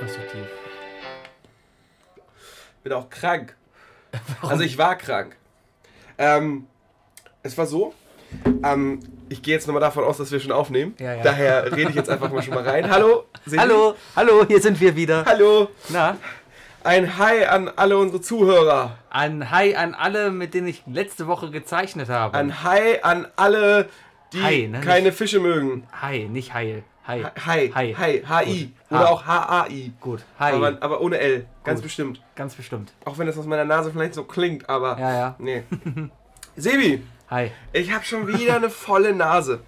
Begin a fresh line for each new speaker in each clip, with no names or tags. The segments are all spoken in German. positiv.
Bin auch krank. Also ich war krank. Ähm, es war so. Ähm, ich gehe jetzt nochmal davon aus, dass wir schon aufnehmen.
Ja, ja.
Daher rede ich jetzt einfach mal schon mal rein. Hallo. Seni.
Hallo, hallo, hier sind wir wieder.
Hallo.
Na,
Ein Hi an alle unsere Zuhörer.
ein Hi an alle, mit denen ich letzte Woche gezeichnet habe.
Ein Hi an alle, die
Hi, ne?
keine Fische mögen.
Hi, nicht Heil. Hi.
Hi.
Hi.
Hi. H-I.
Gut.
Oder
Ha.
auch H-A-I.
Gut, Hi.
Aber, aber ohne L. Ganz
Gut.
bestimmt.
Ganz bestimmt.
Auch wenn das aus meiner Nase vielleicht so klingt, aber.
Ja, ja.
Nee. Sebi,
Hi.
ich habe schon wieder eine volle Nase.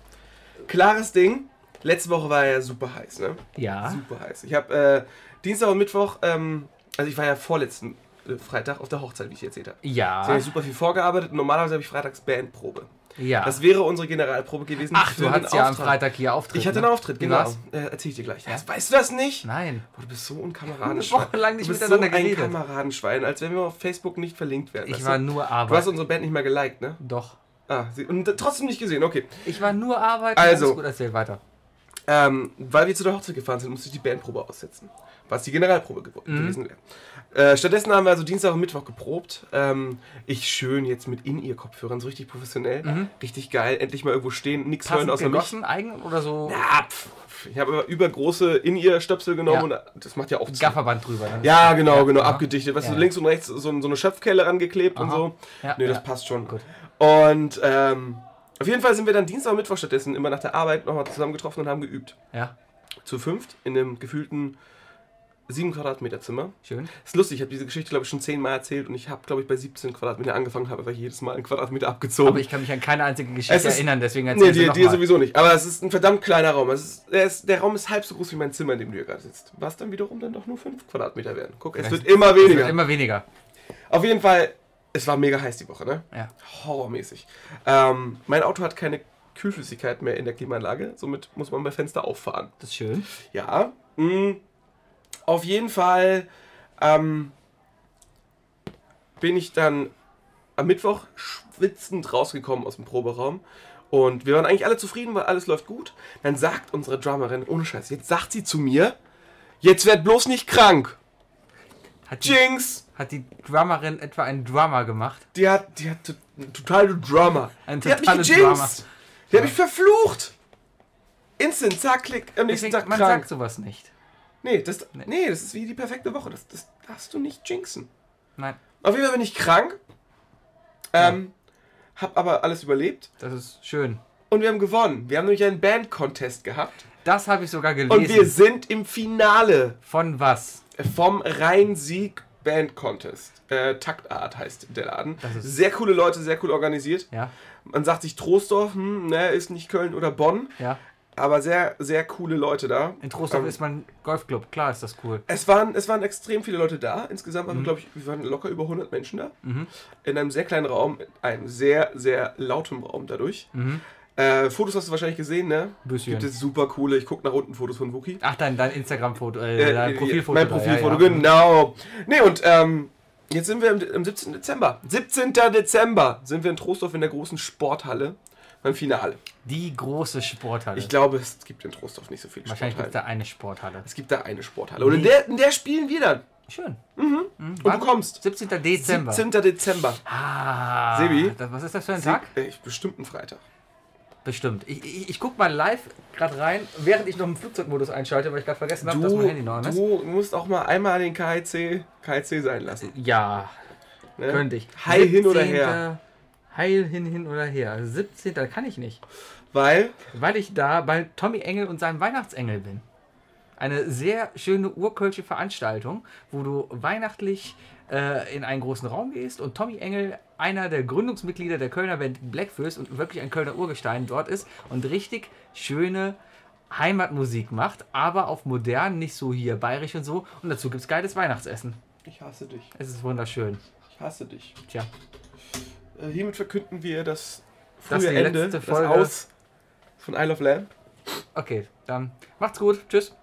Klares Ding. Letzte Woche war ja super heiß, ne?
Ja.
Super heiß. Ich habe äh, Dienstag und Mittwoch, ähm, also ich war ja vorletzten äh, Freitag auf der Hochzeit, wie ich erzählt habe. Ich
Ja.
habe super viel vorgearbeitet. Normalerweise habe ich freitags Bandprobe.
Ja.
Das wäre unsere Generalprobe gewesen.
Ach,
für
du
einen
hattest ja am
Auftritt.
Freitag hier Auftritt.
Ich hatte
ne?
einen Auftritt,
Wie
genau.
war's?
Äh, erzähl ich dir gleich. Das, weißt du das nicht?
Nein.
Boah, du bist so unkameradisch.
Eine Woche lang nicht
du bist
miteinander
so ein
geredet.
Kameradenschwein, als wenn wir auf Facebook nicht verlinkt werden.
Ich
weißt
war
du?
nur
du hast
arbeiten.
unsere Band nicht mal geliked, ne?
Doch.
Ah, sie, und trotzdem nicht gesehen, okay.
Ich war nur arbeiten.
Also.
Alles gut, erzähl weiter.
Ähm, weil wir zu der Hochzeit gefahren sind, musste ich die Bandprobe aussetzen. Was die Generalprobe gew
Mhm.
gewesen wäre. Äh, stattdessen haben wir also Dienstag und Mittwoch geprobt. Ähm, ich schön jetzt mit In-Ear-Kopfhörern, so richtig professionell. Richtig geil, endlich mal irgendwo stehen, nichts hören
Mhm. Passend
außer mich.
gegossen, eigen oder so
Ah, pf, pf. ich habe übergroße In-Ear-Stöpsel genommen
Ja.
und äh, das macht ja auch zu.
Gafferband drüber. ne?
Ja, genau, genau, abgedichtet. Weißt
Ja,
du,
ja.
links und rechts so, ein- so eine Schöpfkelle rangeklebt und
Aha.
so.
Ja,
nee,
ja.
das passt schon.
Gut.
Und ähm, auf jeden Fall sind wir dann Dienstag und Mittwoch stattdessen immer nach der Arbeit nochmal zusammengetroffen und haben geübt.
Ja.
Zu fünft in einem gefühlten 7 Quadratmeter Zimmer.
Schön.
Ist lustig, ich habe diese Geschichte, glaube ich, schon zehnmal erzählt und ich habe, glaube ich, bei 17 Quadratmeter angefangen, habe einfach jedes Mal einen Quadratmeter abgezogen.
Aber ich kann mich an keine einzige Geschichte
Es ist-
erinnern, deswegen
Nee,
erzähl sie
dir,
noch
dir
mal.
sowieso nicht. Aber es ist ein verdammt kleiner Raum. Es ist, der, ist, der Raum ist halb so groß wie mein Zimmer, in dem du hier gerade sitzt. Was dann wiederum dann doch nur 5 Quadratmeter werden. Guck, es
Vielleicht-
wird immer
Es
weniger.
wird immer weniger.
Auf jeden Fall, es war mega heiß die Woche, ne?
Ja.
Horrormäßig. Ähm, mein Auto hat keine Kühlflüssigkeit mehr in der Klimaanlage, somit muss man mein Fenster auffahren.
Das ist schön.
Ja. Mh, auf jeden Fall ähm, bin ich dann am Mittwoch schwitzend rausgekommen aus dem Proberaum. Und wir waren eigentlich alle zufrieden, weil alles läuft gut. Dann sagt unsere Drummerin, ohne Scheiß, jetzt sagt sie zu mir, jetzt werd bloß nicht krank.
Hat die,
Jinx!
hat die Drummerin etwa ein Drama gemacht?
Die hat, die hat to- eine totale Drama.
Ein
die hat mich
totale
gejinxt.
Drama.
Die hat mich verflucht. Instant, zack, klick, am nächsten
Deswegen,
Tag
man
krank.
sagt sowas nicht.
nee, das, nee, das ist wie die perfekte Woche. Das, das darfst du nicht jinxen.
Nein,
Auf jeden Fall bin ich krank. Ähm, Hab aber alles überlebt.
das ist schön.
Und wir haben gewonnen. Wir haben nämlich einen Band-Contest gehabt.
Das habe ich sogar gelesen.
Und wir sind im Finale
Von was?
vom Rhein-Sieg Band-Contest. Äh, Taktart heißt der Laden.
Das ist-
Sehr coole Leute, sehr cool organisiert.
Ja,
Man sagt sich Troisdorf, hm, ne, ist nicht Köln oder Bonn,
ja.
aber sehr, sehr coole Leute da.
In Trostorf
Ähm,
ist mein Golfclub. Klar ist das cool.
Es waren, es waren extrem viele Leute da. Insgesamt
Mhm.
waren, glaube ich, wir waren locker über 100 Menschen da. In einem sehr kleinen Raum, in einem sehr, sehr lauten Raum dadurch.
Mhm.
Äh, Fotos hast du wahrscheinlich gesehen, ne?
Bisschen.
Gibt es super coole. Ich gucke nach unten Fotos von Wookie.
Ach, dein, dein Instagram-Foto, äh,
Äh,
dein
äh,
Profilfoto.
Mein
da,
Profilfoto,
ja, ja.
genau. Nee, und ähm, jetzt sind wir im, am 17. Dezember. 17. Dezember sind wir in Trostorf in der großen Sporthalle beim Finale.
Die große Sporthalle.
Ich glaube, es gibt in Trostorf nicht so viele
Wahrscheinlich gibt es
Sporthallen.
da eine Sporthalle.
Es gibt da eine Sporthalle. Und in
Nee.
der, in der spielen wir dann.
Schön.
Und
Wann?
du kommst.
17. Dezember.
17. Dezember.
Ah,
Sebi?
Das, was ist das für ein Tag?
Äh, Ich bestimmt ein Freitag.
Bestimmt. Ich, ich, ich guck mal live gerade rein, während ich noch im Flugzeugmodus einschalte, weil ich gerade vergessen habe, dass mein Handy noch an ist.
du musst auch mal einmal den KIC, KIC sein lassen.
Ja,
Ne?
könnte ich.
Heil hin oder her.
17. Heil hin, hin oder her. 17. kann ich nicht.
Weil,
Weil ich da bei Tommy Engel und seinem Weihnachtsengel bin. Eine sehr schöne urkölsche Veranstaltung, wo du weihnachtlich äh, in einen großen Raum gehst und Tommy Engel, einer der Gründungsmitglieder der Kölner Band Blackfist und wirklich ein Kölner Urgestein dort ist und richtig schöne Heimatmusik macht, aber auf modern, nicht so hier bayerisch und so. Und dazu gibt es geiles Weihnachtsessen.
ich hasse dich.
Es ist wunderschön.
Ich hasse dich.
Tja,
Äh, Hiermit verkünden wir das
Das
frühe
ist die
Ende,
letzte
das
Folge.
Aus von Isle of Lamb.
okay, dann macht's gut. Tschüss.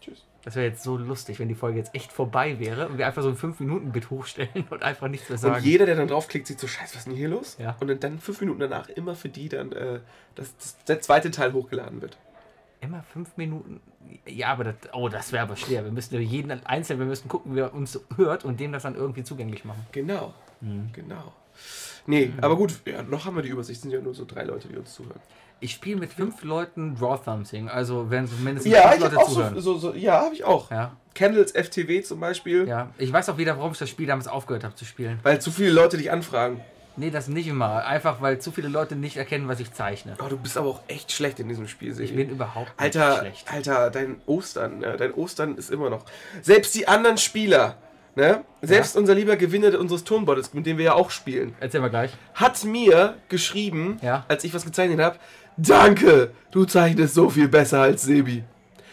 Tschüss.
Das wäre jetzt so lustig, wenn die Folge jetzt echt vorbei wäre und wir einfach so ein 5-Minuten-Bit hochstellen und einfach nichts mehr
Und
sagen.
jeder, der dann draufklickt, sieht so, scheiße, was ist denn hier los?
Ja.
Und dann- dann fünf Minuten danach immer für die dann, äh, dass, dass der zweite Teil hochgeladen wird.
Immer fünf Minuten. Ja, aber das, oh, das wäre aber schwer. Wir müssen jeden einzelnen, wir müssen gucken, wer uns hört und dem das dann irgendwie zugänglich machen.
Genau.
Mhm.
Genau. Nee, aber gut, ja, noch haben wir die Übersicht. Sind ja nur so drei Leute, die uns zuhören.
Ich spiele mit fünf Leuten Draw Thumbsing, also wenn mindestens
Ja,
fünf
ich hab
Leute
auch
zuhören.
so, so, so. Ja, habe ich auch.
ja,
Candles FTW zum Beispiel,
ja. Ich weiß auch wieder, warum ich das Spiel damals aufgehört habe zu spielen.
weil zu viele Leute dich anfragen.
Nee, das nicht immer. Einfach, weil zu viele Leute nicht erkennen, was ich zeichne.
Oh, du bist aber auch echt schlecht in diesem Spiel, sehe
Ich bin überhaupt nicht
Alter,
schlecht.
Alter, dein Ostern, ne? dein Ostern ist immer noch. Selbst die anderen Spieler, ne? Selbst unser lieber Gewinner unseres Turnbottles, mit dem wir ja auch spielen,
Erzähl mal gleich.
hat mir geschrieben,
Ja.
als ich was gezeichnet habe, Danke, du zeichnest so viel besser als Sebi.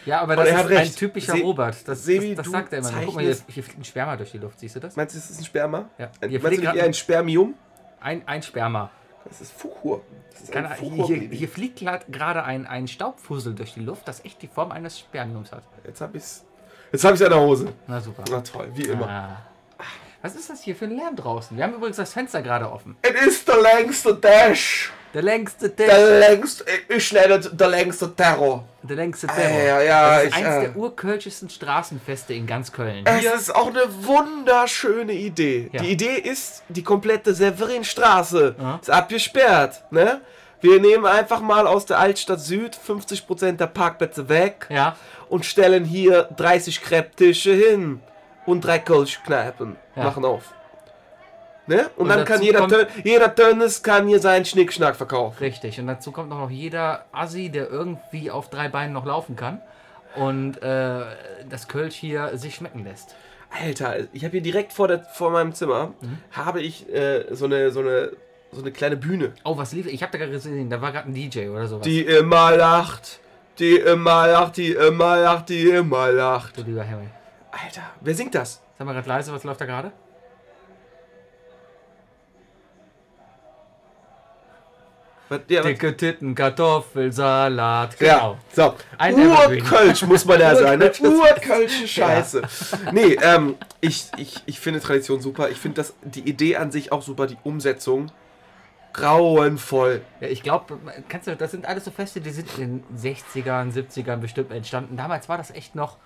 Ja, aber
Aber
das
er
ist
hat
ein
recht.
typischer
Se-
Robert. Das,
Sebi,
das,
du
das sagt er immer. Guck mal, hier,
zeichnest-
hier fliegt ein Sperma durch die Luft. Siehst du das?
Meinst du, das ist ein Sperma?
Ja. Ihr
Ein, meinst du
fliegt
nicht
grad-
eher ein Spermium?
Ein, ein Sperma.
Das ist Fuchur. Das ist ein
Keine, Ahnung,
Fuchur
hier, hier fliegt grad- gerade ein, ein Staubfussel durch die Luft, das echt die Form eines Spermiums hat.
Jetzt hab ich's. Jetzt hab ich's an der Hose.
Na super.
Na toll, wie immer.
Ah. Was ist das hier für ein Lärm draußen? Wir haben übrigens das Fenster gerade offen.
It is the längste Dash.
Der längste Tisch.
Der längste, äh, ich nenne es der längste Terror.
Der längste
Ah,
Terror.
ja, ja,
das ist
ich, Äh.
eins
ah.
der urkölschesten Straßenfeste in ganz Köln.
Es ist auch eine wunderschöne Idee.
Ja. Ah.
Die Idee ist, die komplette Severinstraße
Ja.
ist abgesperrt. Ne? Wir nehmen einfach mal aus der Altstadt Süd 50% der Parkplätze weg
Ja,
und stellen hier 30 Krepptische hin und drei Kölschkneipen
Ja.
machen auf. Ne? Und, dann kann
dazu
jeder,
kommt-
Tön jeder Tönnis kann hier seinen Schnickschnack verkaufen.
richtig. Und dazu kommt noch jeder Assi, der irgendwie auf drei Beinen noch laufen kann. Und äh, das Kölsch hier sich schmecken lässt.
Alter, ich habe hier direkt vor, der, vor meinem Zimmer
Mhm.
habe ich äh, so, eine, so, eine, so eine kleine Bühne.
Oh, was lief? Ich habe da gerade gesehen, da war gerade ein DJ oder sowas.
Die immer lacht, die immer lacht, die immer lacht, die immer lacht.
Du lieber Himmel.
Alter, wer singt das?
Sag mal gerade leise, was läuft da gerade?
Was- Ja, was-
Dicke Titten, Kartoffelsalat. genau.
ja. so.
Ein Evergreen.
Urkölsch muss man da sein, ne?
Urkölsch.
Urkölsche Scheiße. Nee, ähm, ich, ich, ich finde Tradition super. Ich finde das- die Idee an sich auch super, die Umsetzung grauenvoll.
Ja, ich glaube, kannst du, das sind alles so Feste, die sind in den 60ern, 70ern bestimmt entstanden. Damals war das echt noch.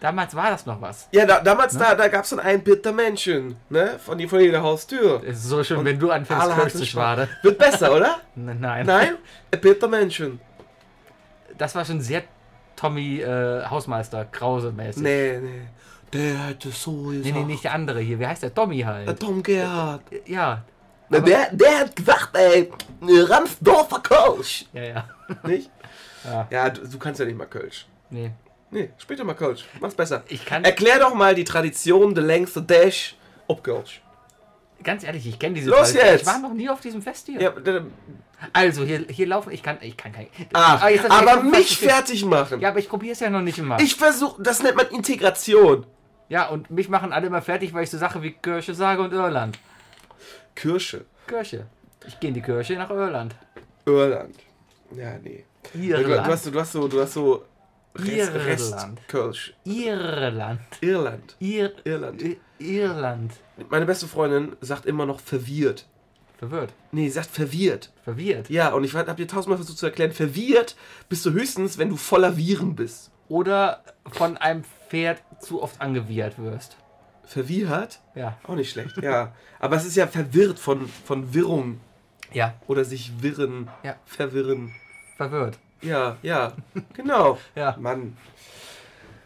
Damals war das noch was.
Ja, da, damals, da, da gab es dann einen Peter Menschen, ne? Von, die- von jeder Haustür.
Es ist so schön, wenn du anfängst,
alle
Kölsch
hatten
zu
Spaß.
schwaden.
Wird besser, oder?
N- Nein.
Nein? Ein Peter Menschen.
Das war schon sehr Tommy äh, Hausmeister, Krause-mäßig. Nee.
Nee, nee. Der hätte so gesagt.
nee, nicht der andere hier. Wie heißt der? Tommy
Der
halt.
Äh, Tom Gerhard.
Ja.
Na, der, der hat gesagt, ey, Ramsdorfer Kölsch.
Ja, ja.
Nicht?
Ja.
Ja, du, du kannst ja nicht mal Kölsch.
Nee.
Nee, später mal Kölsch. Mach's besser.
Ich kann,
Erklär doch mal die Tradition, der längste Dash, ob Kölsch.
ganz ehrlich, ich kenne diese
Los
Leute.
jetzt!
Ich war noch nie auf diesem Fest hier.
Ja, der,
Also, hier, hier laufen, ich kann, ich kann kein.
ach,
Ah, jetzt hast du-
aber
jetzt hast du-
mich fertig machen.
Ja, aber ich probiere es ja noch nicht mal.
Ich versuche, das nennt man Integration.
Ja, und mich machen alle immer fertig, weil ich so Sachen wie Kirche sage und Irland.
Kirsche,
Kirche. Ich gehe in die Kirche nach Irland.
Irland. Ja, nee. Du, du
Irland.
hast so, du hast so, du hast so Rest, Rest
Irland.
Kölsch.
Irland.
Irland.
Ir
Irland.
I- Irland.
Meine beste Freundin sagt immer noch verwirrt.
Verwirrt.
Nee, sie sagt verwirrt.
Verwirrt.
Ja, und ich habe dir tausendmal versucht zu erklären, verwirrt bist du höchstens, wenn du voller Viren bist.
Oder von einem Pferd zu oft angewirrt wirst.
Verwirrt?
Ja.
Auch nicht schlecht, ja. Aber es ist ja verwirrt von, von Wirrung
Ja.
oder sich wirren,
Ja.
verwirren.
Verwirrt.
Ja, ja, genau.
Ja.
Mann.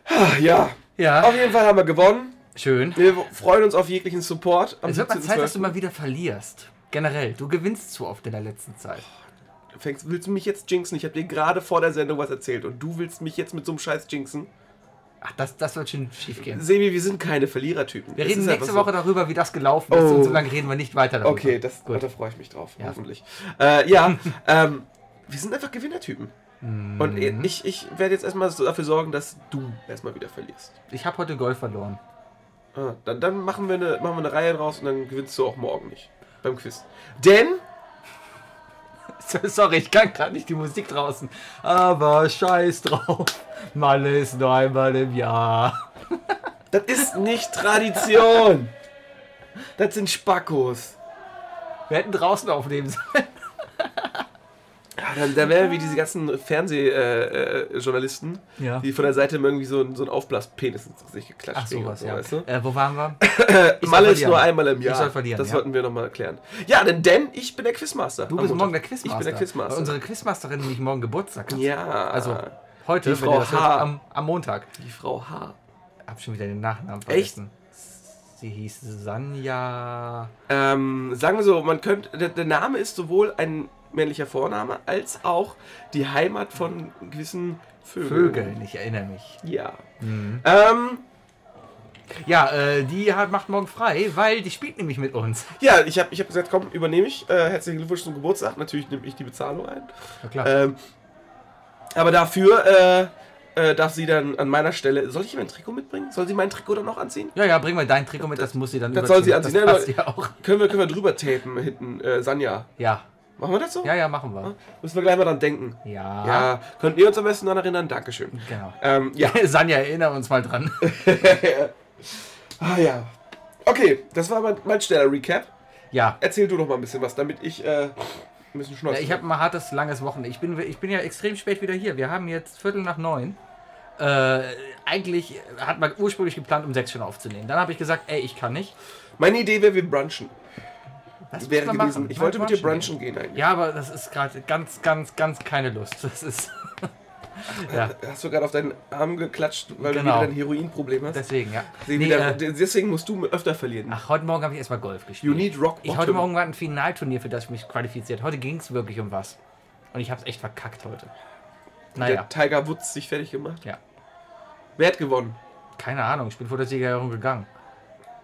Ah, Ja, auf
Ja.
jeden Fall haben wir gewonnen.
Schön.
Wir freuen uns auf jeglichen Support. Am
Es wird mal
17.12.
Zeit, dass du mal wieder verlierst. Generell. Du gewinnst zu oft in der letzten Zeit.
Fängst, willst du mich jetzt jinxen? Ich habe dir gerade vor der Sendung was erzählt und du willst mich jetzt mit so einem Scheiß jinxen?
Ach, das, das wird schon schief gehen.
Sebi, wir sind keine Verlierertypen.
Wir
Es
reden
ist
nächste
einfach
Woche darüber, wie das gelaufen ist.
Oh.
Und so lange reden wir nicht weiter darüber.
Okay, das,
Gut.
da freue ich mich drauf,
Ja.
hoffentlich. Äh, ja, ähm, wir sind einfach Gewinnertypen. Und ich, ich werde jetzt erstmal so dafür sorgen, dass du erstmal wieder verlierst.
Ich habe heute Golf verloren.
Ah, dann dann machen, wir eine, machen wir eine Reihe draus und dann gewinnst du auch morgen nicht beim Quiz. Denn,
Sorry, ich kann gerade nicht die Musik draußen. Aber scheiß drauf. Mal ist nur einmal im Jahr.
das ist nicht Tradition. Das sind Spackos.
Wir hätten draußen aufnehmen sollen.
Ja, Dann, dann wären wir wie diese ganzen Fernsehjournalisten, äh, äh, Journalisten,
Ja.
die von der Seite immer irgendwie so, ein- so einen Aufblaspenis ins Gesicht geklatscht
Ach,
kriegen und
sowas,
so,
ja.
weißt du?
Äh, wo waren wir? soll
Malle ist
verlieren.
nur einmal im
Ich
Jahr.
soll verlieren,
das
ja.
sollten wir nochmal erklären. Ja, denn, denn ich bin der Quizmaster.
Du
am
bist
Montag.
morgen der Quizmaster.
Ich bin der Quizmaster.
Weil unsere Quizmasterin nämlich morgen Geburtstag hat.
ja.
Also heute,
Die
wenn ihr
Frau
das
H.
hört, am, am Montag.
Die Frau H.
Hab schon wieder den Nachnamen
Echt?
vergessen. Sie hieß Sanja.
Ähm, sagen wir so, man könnte, der, der Name ist sowohl ein männlicher Vorname als auch die Heimat von gewissen Vögeln.
Vögeln, Mhm. ich erinnere mich.
Ja. Ähm,
Ja, äh, die hat, macht morgen frei, weil die spielt nämlich mit uns.
ja, ich habe ich hab gesagt, komm, übernehme ich. Äh, herzlichen Glückwunsch zum Geburtstag. Natürlich nehme ich die Bezahlung ein.
Na klar.
Ähm, aber dafür äh, äh, darf sie dann an meiner Stelle. Soll ich ihr mein Trikot mitbringen? Soll sie mein Trikot dann noch anziehen?
ja, ja, bring mal dein Trikot mit, das muss sie dann
das soll sie
überziehen.
anziehen.
Das passt
Nein,
ja auch.
Können wir, können wir drüber tapen hinten, äh, Sanja?
Ja,
Machen wir das so?
ja, ja, machen wir.
Müssen wir gleich mal dran denken.
Ja,
Hm? Ja, könnt ihr uns am besten daran erinnern? Dankeschön.
genau.
Ähm, ja.
Sanja, erinnere uns mal dran.
ah ja. Okay, das war mein, mein schneller Recap.
Ja,
Erzähl du noch mal ein bisschen was, damit ich äh, ein bisschen
Ja,
schnotzen
ich habe ein hartes, langes Wochenende. Ich bin, ich bin ja extrem spät wieder hier. Wir haben jetzt Viertel nach neun. Äh, eigentlich hat man ursprünglich geplant, um sechs schon aufzunehmen. Dann habe ich gesagt, ey, ich kann nicht.
Meine Idee wäre, wir brunchen.
Was
Wäre
muss
gewesen.
man machen?
Ich
Mal
wollte mit dir brunchen gehen
gehen.
eigentlich.
Ja, aber das ist gerade ganz, ganz, ganz keine Lust. Das ist. ja,
Hast du gerade auf deinen Arm geklatscht, weil du
Genau.
wieder dein Heroinproblem hast?
deswegen, ja.
Sie
Nee,
wieder,
äh,
deswegen musst du öfter verlieren.
ach, heute Morgen habe ich erstmal Golf
you
gespielt.
need rock
ich, heute Morgen war ein Finalturnier, für das ich mich qualifiziert. Heute ging es wirklich um was. Und ich habe es echt verkackt heute. Naja,
Der Tiger Woods sich fertig gemacht.
Ah, Ja.
Wer hat gewonnen?
keine Ahnung. Ich bin vor der Siegerehrung gegangen.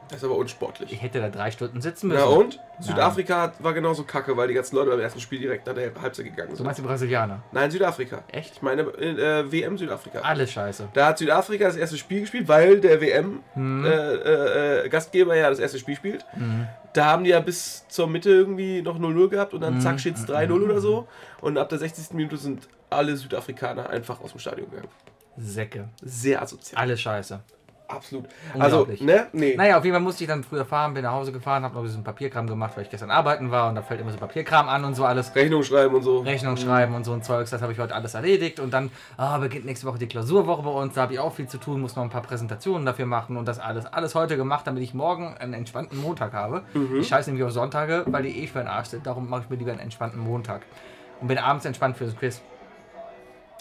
Das ist aber unsportlich.
Ich hätte da drei Stunden sitzen müssen.
Na und? Südafrika hat- war genauso kacke, weil die ganzen Leute beim ersten Spiel direkt nach der Halbzeit gegangen
Du
sind.
meinst die Brasilianer?
Nein, Südafrika.
Echt?
Ich meine äh, äh, WM Südafrika.
Alles scheiße.
Da hat Südafrika das erste Spiel gespielt, weil der Mhm. WM-Gastgeber äh, ja das erste Spiel spielt. Da haben die ja bis zur Mitte irgendwie noch 0-0 gehabt und dann zack, steht's 3-0 oder so. Und ab der 60. Minute sind alle Südafrikaner einfach aus dem Stadion gegangen.
Säcke.
Sehr asozial.
Alles scheiße.
Absolut. Also,
Unglaublich.
ne? Nee.
Naja, auf jeden Fall musste ich dann früher fahren, bin nach Hause gefahren, habe noch ein bisschen Papierkram gemacht, weil ich gestern arbeiten war und da fällt immer so Papierkram an und so alles.
Rechnung schreiben und so.
Rechnung schreiben und so ein Zeugs, das habe ich heute alles erledigt und dann ah, beginnt nächste Woche die Klausurwoche bei uns, da habe ich auch viel zu tun, muss noch ein paar Präsentationen dafür machen und das alles. Alles heute gemacht, damit ich morgen einen entspannten Montag habe.
Mhm.
Ich scheiße nämlich auf Sonntage, weil die eh für den Arsch sind, darum mache ich mir lieber einen entspannten Montag. Und bin abends entspannt für das Quiz.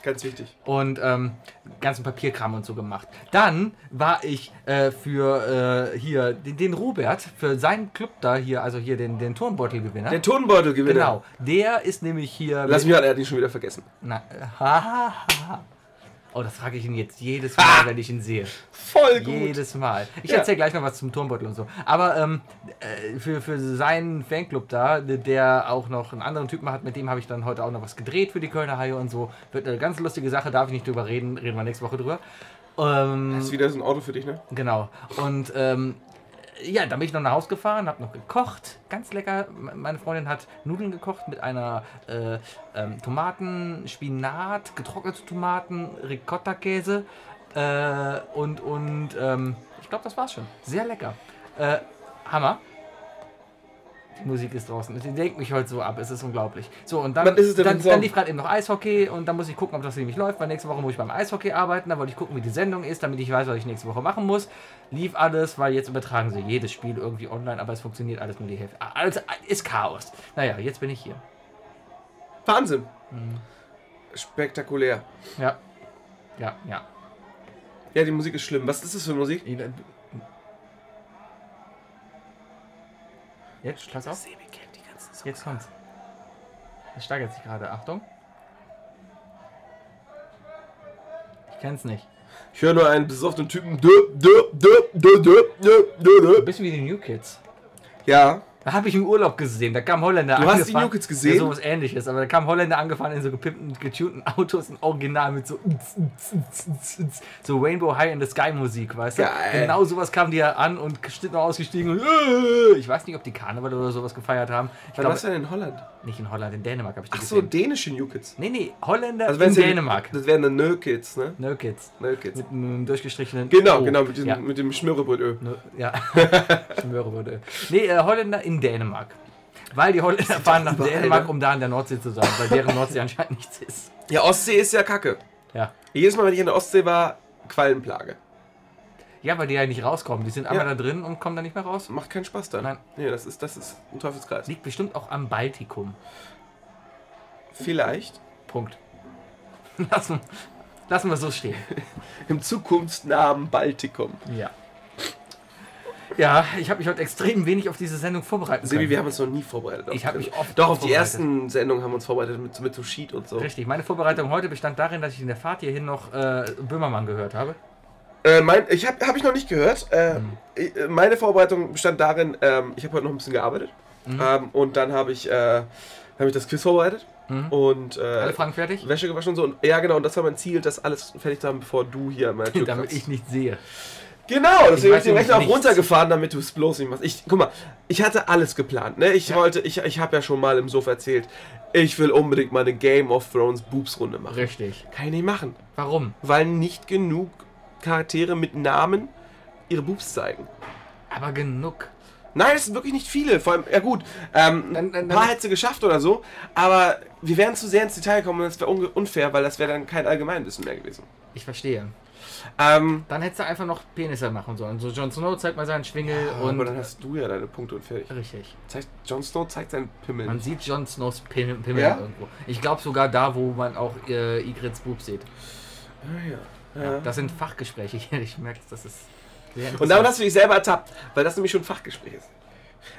Ganz wichtig.
und ähm, ganzen Papierkram und so gemacht. Dann war ich äh, für äh, hier den, den Robert, für seinen Club da hier, also hier den, den Turnbeutelgewinner.
Der Turnbeutel gewinnt.
genau, der ist nämlich hier.
Lass
mit,
mich mal, er hat ihn schon wieder vergessen.
na, ha, ha, ha. Oh, das frage ich ihn jetzt jedes Mal,
Ah!
wenn ich ihn sehe.
Voll gut.
Jedes Mal. Ich
Ja.
erzähle gleich noch was zum Turmbeutel und so. Aber ähm, äh, für, für seinen Fanclub da, der auch noch einen anderen Typen hat, mit dem habe ich dann heute auch noch was gedreht für die Kölner Haie und so. Wird eine ganz lustige Sache, darf ich nicht drüber reden, reden wir nächste Woche drüber. Ähm,
Das ist wieder so ein Auto für dich, ne?
Genau. Und ähm, ja, dann bin ich noch nach Hause gefahren, habe noch gekocht, ganz lecker. Me- Meine Freundin hat Nudeln gekocht mit einer äh, ähm, Tomaten, Spinat, getrocknete Tomaten, Ricotta-Käse äh, und, und ähm, ich glaube, das war's schon. Sehr lecker. Äh, Hammer. Die Musik ist draußen. Die lenkt mich heute so ab. Es ist unglaublich. So, und dann,
Wann ist es denn
dann,
für ein
dann
Song?
lief gerade eben noch Eishockey und dann muss ich gucken, ob das nämlich läuft, weil nächste Woche muss ich beim Eishockey arbeiten. Da wollte ich gucken, wie die Sendung ist, damit ich weiß, was ich nächste Woche machen muss. Lief alles, weil jetzt übertragen sie jedes Spiel irgendwie online, aber es funktioniert alles nur die Hälfte. Ah, Alles ist Chaos. Naja, jetzt bin ich hier.
Wahnsinn. Mhm. Spektakulär.
Ja. Ja, ja.
Ja, die Musik ist schlimm. Was ist das für Musik?
Jetzt, pass auf.
Sebi kennt die ganzen Songs.
Jetzt kommt's. Es steigert sich gerade. Achtung. Ich kenn's nicht.
Ich höre nur einen besoffenen Typen. Dö, dö, dö, dö, dö, dö, dö,
Ein
dö.
bisschen wie die New Kids.
Ja,
Da habe ich im Urlaub gesehen. Da kam Holländer
Du hast die
angefahren-
New Kids gesehen?
Ja, sowas ähnliches. Aber da kam Holländer angefahren in so gepimpten, getunten Autos und original mit so so Rainbow High in the Sky Musik, weißt du?
Geil.
Genau sowas kamen die ja an und sind noch ausgestiegen und äh, ich weiß nicht, ob die Karneval oder sowas gefeiert haben. Ich
wann
glaube,
warst du denn in Holland?
nicht in Holland, in Dänemark habe ich die
Ach so,
gesehen.
dänische New Kids.
Nee, nee, Holländer
Also
in
wenn's ja-
Dänemark.
Das wären dann Nö Kids, ne?
No Kids.
Nö Kids.
Mit einem durchgestrichenen.
Genau,
O.
genau, mit, diesem,
Ja.
mit dem Schmörebrötö.
Ne, ja. Schwöre würde. Nee, äh, Holländer in Dänemark. Weil die Holländer fahren nach
überall,
Dänemark,
ne?
um da in der Nordsee zu sein, weil deren Nordsee anscheinend nichts ist.
Ja, Ostsee ist ja kacke.
Ja.
Jedes Mal, wenn ich in der Ostsee war, Quallenplage.
Ja, weil die ja nicht rauskommen. Die sind einmal
Ja.
da drin und kommen da nicht mehr raus.
Macht keinen Spaß dann.
Nein.
Nee, das ist, das ist ein Teufelskreis.
Liegt bestimmt auch am Baltikum.
Vielleicht
Punkt. Lassen, lassen wir so stehen.
im Zukunftsnamen Baltikum.
Ja. Ja, ich habe mich heute extrem wenig auf diese Sendung vorbereitet.
Sebi, wir haben uns noch nie vorbereitet. auf
Ich hab
die
mich
Sendung.
oft
Doch, auf die
vorbereitet.
ersten Sendungen haben wir uns vorbereitet mit, mit so Sheet und so.
Richtig, meine Vorbereitung heute bestand darin, dass ich in der Fahrt hierhin noch äh, Böhmermann gehört habe.
Äh, mein, ich habe hab ich noch nicht gehört. Äh,
Mhm.
ich- äh, Meine Vorbereitung bestand darin, ähm, ich habe heute noch ein bisschen gearbeitet.
Mhm.
Ähm, und dann habe ich, äh, hab ich das Quiz vorbereitet. Und äh,
Mhm. Alle Fragen fertig?
Wäsche gewaschen und so. Und, ja, genau. Und das war mein Ziel, das alles fertig zu haben, bevor du hier an meiner Tür
Damit
kratzt.
ich nicht sehe.
Genau, deswegen habe
weiß
ich den
nämlich
Rechner auch
nichts.
runtergefahren, damit du es bloß nicht machst. Ich, guck mal, ich hatte alles geplant. Ne? Ich wollte, ich, ich habe ja schon mal im Sofa erzählt, ich will unbedingt mal eine Game of Thrones Boobs-Runde machen.
Richtig.
Kann ich nicht machen,
Warum?
weil nicht genug Charaktere mit Namen ihre Boobs zeigen.
Aber genug.
Nein, es sind wirklich nicht viele. Vor allem, ja gut, ähm,
Dann- dann-
ein paar
dann-
hätte sie geschafft oder so, aber wir wären zu sehr ins Detail gekommen und das wäre unge- unfair, weil das wäre dann kein Allgemeinwissen mehr gewesen.
Ich verstehe.
Ähm,
Dann hättest du einfach noch Penisse machen sollen. So Jon Snow zeigt mal seinen Schwingel und.
aber dann hast du ja deine Punkte und fertig.
Richtig.
Zeigt, Jon Snow zeigt seinen Pimmel.
Man sieht Jon Snows Pimmel, Pimmel
Ja?
irgendwo. Ich glaube sogar da, wo man auch äh, Igrids Bub sieht.
Ah, Ja.
Ja. Das sind Fachgespräche hier. Ich merke, das ist sehr
Und damit hast du dich selber ertappt, weil das nämlich schon ein Fachgespräch ist.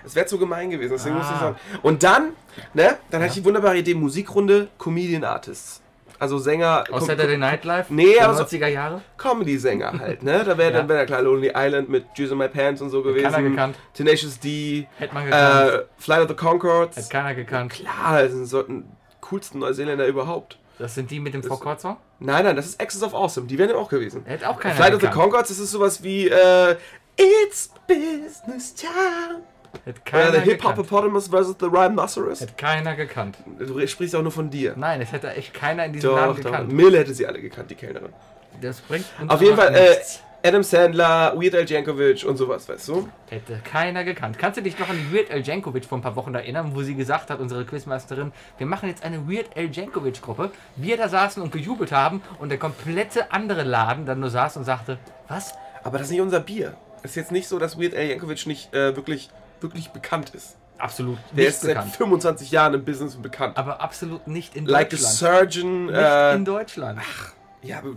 Es wäre zu gemein gewesen, deswegen musste ich
Ah.
sagen. Und dann, ne, dann hatte ich die wunderbare Idee, Musikrunde Comedian Artists. Also Sänger,
Aus
Com-
Saturday Night Live?
Nee,
der
aber so-
90er Jahre?
Comedy-Sänger halt, ne? Da wäre
Ja.
dann wär der klar Lonely Island mit Juice in My Pants und so gewesen.
Keiner gekannt.
Tenacious D,
Hätte man gekannt.
äh, Flight of the Concords.
Hätte keiner gekannt.
Klar, das sind so die coolsten Neuseeländer überhaupt.
Das sind die mit dem Frau song
Nein, nein, das ist Axis of Awesome, die wären ja auch gewesen.
Hätte auch keiner
Flight of the
gekannt.
Concords, das ist sowas wie äh, It's Business Time.
Hätte
Oder
keiner
The Hip
gekannt.
Hippopotamus versus The Rhinoceros.
Hätte keiner gekannt.
Du sprichst auch nur von dir.
Nein, es hätte echt keiner in diesem
Doch,
Namen
doch.
gekannt.
Mill hätte sie alle gekannt, die Kellnerin.
Das bringt uns
Auf jeden
aber
Fall, äh,
nichts.
Adam Sandler, Weird Al Jankovic und sowas, weißt du?
Hätte keiner gekannt. Kannst du dich noch an die Weird Al Jankovic vor ein paar Wochen erinnern, wo sie gesagt hat, unsere Quizmeisterin, wir machen jetzt eine Weird Al Jankovic-Gruppe. Wir da saßen und gejubelt haben und der komplette andere Laden dann nur saß und sagte, was?
Aber das ist nicht unser Bier. Es ist jetzt nicht so, dass Weird Al Jankovic nicht äh, wirklich, wirklich bekannt ist.
Absolut
Der
nicht
ist seit
bekannt.
25 Jahren im Business und bekannt.
Aber absolut nicht in
Like a
Deutschland.
Surgeon.
Nicht
Äh,
in Deutschland.
ja, aber, äh,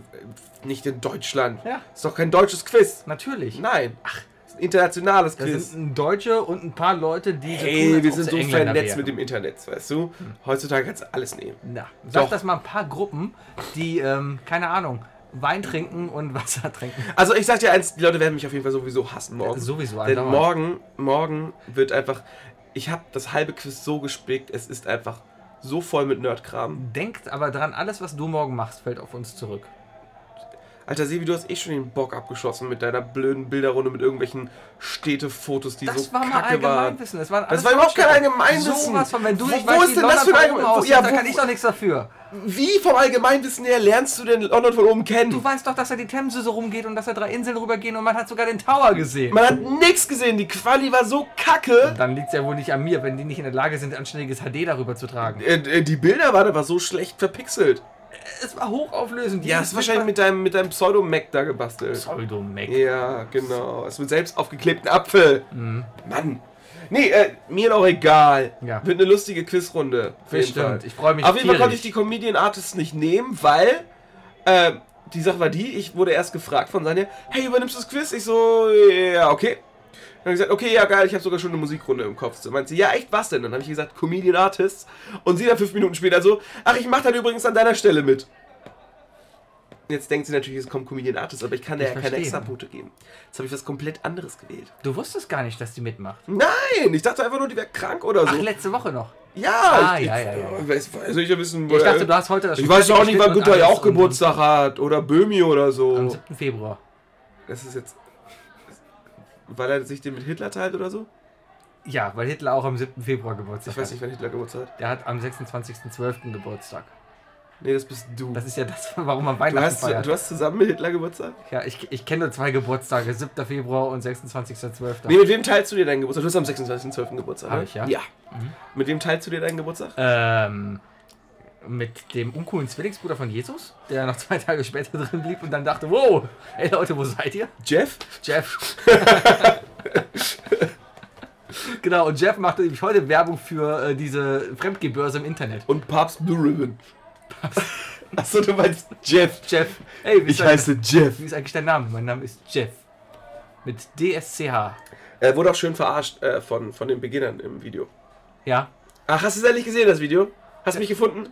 nicht in Deutschland.
Ja.
Ist doch kein deutsches Quiz.
Natürlich.
Nein. Ach, ist ein internationales
Da
Quiz.
sind ein Deutsche und ein paar Leute, die so tun,
Ey,
als
wir
ob
sind
sie
so
Engländer
vernetzt
wären.
mit dem Internet, weißt du?
Hm.
Heutzutage kannst du alles nehmen.
Na, sag
Doch.
das mal ein paar Gruppen, die, ähm, keine Ahnung, Wein trinken und Wasser trinken.
Also ich sag dir eins, die Leute werden mich auf jeden Fall sowieso hassen morgen.
Sowieso
Denn
andauernd.
morgen, morgen wird einfach. Ich habe das halbe Quiz so gespickt, es ist einfach so voll mit Nerdkram.
Denkt aber dran, alles, was du morgen machst, fällt auf uns zurück.
Alter Sebi, du hast eh schon den Bock abgeschossen mit deiner blöden Bilderrunde mit irgendwelchen Städtefotos, die
Das
so
Also war mal
kacke waren.
Allgemeinwissen. Das, waren
Das
alles
war überhaupt kein
Bullshit.
Allgemeinwissen.
Sowas von, wenn du
Wo-
nicht
wo
weißt,
ist
wie
denn das
London
für ein
von oben
Allgemein- wo-
aussieht,
ja,
da
wo-
kann ich doch nichts dafür.
Wie vom Allgemeinwissen her lernst du denn London von oben kennen?
Du weißt doch, dass da die Themse so rumgeht und dass da drei Inseln rübergehen und man hat sogar den Tower gesehen.
Man hat nichts gesehen, die Quali war so kacke.
dann liegt es ja wohl nicht an mir, wenn die nicht in der Lage sind, anständiges HD darüber zu tragen.
Äh, äh, Die Bilder waren aber so schlecht verpixelt.
Es war hochauflösend.
Ja, das ist wahrscheinlich mit deinem, mit deinem Pseudo-Mac da gebastelt.
Pseudo-Mac.
Ja, genau. Es wird selbst aufgeklebten Apfel. Mann. Nee, äh, mir doch egal.
Mhm. Ja.
Wird eine lustige Quizrunde. Auf jeden
Bestimmt.
Fall.
Ich freue mich
Auf jeden Fall konnte
tierisch.
ich die Comedian Artists nicht nehmen, weil äh, die Sache war die, ich wurde erst gefragt von Sanja, hey, übernimmst du das Quiz? Ich so, ja, okay. Dann hab ich gesagt, okay, ja geil, ich habe sogar schon eine Musikrunde im Kopf. So meint sie, ja echt, was denn? Dann habe ich gesagt, Comedian Artists. Und sie dann fünf Minuten später so, ach, ich mache dann übrigens an deiner Stelle mit. Jetzt denkt sie natürlich, es kommt Comedian Artists, aber ich kann dir
Ich
ja keine
verstehe.
extra Punkte geben. Jetzt habe ich was komplett anderes gewählt.
Du wusstest gar nicht, dass die mitmacht.
Nein, ich dachte einfach nur, die wäre krank oder so.
Ach, letzte Woche noch.
ja,
Ah,
ich,
ja,
ich,
ja, ja.
Weiß, weiß ich ja wissen, wo
Ich
er-
dachte, du hast heute das
ich
Spiel
weiß ja auch nicht, wann
geschnitten und
Günther ja
alles
auch Geburtstag hat oder Böhmi oder
und Am
so.
7. Februar.
Das ist jetzt. Weil er sich den mit Hitler teilt oder so?
Ja, weil Hitler auch am 7. Februar Geburtstag
Ich weiß
hat.
nicht, wann Hitler Geburtstag hat.
Der hat am 26.12. Geburtstag.
Nee, das bist du.
Das ist ja das, warum man
du,
Weihnachten
hast,
feiert.
du hast zusammen mit Hitler Geburtstag?
ja, ich, ich kenne nur zwei Geburtstage, 7. Februar und 26.12.
Nee, mit wem teilst du dir deinen Geburtstag? Du hast am 26.12. Geburtstag.
Hab
ne?
ich, ja. Mhm.
Ja. Mit wem teilst du dir deinen Geburtstag?
Ähm, mit dem uncoolen Zwillingsbruder von Jesus, der noch zwei Tage später drin blieb und dann dachte, wow, ey Leute, wo seid ihr?
Jeff?
Jeff. genau, und Jeff machte nämlich heute Werbung für äh, diese Fremdgebörse im Internet.
Und Papst Blue Ribbon. Achso, du meinst Jeff.
Jeff, hey, wie ist,
Ich
dein-
heiße Jeff.
wie ist eigentlich dein Name? Mein Name ist Jeff. Mit DSCH.
Er wurde auch schön verarscht äh, von, von den Beginnern im Video.
Ja.
Ach, hast du es ehrlich gesehen, das Video? Hast du mich gefunden?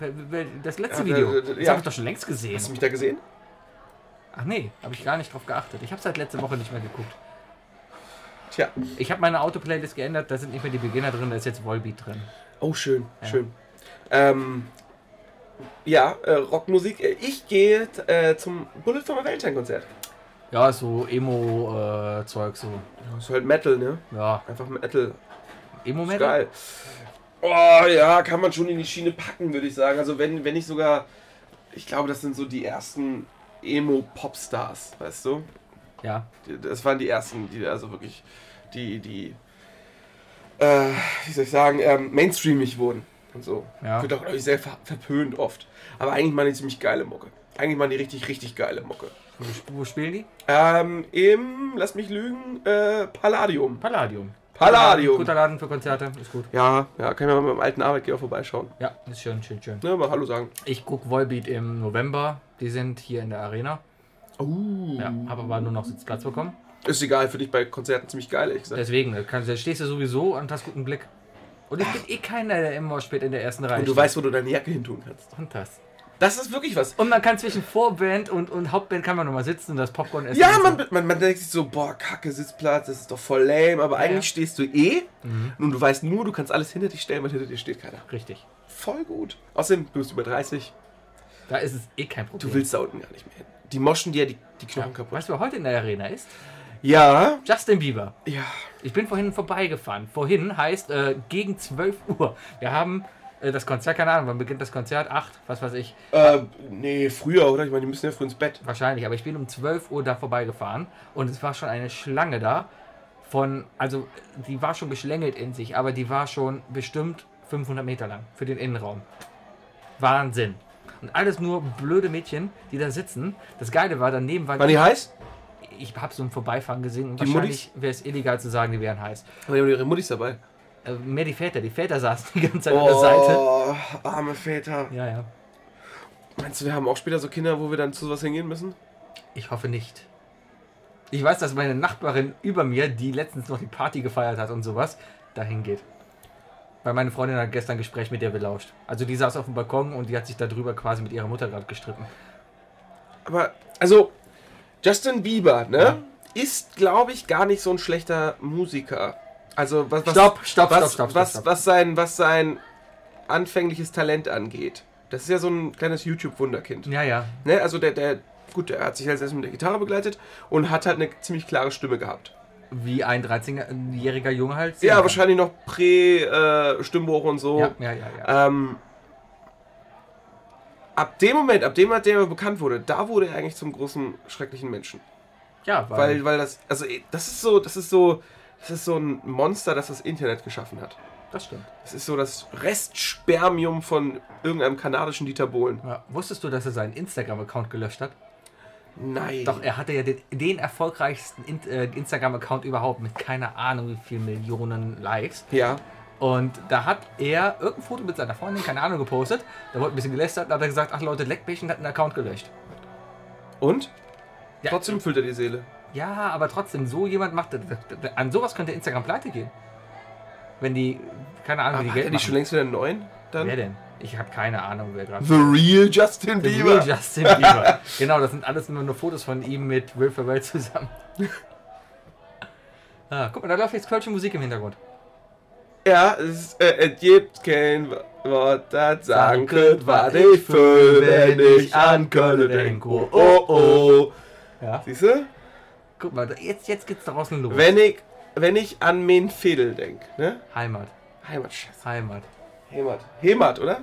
Wel- wel- Das letzte
Ja,
Video.
äh, äh,
Das
ja.
habe ich doch schon längst gesehen.
Hast du mich da gesehen?
Ach nee, habe ich gar nicht drauf geachtet. Ich habe seit letzte Woche nicht mehr geguckt.
Tja.
Ich habe meine Auto-Playlist geändert, da sind nicht mehr die Beginner drin, da ist jetzt Volbeat drin.
Oh, schön,
Ja.
schön. Ähm, ja, äh, Rockmusik. Äh, Ich gehe äh, zum Bullet for My Valentine Konzert.
Ja, ist so Emo-Zeug, so.
Das ist halt Metal, ne?
Ja,
Einfach Metal. Ist
Emo-Metal.
geil. Oh, ja, kann man schon in die Schiene packen, würde ich sagen. Also, wenn, wenn nicht sogar. Ich glaube, das sind so die ersten Emo-Popstars, weißt du?
Ja,
Die- Das waren die ersten, die also wirklich. Die, die. Äh, wie soll ich sagen? Ähm, mainstreamig wurden und so.
ja.
Wird auch, glaube ich, sehr ver verpönt oft. Aber eigentlich machen die ziemlich geile Mucke. Eigentlich machen die richtig, richtig geile Mucke.
Wo, sp- wo spielen die?
Ähm, im, lass mich lügen, äh, Palladium.
Palladium.
Palladium!
Guter Laden für Konzerte, ist gut.
Ja, ja, kann ich mal mit meinem alten Arbeitgeber vorbeischauen.
Ja, ist schön, schön, schön.
Ne, mal Hallo sagen.
Ich gucke Volbeat im November. Die sind hier in der Arena.
Uh.
Ja, habe aber nur noch Sitzplatz bekommen.
Ist egal, finde ich bei Konzerten ziemlich geil, ehrlich gesagt.
Deswegen, da, kannst, da stehst du sowieso und hast guten Blick. Und ich bin eh keiner, der im Moshpit in der ersten Reihe
Und du
steht.
weißt, wo du deine Jacke hin tun kannst.
Und das.
Das ist wirklich was.
Und man kann zwischen Vorband und, und Hauptband kann man nochmal sitzen und das Popcorn essen.
Ja,
und
man, man, man denkt sich so, boah, kacke Sitzplatz, das ist doch voll lame, aber
Ja,
eigentlich
ja.
stehst du eh
So. Mhm.
und du weißt nur, du kannst alles hinter dich stellen, weil hinter dir steht keiner.
Richtig.
Voll gut. Außerdem, du bist über 30,
Da ist es eh kein Problem.
Du willst da unten gar nicht mehr hin. Die moschen dir die, die Knochen
ja.
kaputt.
Weißt du, wer heute in der Arena ist?
Ja,
Justin Bieber.
ja.
Ich bin vorhin vorbeigefahren. Vorhin heißt äh, gegen 12 Uhr. Wir haben äh, das Konzert, keine Ahnung, wann beginnt das Konzert? 8, was weiß ich,
Äh, nee, früher, oder? Ich meine, die müssen ja früh ins Bett.
wahrscheinlich. Aber ich bin um 12 Uhr da vorbeigefahren und es war schon eine Schlange da von, also die war schon geschlängelt in sich, aber die war schon bestimmt 500 Meter lang für den Innenraum. Wahnsinn. Und alles nur blöde Mädchen, die da sitzen. Das Geile war, daneben war...
Waren die heiß?
Ich habe so ein Vorbeifahren gesehen und
Die
wahrscheinlich wäre es illegal zu sagen, die wären heiß.
Aber die haben ihre Muttis dabei.
Äh, mehr die Väter. Die Väter saßen die ganze Zeit an
Äh,
der Seite.
Oh, arme Väter.
Ja, ja.
Meinst du, wir haben auch später so Kinder, wo wir dann zu sowas hingehen müssen?
Ich hoffe nicht. Ich weiß, dass meine Nachbarin über mir, die letztens noch die Party gefeiert hat und sowas, dahin geht. Weil meine Freundin hat gestern ein Gespräch mit der belauscht. Also die saß auf dem Balkon und die hat sich darüber quasi mit ihrer Mutter gerade gestritten.
Aber, also, Justin Bieber, ne?
Ja.
Ist, glaube ich, gar nicht so ein schlechter Musiker. Also, was, was,
Stopp, stopp,
was,
stopp, stopp,
was,
stopp, stopp.
was sein, was sein anfängliches Talent angeht. Das ist ja so ein kleines YouTube-Wunderkind.
Ja, ja.
Ne, also der, der, gut, der hat sich halt selbst mit der Gitarre begleitet und hat halt eine ziemlich klare Stimme gehabt.
Wie ein 13-jähriger Junge halt. singen
Ja,
kann.
wahrscheinlich noch Prä-Stimmbuch und so.
Ja, ja, ja. ja.
Ähm, ab dem Moment, ab dem, Moment, der er bekannt wurde, da wurde er eigentlich zum großen, schrecklichen Menschen.
ja weil,
Weil, weil das, also eh, das ist so, das ist so, das ist so ein Monster, das das Internet geschaffen hat.
das stimmt.
Das ist so das Restspermium von irgendeinem kanadischen Dieter Bohlen.
Ja. Wusstest du, dass er seinen Instagram-Account gelöscht hat?
Nein.
Doch, er hatte ja den, den erfolgreichsten In äh, Instagram-Account überhaupt mit keine Ahnung wie vielen Millionen Likes.
Ja.
Und da hat er irgendein Foto mit seiner Freundin, keine Ahnung, gepostet. Da wurde ein bisschen gelästert und hat er gesagt, ach Leute, Leckbächen hat einen Account gelöscht.
Und?
Ja.
Trotzdem füllt er die Seele.
Ja, aber trotzdem, so jemand macht das. An sowas könnte Instagram pleite gehen. Wenn die, keine Ahnung, wie
Aber
die
hat er
Geld
nicht schon
machen.
längst wieder einen neuen? Dann?
Wer denn? Ich habe keine Ahnung, wer gerade...
The real Justin
The
Bieber.
real Justin Bieber. genau, das sind alles nur, nur Fotos von ihm mit Will Ferrell zusammen. ah, guck mal, da läuft jetzt kölsche Musik im Hintergrund.
ja, es, ist, äh, es gibt kein Wort, das sagen
Sagen
könnt,
könnt,
was
was
ich
ich fühl,
fühl, wenn ich an Köln denke.
denk.
Oh, oh, oh.
Ja.
Siehst du?
Guck mal, da- jetzt, jetzt geht's draußen los.
Wenn ich, wenn ich an mein Fädel denke, ne?
Heimat,
Heimat, scheiße.
Heimat.
Heimat. Heimat, oder?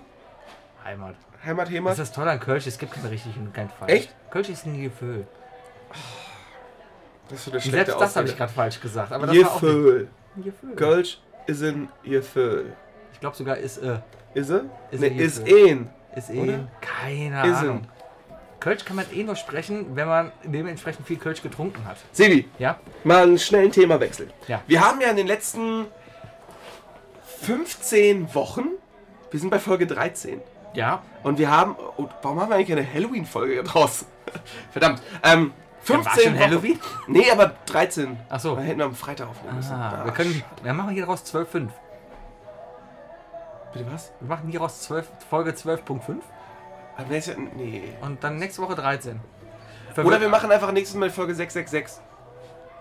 Heimat.
Heimat,
Das ist
Heimat.
das Tolle an Kölsch, es gibt kein richtig und kein falsch.
Echt?
Kölsch ist ein Gefühl.
Das ist so eine schlechte
Selbst das habe ich
Ausrede.
gerade falsch gesagt. Aber das war auch nicht-
Gefühl.
ein Gefühl.
Kölsch ist ein Gefühl.
Ich glaube sogar ist äh,
Ist er?
Ist
ne,
ein
ist
Gefühl.
ein.
ist eh
Oder?
keine
Ist
Ahnung.
ein.
Kölsch kann man eh nur sprechen, wenn man dementsprechend viel Kölsch getrunken hat.
Sebi,
Ja?
mal einen schnellen Themawechsel.
Ja.
Wir haben ja in den letzten 15 Wochen, wir sind bei Folge 13.
Ja.
Und wir haben, oh, warum haben wir eigentlich eine Halloween-Folge draus? Verdammt. Ähm, 15
war schon
Wochen.
Halloween?
Nee, aber 13.
Ach so.
Wir hätten am Freitag aufnehmen müssen.
Ah,
Ah,
wir können. Wir machen hier raus 12.5.
Bitte was?
Wir machen hier raus 12, Folge 12.5
Am nächsten, nee.
und dann nächste Woche 13.
Oder wir machen einfach nächstes Mal Folge 666.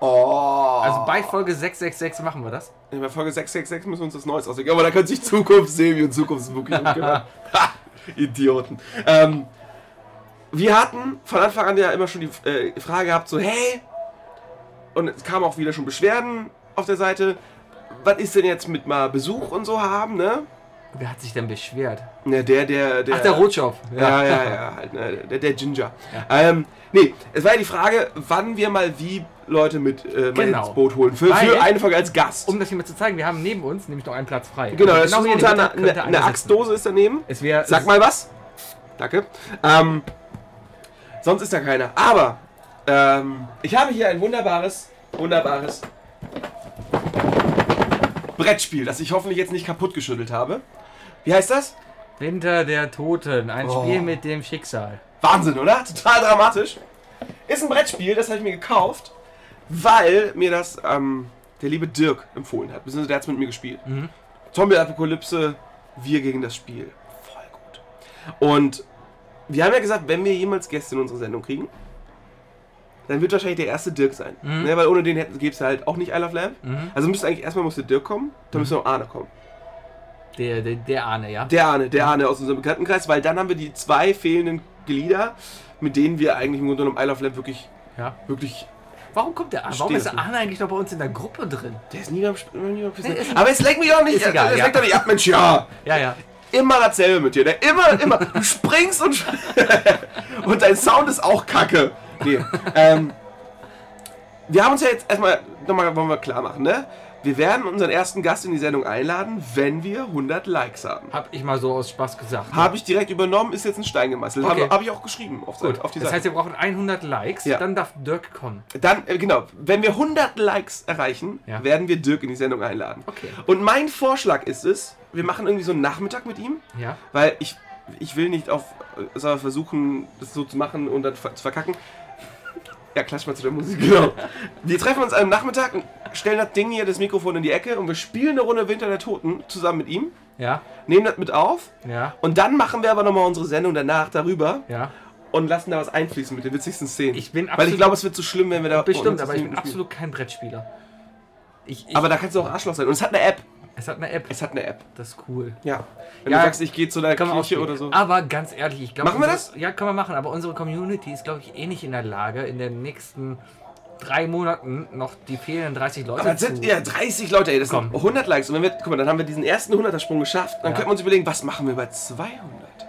Oh.
Also bei Folge 666 machen wir das.
Nee, bei Folge 666 müssen wir uns das Neues ausdenken. Aber da können sich Zukunftssebi und Zukunftswookie drum kümmern. Genau. Ha! Idioten. Ähm, wir hatten von Anfang an ja immer schon die äh, Frage gehabt, so hey, und es kamen auch wieder schon Beschwerden auf der Seite. Was ist denn jetzt mit mal Besuch und so haben, ne?
Wer hat sich denn beschwert?
Ne, der, der, der.
Ach, der Rotschopf.
Ja, ja, ja, halt, ne, der, der Ginger. Ähm, nee, es war ja die Frage, wann wir mal wie Leute mit äh, mal
Genau.
ins Boot holen. Für,
Weil-
für eine Folge als Gast.
Um das hier mal zu zeigen, wir haben neben uns nämlich noch einen Platz frei.
Genau,
Also
das ist
hier in
unter
der
einer
Mitte könnte
eine,
einer
eine
sitzen.
Axtdose ist daneben.
Es wäre.
Sag mal was. Danke. Ähm, sonst ist da keiner. Aber ähm, ich habe hier ein wunderbares, wunderbares Brettspiel, das ich hoffentlich jetzt nicht kaputt geschüttelt habe. Wie heißt das?
Winter der Toten. Ein
Oh.
Spiel mit dem Schicksal.
Wahnsinn, oder? Total dramatisch. Ist ein Brettspiel, das habe ich mir gekauft, weil mir das ähm, der liebe Dirk empfohlen hat. Beziehungsweise der hat es mit mir gespielt.
Mhm.
Zombie-Apokalypse, wir gegen das Spiel. Voll gut. Und wir haben ja gesagt, wenn wir jemals Gäste in unsere Sendung kriegen, dann wird wahrscheinlich der erste Dirk sein.
Mhm.
Ne, weil ohne den gäbe es halt auch nicht I Love Lamp.
Mhm.
Also müsste eigentlich erstmal musste Dirk kommen, dann müsste noch Arne kommen.
Der, der, der Arne, ja.
Der Arne, der Arne aus unserem Bekanntenkreis, weil dann haben wir die zwei fehlenden Glieder, mit denen wir eigentlich im Grunde genommen Isle of Lamp wirklich,
ja.
wirklich.
Warum kommt der Arne? Warum
Verstehe
ist der
das nicht.
Arne eigentlich noch bei uns in der Gruppe drin?
Der ist nie am Sp- nie am Pissen.
Nee, ist-
Aber es lenkt mich auch nicht.
ist egal,
es
ja.
lenkt doch nicht ab, Mensch, ja.
Ja, ja.
Immer dasselbe mit dir. Ne? Immer, immer. Du springst und. und dein Sound ist auch kacke. Nee. Ähm, wir haben uns ja jetzt erstmal. Nochmal wollen wir klar machen, ne? Wir werden unseren ersten Gast in die Sendung einladen, wenn wir 100 Likes haben.
Hab ich mal so aus Spaß gesagt.
Habe ich direkt übernommen, ist jetzt ein Stein gemeißelt.
Okay.
Habe hab ich auch geschrieben auf,
Gut.
Seite, auf die
das
Seite.
heißt, wir brauchen 100 Likes,
Ja.
dann darf Dirk kommen.
Dann, äh, genau, wenn wir 100 Likes erreichen,
Ja.
werden wir Dirk in die Sendung einladen.
Okay.
Und mein Vorschlag ist es, wir machen irgendwie so einen Nachmittag mit ihm,
Ja.
weil ich, ich will nicht auf, äh, sondern versuchen, das so zu machen und dann ver- zu verkacken. Ja, klatsch mal zu der Musik, genau. Wir treffen uns am Nachmittag, und stellen das Ding hier, das Mikrofon in die Ecke und wir spielen eine Runde Winter der Toten zusammen mit ihm,
Ja.
nehmen das mit auf
Ja.
und dann machen wir aber nochmal unsere Sendung danach darüber.
Ja.
und lassen da was einfließen mit den witzigsten Szenen.
Ich bin
Weil ich
absolut-
glaube, es wird zu schlimm, wenn wir da.
Bestimmt,
oh,
aber ich bin
Minuten spielen.
absolut kein Brettspieler. Ich, ich,
Aber da kannst du auch Arschloch sein. Und es hat eine App.
es hat eine App.
Es hat eine App.
Das ist cool.
Ja. Wenn
Ja,
du sagst, ich gehe zu der
Kann man auch
Kirche oder so.
Aber ganz ehrlich, ich glaube.
Machen wir
unsere- Ja, können wir machen. Aber unsere Community ist, glaube ich, eh nicht in der Lage, in den nächsten drei Monaten noch die fehlenden 30 Leute
Aber das
zu.
sind ja 30 Leute, ey, das
Komm.
sind 100 Likes. Und wenn wir, guck mal, dann haben wir diesen ersten 100er-Sprung geschafft. Dann
Ja.
könnten wir uns überlegen, was machen wir bei 200?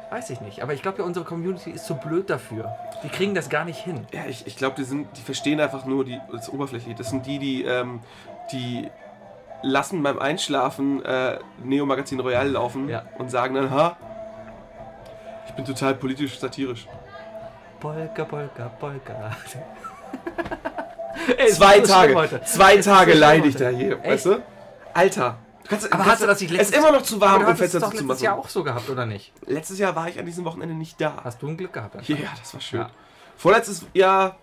Weiß ich nicht. Aber ich glaube, ja, unsere Community ist zu blöd dafür. Die kriegen das gar nicht hin.
Ja, ich, ich glaube, die sind, die verstehen einfach nur die, das Oberflächliche. Das sind die, die, ähm, die lassen beim Einschlafen äh, Neo Magazin Royal laufen
Ja.
und sagen dann, ha, ich bin total politisch satirisch.
Polka, Polka, Polka. Ey, es
Zwei
ist so schlimm
Tage.
heute.
Zwei Tage
so schlimm
leide ich
heute.
da hier,
Echt?
weißt du? Alter. Du kannst, du
Aber
kannst,
hast du das nicht
Es
letztes
ist immer noch zu
Aber
warm,
du
um
hast es
Fenster
doch
zu
letztes
machen.
Jahr auch so gehabt, oder nicht?
Letztes Jahr war ich an diesem Wochenende nicht da.
Hast du ein Glück gehabt?
Ja, das war schön.
Ja.
Vorletztes Jahr,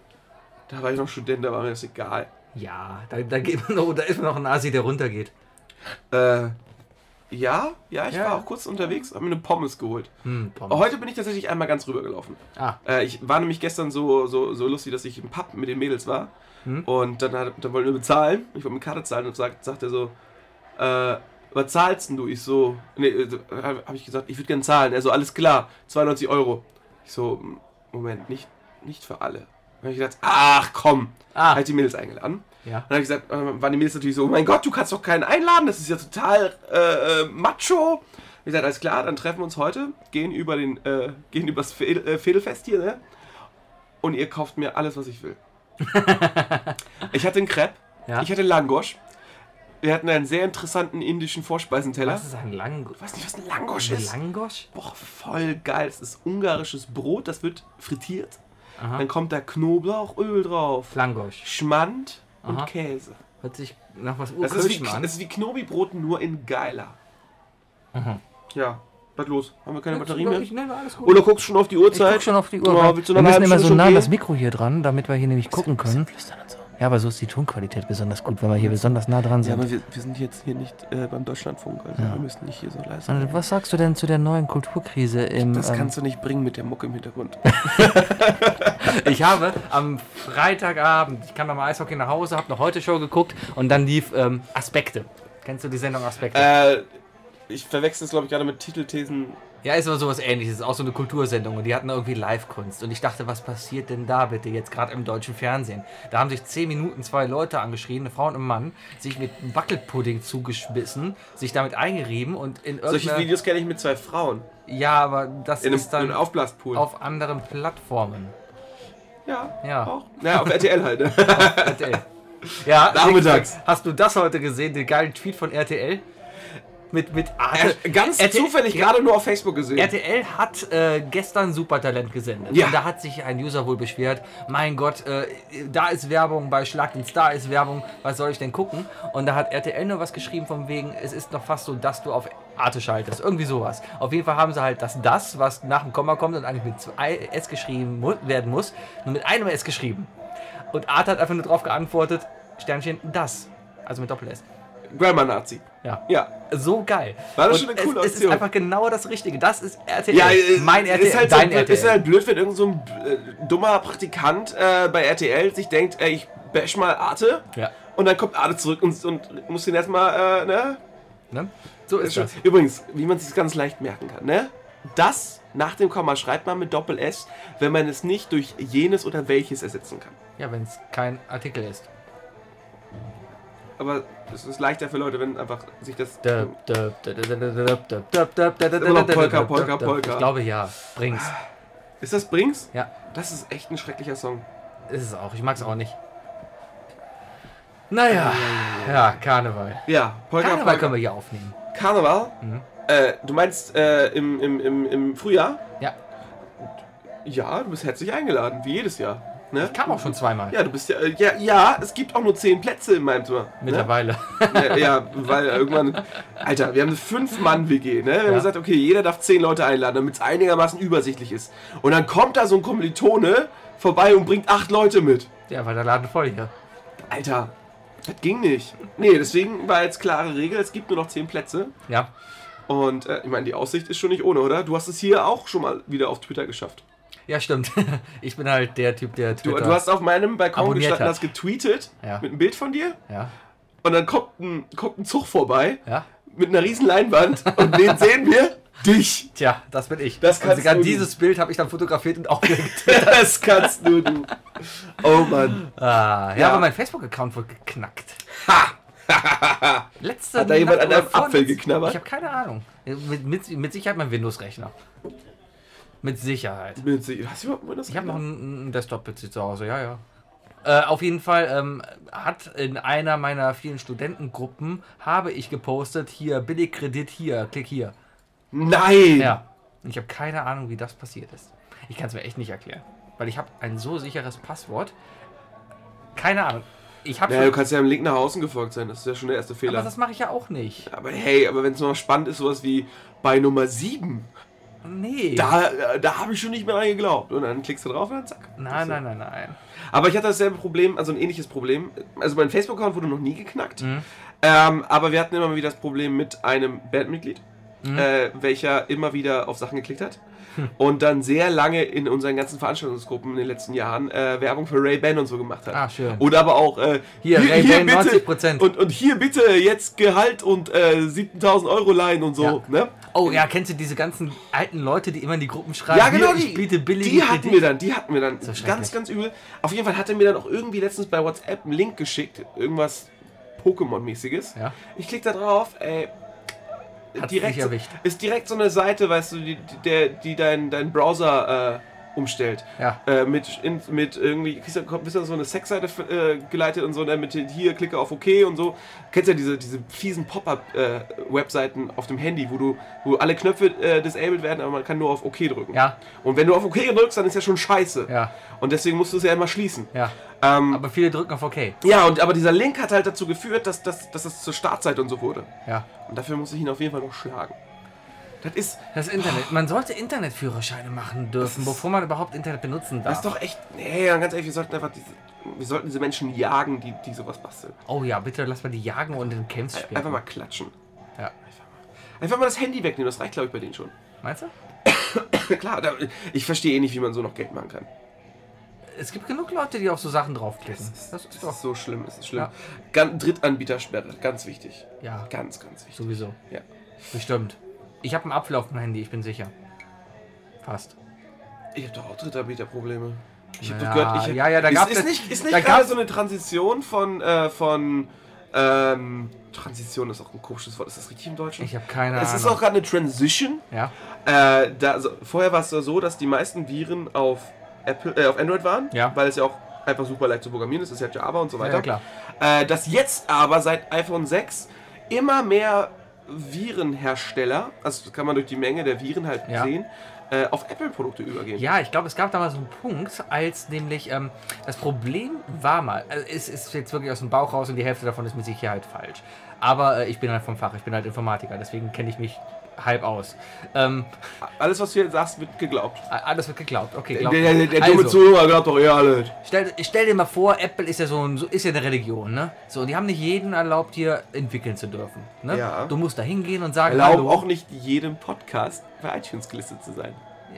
da war ich noch Student, da war mir das egal.
Ja, da, da, geht man noch, da ist man noch ein Asi, der runtergeht.
Äh, ja, ja, ich
Ja.
war auch kurz unterwegs, habe mir eine Pommes geholt.
Hm, Pommes.
Heute bin ich tatsächlich einmal ganz rübergelaufen.
Ah,
Äh, ich war nämlich gestern so, so, so lustig, dass ich im Pub mit den Mädels war.
Hm.
Und dann, hat, dann wollten wir bezahlen. Ich wollte mit Karte zahlen und sagt, sagt er so, äh, was zahlst denn du? Ich so, nee, habe ich gesagt, ich würde gerne zahlen. Er so, alles klar, 92 Euro. Ich so, "M, Moment, nicht, nicht für alle. Dann habe ich gedacht, ach komm,
Ah.
halt die Mädels eingeladen.
ja.
Dann habe ich gesagt, äh, waren die Mädels natürlich so, oh mein Gott, du kannst doch keinen einladen, das ist ja total äh, äh, macho. Dann hab Ich sagte, alles klar, dann treffen wir uns heute, gehen über den, äh, gehen übers Fädel, äh, Fädelfest hier, ne? Und ihr kauft mir alles, was ich will. ich hatte einen Crepe,
Ja.
ich hatte Langosch. Wir hatten einen sehr interessanten indischen Vorspeisenteller.
Was ist ein Lang
Ich weiß nicht, was ein Langosch ist.
Langosch?
Boah, voll geil. Es ist ungarisches Brot, das wird frittiert.
Aha.
Dann kommt da Knoblauchöl drauf,
Langosch.
Schmand und
Aha.
Käse.
Hört sich nach was
Das ist, wie,
Urkölschem an.
das ist wie Knobi-Brot, nur in geiler.
Aha.
Ja, was los? Haben wir keine Batterie ne? mehr?
Ich nehme ne, alles gut.
Oder guckst schon auf die Uhrzeit? Ja, willst du noch
wir
eine
müssen
halbe
immer so nah
Stunde schon
an das
gehen?
Mikro hier dran, damit wir hier nämlich gucken können.
Flüstern und so.
Ja, aber so ist die Tonqualität besonders gut, wenn wir hier besonders nah dran
Ja,
sind.
aber wir, wir sind jetzt hier nicht äh, beim Deutschlandfunk, also wir müssen nicht hier so leise
Also,
sein.
Und Was sagst du denn zu der neuen Kulturkrise im...
Das
ähm,
kannst du nicht bringen mit der Mucke im Hintergrund.
Ich habe am Freitagabend, ich kam nochmal Eishockey nach Hause, habe noch heute Show geguckt und dann lief ähm, Aspekte. Kennst du die Sendung Aspekte?
äh, ich verwechsel es, glaube ich, gerade mit Titelthesen.
Ja, ist aber sowas ähnliches. Ist auch so eine Kultursendung und die hatten irgendwie Live-Kunst. Und ich dachte, was passiert denn da bitte jetzt gerade im deutschen Fernsehen? Da haben sich zehn Minuten zwei Leute angeschrien, eine Frau und ein Mann, sich mit Wackelpudding zugeschmissen, sich damit eingerieben und in
Solche
irgendeiner...
Videos kenne ich mit zwei Frauen.
Ja, aber das
In einem,
Also, ist dann
in einem Aufblaspool.
auf anderen Plattformen.
ja,
Ja.
auch. Naja, auf RTL halt. ne?
RTL. Ja,
Nachmittags.
Hast du das heute gesehen, den geilen Tweet von RTL? Mit, mit Arte.
Er- Äh, Ganz
RTL
zufällig gerade nur auf Facebook gesehen.
RTL hat äh, gestern Supertalent gesendet.
Ja.
Und da hat sich ein User wohl beschwert, mein Gott, äh, da ist Werbung, bei Schlag den Star ist Werbung, was soll ich denn gucken? Und da hat RTL nur was geschrieben von wegen, es ist noch fast so, dass du auf Arte schaltest. Irgendwie sowas. Auf jeden Fall haben sie halt das Das, was nach dem Komma kommt und eigentlich mit zwei S geschrieben mu- werden muss, nur mit einem S geschrieben. Und Arte hat einfach nur drauf geantwortet, Sternchen, das. Also mit Doppel-S.
Grammar Nazi.
Ja.
Ja.
So geil.
War das
Und
schon eine coole
es, es ist
Aktion.
einfach genau das Richtige. Das ist RTL.
Ja, äh,
mein RTL.
Ist halt,
dein
so,
RTL.
ist halt blöd, wenn irgend so ein äh, dummer Praktikant äh, bei RTL sich denkt, ey, ich bash mal Arte.
ja.
Und dann kommt Arte zurück und, und muss den erstmal, äh, ne?
ne? So ist das.
Übrigens, wie man sich ganz leicht merken kann, ne? Das nach dem Komma schreibt man mit Doppel-S, wenn man es nicht durch jenes oder welches ersetzen kann.
Ja, wenn es kein Artikel ist.
Aber es ist leichter für Leute, wenn einfach sich das.
Döp, döp, döp, döp, döp, döp, döp, döp, döp, döp,
Immer noch
döp,
Polka,
döp, döp,
Polka,
döp.
Polka.
Ich glaube ja. Bring's.
Ist das Brings?
Ja,
Das ist echt ein schrecklicher Song.
ist es auch. Ich mag's auch nicht. Naja, ja, Karneval.
Ja, Polka,
Karneval
Polka.
können wir hier aufnehmen.
Karneval?
Mhm.
Äh, du meinst äh, im, im, im, im Frühjahr?
Ja.
Ja, du bist herzlich eingeladen, wie jedes Jahr. Ne?
Kam auch schon zweimal.
Ja, du bist ja, äh, ja. Ja, es gibt auch nur zehn Plätze in meinem Zimmer. Ne?
Mittlerweile.
Ja, ja, weil irgendwann. Alter, wir haben eine Fünf-Mann-WG, ne? Wir haben
Ja.
gesagt, okay, jeder darf zehn Leute einladen, damit es einigermaßen übersichtlich ist. Und dann kommt da so ein Kommilitone vorbei und bringt acht Leute mit.
Ja, weil der Laden voll hier.
Alter, das ging nicht. Nee, deswegen war jetzt klare Regel, es gibt nur noch zehn Plätze.
Ja.
Und äh, ich meine, die Aussicht ist schon nicht ohne, oder? Du hast es hier auch schon mal wieder auf Twitter geschafft.
Ja, stimmt. Ich bin halt der Typ, der
Du,
Twitter.
du hast auf meinem Balkon
Abonniert
gestanden,
hat.
hast getweetet
Ja.
mit einem Bild von dir
Ja,
und dann kommt ein, kommt ein Zug vorbei
ja.
mit einer riesen Leinwand und den sehen wir. Dich!
Tja, das bin ich.
Das
Und
kannst
sogar
du.
dieses Bild habe ich dann fotografiert und auch
Das kannst nur du. Oh Mann.
Ah, ja,
Ja.
aber mein Facebook-Account wurde geknackt. Ha! Letzte
Hat da jemand
Nacht
an einem
oder vorletz-
Apfel geknabbert?
Ich habe keine Ahnung. Mit, mit, mit Sicherheit mein Windows-Rechner. Mit Sicherheit.
Mit sich- Hast du überhaupt mal das
Ich habe noch einen, einen Desktop-PC zu Hause, ja, ja. Äh, auf jeden Fall ähm, hat in einer meiner vielen Studentengruppen habe ich gepostet, hier, Billigkredit, hier, klick hier.
Nein!
Ja. Und ich habe keine Ahnung, wie das passiert ist. Ich kann es mir echt nicht erklären. Weil ich habe ein so sicheres Passwort. Keine Ahnung. Ich habe
Naja, du kannst ja im Link nach außen gefolgt sein, das ist ja schon der erste
Aber
Fehler.
das mache ich ja auch nicht.
Aber, hey, aber wenn es mal spannend ist, sowas wie bei Nummer 7,
Nee.
da, äh, da habe ich schon nicht mehr dran geglaubt. Und dann klickst du drauf und dann zack.
nein, nein, nein, nein.
Aber ich hatte dasselbe Problem, also ein ähnliches Problem. Also mein Facebook-Account wurde noch nie geknackt.
Mhm.
Ähm, aber wir hatten immer wieder das Problem mit einem Bandmitglied,
Mhm.
äh, welcher immer wieder auf Sachen geklickt hat.
Hm.
Und dann sehr lange in unseren ganzen Veranstaltungsgruppen in den letzten Jahren äh, Werbung für Ray Ban und so gemacht hat.
Ah, schön.
Oder aber auch äh,
Hier, Ray Ban
bitte
90%.
Und, und hier bitte jetzt Gehalt und äh, 7.000 Euro leihen und so.
Ja.
Ne?
Oh ja, kennst du diese ganzen alten Leute, die immer in die Gruppen schreiben?
Ja, genau,
hier,
die,
ich biete billige
die hatten
Kredite?
wir dann, die hatten wir dann.
ja schrecklich.
Ganz, ganz übel. Auf jeden Fall hat er mir dann auch irgendwie letztens bei WhatsApp einen Link geschickt, irgendwas Pokémon-mäßiges.
Ja.
Ich klicke da drauf, ey,
Hat
direkt,
dich erwischt.
ist direkt so eine Seite, weißt du, die, die, der, die dein, dein Browser äh, umstellt.
Ja.
Äh, mit, in, mit irgendwie, kriegst du bist du auf so eine Sexseite äh, geleitet und so, und dann mit hier klicke auf OK und so. Kennst ja diese, diese fiesen Pop-Up-Webseiten auf dem Handy, wo du, wo alle Knöpfe äh, disabled werden, aber man kann nur auf OK drücken.
Ja,
Und wenn du auf OK drückst, dann ist ja schon scheiße.
ja,
Und deswegen musst du es ja immer schließen.
ja.
Ähm,
Aber viele drücken auf OK.
ja, und aber dieser Link hat halt dazu geführt, dass, dass, dass das zur Startseite und so wurde.
Ja.
Und dafür muss ich ihn auf jeden Fall noch schlagen. Das ist,
Das Internet. Man sollte Internetführerscheine machen dürfen,
Das ist-
bevor man überhaupt Internet benutzen
das
darf.
ist doch echt, nee, ganz ehrlich, wir sollten einfach diese, wir sollten diese Menschen jagen, die, die sowas basteln.
Oh ja, bitte lass mal die jagen und in Camps spielen.
Äh, Einfach mal klatschen.
Ja.
Einfach mal, einfach mal das Handy wegnehmen, das reicht, glaube ich, bei denen schon.
Meinst du?
Na klar, da, ich verstehe eh nicht, wie man so noch Geld machen kann.
Es gibt genug Leute, die auf so Sachen draufklicken. Das ist doch.
so schlimm, es ist schlimm.
Ja.
Gan- Drittanbietersperre, ganz wichtig.
Ja,
Ganz, ganz wichtig.
sowieso.
Ja.
Bestimmt. Ich habe einen Apfel auf dem Handy, ich bin sicher. Fast.
Ich habe doch auch Drittanbieterprobleme. Ich habe
Ja,
doch gehört, ich hab,
ja, ja, da
ist,
gab's
ist
das-
nicht, ist nicht
da
gerade
gab's-
so eine Transition von äh, von ähm, Transition ist auch ein komisches Wort. Ist das richtig im Deutschen?
Ich habe keine
es
Ahnung.
ist auch gerade eine Transition.
ja,
Äh, da, also, vorher war es ja so, dass die meisten Viren auf Apple, äh, auf Android waren,
Ja.
weil es ja auch einfach super leicht zu programmieren ist. Das ist ja Java und so weiter.
ja, klar.
Äh, dass jetzt aber seit iPhone 6 immer mehr Virenhersteller, also das kann man durch die Menge der Viren halt
Ja.
sehen, äh, auf Apple-Produkte übergehen.
Ja, ich glaube, es gab damals so einen Punkt, als nämlich ähm, das Problem war mal, also es ist jetzt wirklich aus dem Bauch raus und die Hälfte davon ist mit Sicherheit falsch. Aber äh, ich bin halt vom Fach, ich bin halt Informatiker, deswegen kenne ich mich halb aus. Ähm,
Alles, was du hier sagst, wird geglaubt.
a- alles wird geglaubt. Okay,
Der,
glaubt.
der, der, der dumme
also,
Zuhörer glaubt doch eh alles.
stell, stell dir mal vor, Apple ist ja so, ein, so ist ja eine Religion, ne? So, die haben nicht jeden erlaubt, hier entwickeln zu dürfen. Ne?
Ja.
Du musst da hingehen und sagen,
Erlauben
hallo.
auch nicht jedem Podcast bei iTunes gelistet zu sein.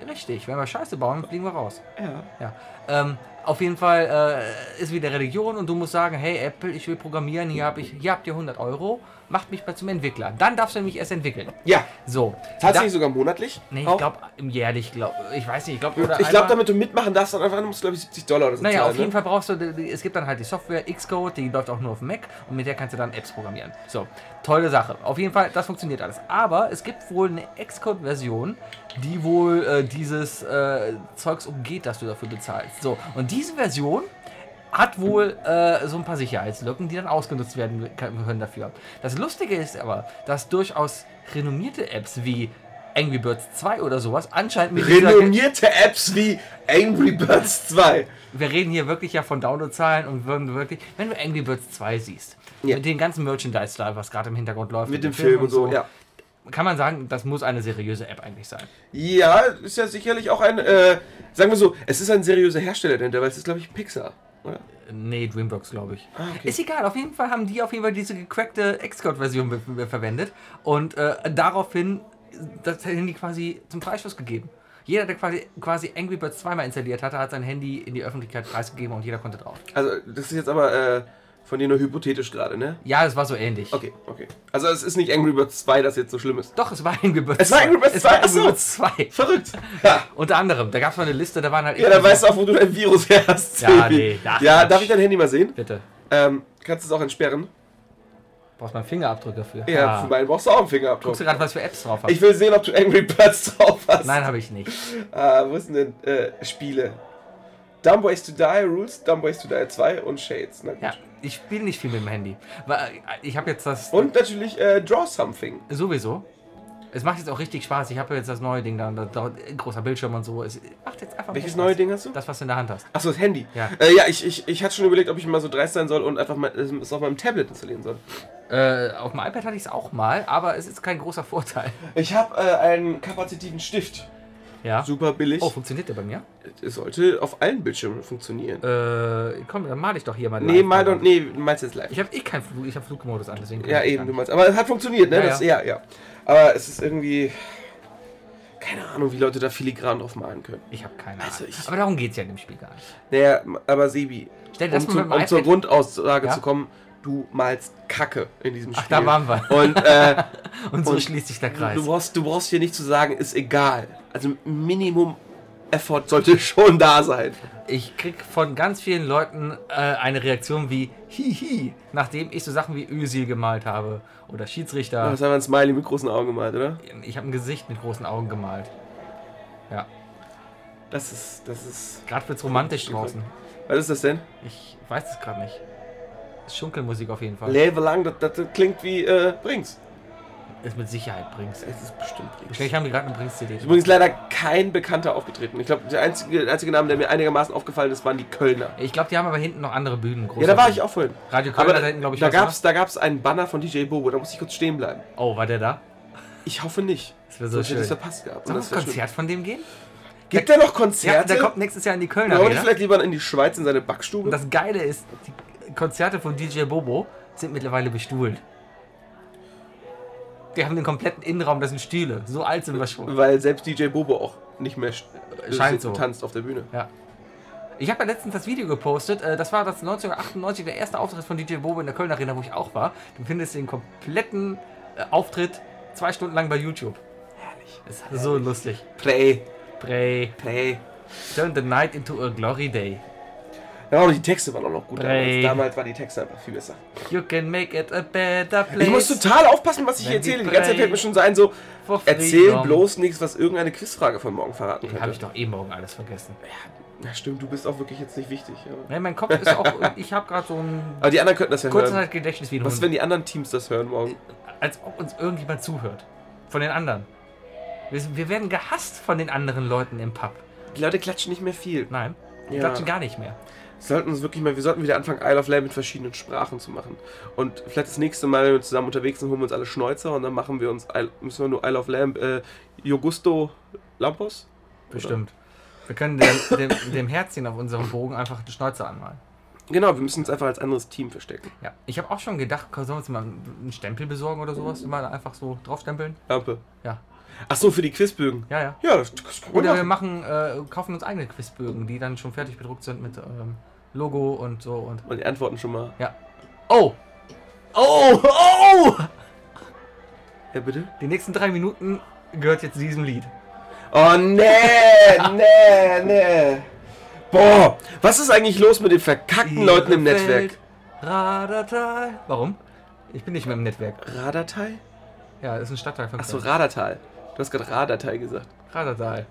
Richtig, wenn wir Scheiße bauen, fliegen wir raus.
Ja.
Ja. Ähm, auf jeden Fall äh, ist wieder Religion und du musst sagen, hey Apple, ich will programmieren, hier, hab ich, hier habt ihr 100 Euro, macht mich mal zum Entwickler. Dann darfst du nämlich erst entwickeln.
Ja,
So.
tatsächlich sogar monatlich.
Da, nee, ich
auch.
glaube, jährlich, glaub, ich weiß nicht, ich glaube...
ich glaube, damit du mitmachen darfst, dann einfach, musst du, glaube ich, 70 Dollar oder so
Naja,
zahlen, ne?
auf jeden Fall brauchst du, die- die- es gibt dann halt die Software Xcode, die läuft auch nur auf dem Mac und mit der kannst du dann Apps programmieren. So, tolle Sache. Auf jeden Fall, das funktioniert alles. Aber es gibt wohl eine Xcode-Version, die wohl äh, dieses äh, Zeugs umgeht, das du dafür bezahlst. So, und diese Version hat wohl äh, so ein paar Sicherheitslücken, die dann ausgenutzt werden können dafür. Das Lustige ist aber, dass durchaus renommierte Apps wie Angry Birds 2 oder sowas anscheinend mit dieser-
Renommierte Apps wie Angry Birds 2.
wir reden hier wirklich ja von Downloadzahlen und würden wirklich, wenn du Angry Birds 2 siehst,
Ja.
mit dem ganzen Merchandise da, was gerade im Hintergrund läuft,
Mit dem Film und so, ja.
kann man sagen, das muss eine seriöse App eigentlich sein.
Ja, ist ja sicherlich auch ein, äh, sagen wir so, es ist ein seriöser Hersteller, denn der, weil es ist, glaube ich, Pixar, oder?
Nee, Dreamworks, glaube ich.
Ah, okay.
Ist egal, auf jeden Fall haben die auf jeden Fall diese gecrackte Xcode-Version be- be- verwendet und äh, daraufhin das Handy quasi zum Freischuss gegeben. Jeder, der quasi, quasi Angry Birds zweimal installiert hatte, hat sein Handy in die Öffentlichkeit preisgegeben und jeder konnte drauf.
Also, das ist jetzt aber äh, von dir nur hypothetisch gerade, ne?
Ja, es war so ähnlich.
Okay, okay. Also, es ist nicht Angry Birds 2, das jetzt so schlimm ist.
Doch, es war Angry Birds 2.
Es war Angry Birds
Es war
2,
Angry
achso.
Birds 2.
Verrückt! Ja,
Unter anderem, da gab es mal eine Liste, da waren halt.
ja da weißt du auch, wo du dein Virus her hast.
Ja,
Baby.
nee, ach,
ja
Quatsch.
darf ich dein Handy mal sehen?
Bitte.
Ähm, kannst du es auch entsperren?
Brauchst mal einen Fingerabdruck dafür.
Ja,
Ah.
für meinen brauchst du auch einen Fingerabdruck.
Guckst du gerade, was für Apps drauf hast?
Ich will sehen, ob du Angry Birds drauf hast.
Nein, habe ich nicht.
Ah, wo sind denn äh, Spiele? Dumb Ways to Die, Rules, Dumb Ways to Die 2 und Shades. ne? Na gut.
Ja, ich spiele nicht viel mit dem Handy. Weil, äh, Ich habe jetzt das.
Und natürlich äh, Draw Something.
Sowieso. Es macht jetzt auch richtig Spaß. Ich habe jetzt das neue Ding da. da, da großer Bildschirm und so. Es macht jetzt einfach.
Welches
mehr Spaß.
neue Ding hast du?
Das, was du in der Hand hast.
Achso, das Handy.
Ja.
äh, ja ich, ich, ich hatte schon überlegt, ob ich mal so dreist sein soll und einfach mal, äh, es auf meinem Tablet installieren soll.
Äh, auf dem iPad hatte ich es auch mal, aber es ist kein großer Vorteil.
Ich habe äh, einen kapazitiven Stift.
Ja.
Super billig.
Oh, funktioniert der bei mir?
Es sollte auf allen Bildschirmen funktionieren.
Äh, komm, dann mal ich doch hier mal.
nee,
live.
mal doch, nee, du meinst jetzt live.
Ich habe eh keinen Flug, ich habe Flugmodus an, deswegen. kann
Ja,
ich das
eben,
gar
du
nicht.
meinst. Aber es hat funktioniert, ne?
Ja,
das, ja. ja, Aber es ist irgendwie. Keine Ahnung, wie Leute da filigran drauf malen können.
Ich habe keine Ahnung.
Also ich-
aber darum geht es ja in dem Spiel gar nicht.
Naja, aber Sebi,
Stell dir das
um,
mal
zu,
mit dem
um
iPad-
zur Grundaussage
Ja?
zu kommen, du malst Kacke in diesem Spiel.
Ach, da waren wir.
Und äh,
Und so
Und
schließt sich der
du,
Kreis.
du, brauchst, du brauchst hier nicht zu sagen, ist egal. Also Minimum Effort sollte schon da sein.
Ich krieg von ganz vielen Leuten äh, eine Reaktion wie Hihi, nachdem ich so Sachen wie Ösil gemalt habe oder Schiedsrichter.
Das haben wir ein Smiley mit großen Augen gemalt, oder?
Ich habe ein Gesicht mit großen Augen gemalt. Ja,
Das ist, das ist.
gerade wird's romantisch draußen.
Was ist das denn?
Ich weiß es gerade nicht. Ist Schunkelmusik auf jeden Fall.
Leve lang, das, das klingt wie äh, Brings.
ist mit Sicherheit Brings.
Es ist bestimmt
Wahrscheinlich haben die gerade eine Brings-CD.
Ist Übrigens leider kein Bekannter aufgetreten. Ich glaube, der einzige, der einzige Name, der mir einigermaßen aufgefallen ist, waren die Kölner.
Ich glaube, die haben aber hinten noch andere Bühnen.
Ja, da war ich auch vorhin.
Radio Köln
Aber
hat hinten, glaube ich,
da
was,
gab es da gab's einen Banner von DJ Bobo, da musste ich kurz stehen bleiben.
ne? Oh, war der da?
Ich hoffe nicht.
Das wäre so
Sonst hätte ich
schön.
das verpasst gehabt.
Soll das
wär
ein
schlimm.
Konzert von dem gehen?
Gibt er noch
Ja,
Konzerte?
der kommt nächstes Jahr in die Kölner
Ja, oder
Arena.
vielleicht lieber in die Schweiz in seine
Und
Backstube.
das Geile ist, die Konzerte von DJ Bobo sind mittlerweile bestuhlt. Die haben den kompletten Innenraum, das sind Stühle. So alt sind wir schon.
Weil selbst DJ Bobo auch nicht mehr sch-
Scheint so.
tanzt auf der Bühne.
Ich habe ja letztens das Video gepostet. äh, Das war das 1998, der erste Auftritt von DJ Bobo in der Kölner Arena, wo ich auch war. Du findest den kompletten äh, Auftritt zwei Stunden lang bei YouTube. Herrlich. Ist so lustig.
Play,
Pray.
play.
Turn the night into a glory day.
Ja, und die Texte waren auch noch gut.
Play.
Damals. damals waren die Texte einfach viel besser.
You can make it a better place.
Ich muss total aufpassen, was ich hier
Wenn die
erzähle. Die ganze Zeit
Play-
fällt mir schon so ein, so
For
erzähl
freedom.
bloß nichts, was irgendeine Quizfrage von morgen verraten
Den habe ich
könnte.
doch eh morgen alles vergessen.
Ja, stimmt, du bist auch wirklich jetzt nicht wichtig. Aber,
Nein, mein Kopf ist auch. Ich habe gerade so ein
aber die anderen könnten das ja hören.
Kurzzeitgedächtnis wie ein
Was,
Hund.
wenn die anderen Teams das hören morgen?
Als ob uns irgendjemand zuhört. Von den anderen. Wir, wir werden gehasst von den anderen Leuten im Pub.
Die Leute klatschen nicht mehr viel.
Nein, wir
Ja.
klatschen gar nicht mehr.
Wir sollten uns wirklich mal, wir sollten wieder anfangen, Isle of Lamb mit verschiedenen Sprachen zu machen. Und vielleicht das nächste Mal, wenn wir zusammen unterwegs sind, holen wir uns alle Schnäuzer und dann machen wir uns, Isle- müssen wir nur Isle of Lamb, äh, Jogusto Lampos?
Bestimmt. Wir können dem, dem, dem Herzchen auf unserem Bogen einfach die Schnauze anmalen.
Genau, wir müssen uns einfach als anderes Team verstecken.
Ja, ich habe auch schon gedacht, sollen wir uns mal einen Stempel besorgen oder sowas? Mal einfach so draufstempeln?
Lampe.
Ja,
Ach so, für die Quizbögen.
ja, ja.
Ja, das, das kann man
Oder wir
machen.
machen, äh, kaufen uns eigene Quizbögen, die dann schon fertig bedruckt sind mit ähm, Logo und so und.
Und die Antworten schon mal.
Ja. Oh! Oh! Oh!
Ja, bitte?
Die nächsten drei Minuten gehört jetzt diesem Lied.
Oh, nee, nee, nee. Boah, was ist eigentlich los mit den verkackten Leuten im Netzwerk?
Radertal. Warum? Ich bin nicht mehr im Netzwerk.
Radertal?
Ja, das ist ein Stadtteil von
Achso,
Köln.
Radertal. Du hast gerade Radertal gesagt.
Radertal.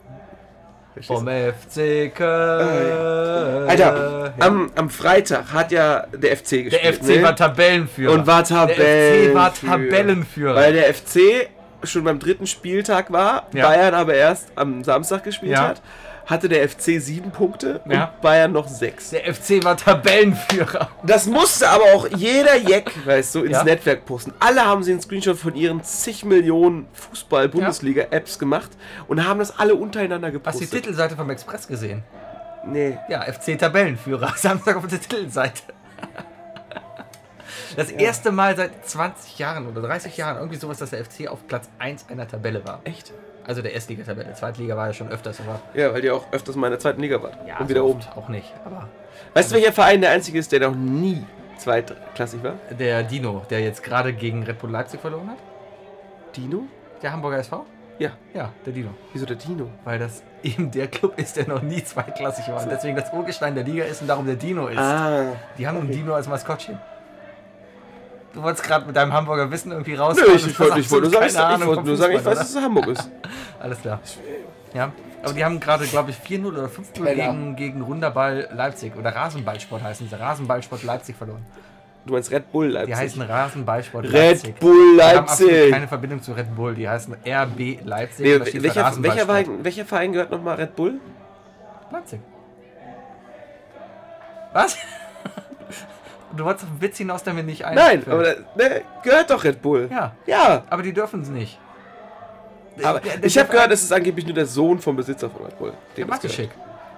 Verstehst
Vom
du?
FC Köln.
Äh, Alter, am, am Freitag hat ja der FC gespielt.
äh, der FC
ne?
war Tabellenführer.
und war
Genau. Der FC
Tabellenführer.
war Tabellenführer.
Weil der FC schon beim dritten Spieltag war,
Ja.
Bayern aber erst am Samstag gespielt
Ja.
hat, hatte der FC sieben Punkte
Ja.
und Bayern noch sechs.
der FC war Tabellenführer.
Das musste aber auch jeder Jack, weißt du, ins
Ja.
Netzwerk posten. Alle haben sie einen Screenshot von ihren zig Millionen Fußball-Bundesliga-Apps gemacht und haben das alle untereinander
Hast du die
gepostet.
Titelseite vom Express gesehen?
Nee.
Ja, FC Tabellenführer. Samstag auf der Titelseite. Das erste Mal seit 20 Jahren oder 30 Jahren irgendwie sowas, dass der FC auf Platz 1 einer Tabelle war.
Echt?
Also der Erstliga-Tabelle. Zweitliga war ja schon öfters, aber
Ja, weil die auch öfters mal in der zweiten Liga waren. und
so
wieder oben.
oft auch nicht. Aber
Weißt du, welcher Verein der einzige ist, der noch nie zweitklassig war?
der Dino, der jetzt gerade gegen Red Bull Leipzig verloren hat,
Dino?
der Hamburger SV?
Ja.
Ja, der Dino.
Wieso der Dino?
Weil das eben der Club ist, der noch nie zweitklassig war. Und deswegen das Urgestein der Liga ist und darum der Dino ist.
Ah.
Die haben einen Dino als Maskottchen. Du wolltest gerade mit deinem Hamburger Wissen irgendwie raus.
Nö, ich, ich wollte ich wollte nur sagen, ich,
Keine Ahnung
ich wollte
vom
nur sagen, ich
Fußball,
weiß, dass es Hamburg ist.
oder? Alles klar. Ja, aber die haben gerade, glaube ich, 4-0 oder 5-0 gegen, gegen Runderball Leipzig oder Rasenballsport heißen sie. Rasenballsport Leipzig verloren.
Du meinst Red Bull
Die
Leipzig.
heißen Rasenballsport Leipzig.
Red Bull
Die haben absolut
Leipzig.
keine Verbindung zu Red Bull. Die heißen RB Leipzig.
Nee,
und da steht für
welcher, welcher,
Rasenballsport.
Verein, welcher Verein gehört nochmal Red Bull?
Leipzig. Was? Du wolltest auf einen Witz hinaus, der mir nicht ein.
Nein, aber da, ne, gehört doch Red Bull.
Ja,
Ja,
aber die dürfen es nicht.
aber
Der- der-
ich
der-
habe gehört, es ist angeblich nur der Sohn vom Besitzer von Red Bull.
Der
dem das gehört.
Mathe-Schick.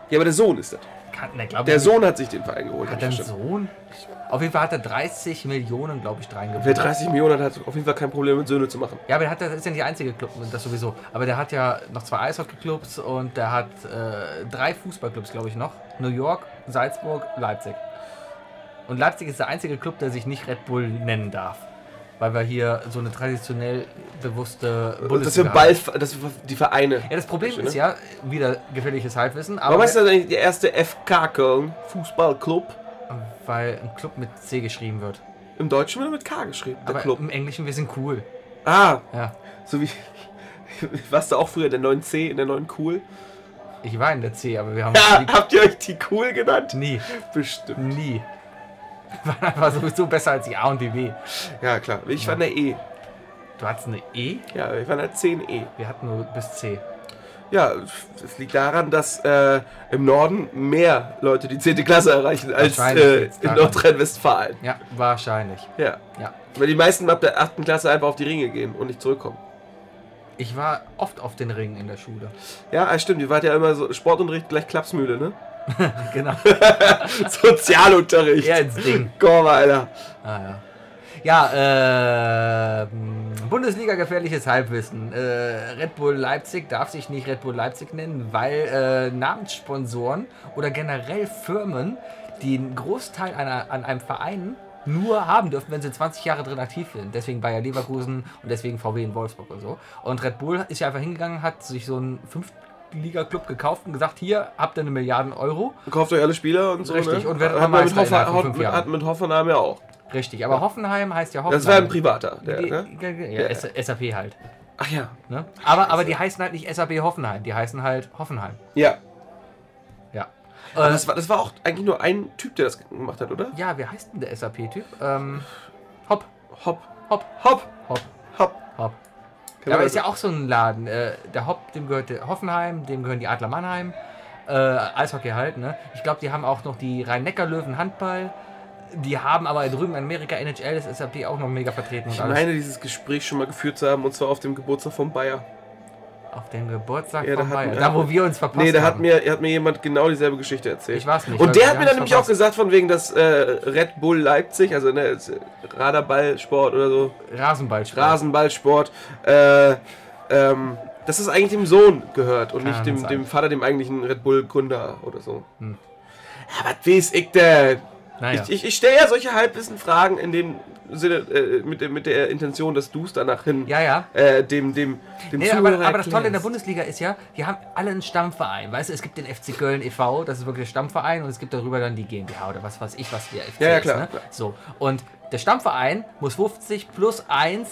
Ja, aber der Sohn ist das.
Kann- ne, glaub
Der
ich
Sohn hat sich den Verein geholt.
nicht.
hab
Hat
ich
er einen
verstanden.
Sohn? Auf jeden Fall hat er 30 Millionen, glaube ich,
Wer
reingebracht.
30 Millionen hat, hat auf jeden Fall kein Problem mit Söhne zu machen.
Ja, aber der hat, das ist ja nicht der einzige Club, das sowieso. Aber der hat ja noch zwei Eishockeyclubs und der hat äh, drei Fußballclubs, glaube ich, noch. New York, Salzburg, Leipzig. Und Leipzig ist der einzige Club, der sich nicht Red Bull nennen darf. weil wir hier so eine traditionell bewusste
Und dass wir
haben.
Ball, dass wir die Vereine.
Ja, das Problem
Verstehe, ne?
ist ja, wieder gefährliches Halbwissen, aber
Warum ist das eigentlich der erste FK Köln Fußballclub?
weil ein Club mit C geschrieben wird.
Im Deutschen wird mit K geschrieben, der
Aber
Club.
im Englischen, wir sind cool.
Ah,
Ja,
so wie. Warst du auch früher in der 9C, in der 9 Cool?
ich war in der C, aber wir haben
Ja, habt ihr euch die Cool genannt?
nie,
Bestimmt.
nie. Wir waren einfach sowieso besser als die A und die B.
Ja, klar. Ich war in der E.
Du hattest eine E,
Ja, ich war in E. der 10E.
wir hatten nur bis C.
Ja, es liegt daran, dass äh, im Norden mehr Leute die 10. Klasse erreichen als
Wahrscheinlich
äh,
liegt's
in
daran.
Nordrhein-Westfalen.
Ja, wahrscheinlich.
Ja.
Ja.
Weil die meisten ab der 8. Klasse einfach auf die Ringe gehen und nicht zurückkommen.
Ich war oft auf den Ringen in der Schule.
Ja, ah, stimmt, ihr wart ja immer so Sportunterricht gleich Klapsmühle, ne?
Genau.
Sozialunterricht.
Eher ins Ding.
Komm, Alter.
Ah, ja. Ja, äh, mh, Bundesliga gefährliches Halbwissen. Äh, Red Bull Leipzig darf sich nicht Red Bull Leipzig nennen, weil äh, Namenssponsoren oder generell Firmen, die einen Großteil einer, an einem Verein nur haben dürfen, wenn sie 20 Jahre drin aktiv sind. Deswegen Bayer Leverkusen und deswegen VW in Wolfsburg und so. Und Red Bull ist ja einfach hingegangen, hat sich so einen Fünftliga-Club gekauft und gesagt, hier habt ihr eine Milliarden Euro.
Kauft euch alle Spieler und so.
Richtig,
ne?
und werdet mal
hat man mit,
Meister innerhalb
Hoffer,
von fünf
Ho
Jahren.
hat mit Hoffenheim ja auch.
Richtig, aber Hoffenheim heißt ja Hoffenheim.
Das war ein privater. Der,
Die-
ne?
ge- ge- Ja,
Ja.
S- SAP halt.
Ach ja.
Ne? Aber, aber die heißen halt nicht SAP Hoffenheim, die heißen halt Hoffenheim.
Ja.
Ja. Äh,
Das war, das war auch eigentlich nur ein Typ, der das gemacht hat, oder?
ja, wie heißt denn der SAP-Typ? Ähm, hopp,
Hopp.
hopp,
Hopp.
hopp,
Hopp.
hopp.
Kann
Ja, aber
man
ist ja auch so ein Laden. Äh, der Hopp, dem gehört der Hoffenheim, dem gehören die Adler Mannheim. Äh, Eishockey halt, ne? Ich glaube, die haben auch noch die Rhein-Neckar-Löwen Handball. Die haben aber drüben in Amerika NHL ist SAP auch noch mega vertreten. und
Ich
alles.
meine, dieses Gespräch schon mal geführt zu haben, und zwar auf dem Geburtstag von Bayer.
Auf dem Geburtstag
Ja, da
von
hat-
Bayern. Da, wo wir uns verpasst
Nee, da hat
haben.
mir, hat mir jemand genau dieselbe Geschichte erzählt.
Ich war's nicht, weil
Und
wir
der hat
haben
mir dann
es
nämlich auch
verpasst.
gesagt, von wegen, dass äh, Red Bull Leipzig, also ne, es- Raderballsport oder so,
Rasenball.
Rasenballsport, äh, ähm, dass es eigentlich dem Sohn gehört und nicht dem,
sein. Hm.
dem Vater, dem eigentlichen Red Bull-Gründer oder so. Ja, was weiß ich denn?
Naja.
Ich, ich, ich stelle ja solche Halbwissen-Fragen in dem Sinne, äh, mit, der- mit der Intention, dass du es danach hin
ja, ja.
äh, dem, dem, dem
Nee, aber, aber das Tolle in der
erklärst.
Bundesliga ist ja, die haben alle einen Stammverein. Weißt du, es gibt den FC Köln e.V., das ist wirklich der Stammverein, und es gibt darüber dann die GmbH oder was weiß ich, was der FC
Ja, ja,
ist.
klar,
ne?
klar.
So. Und der Stammverein muss 50 plus 1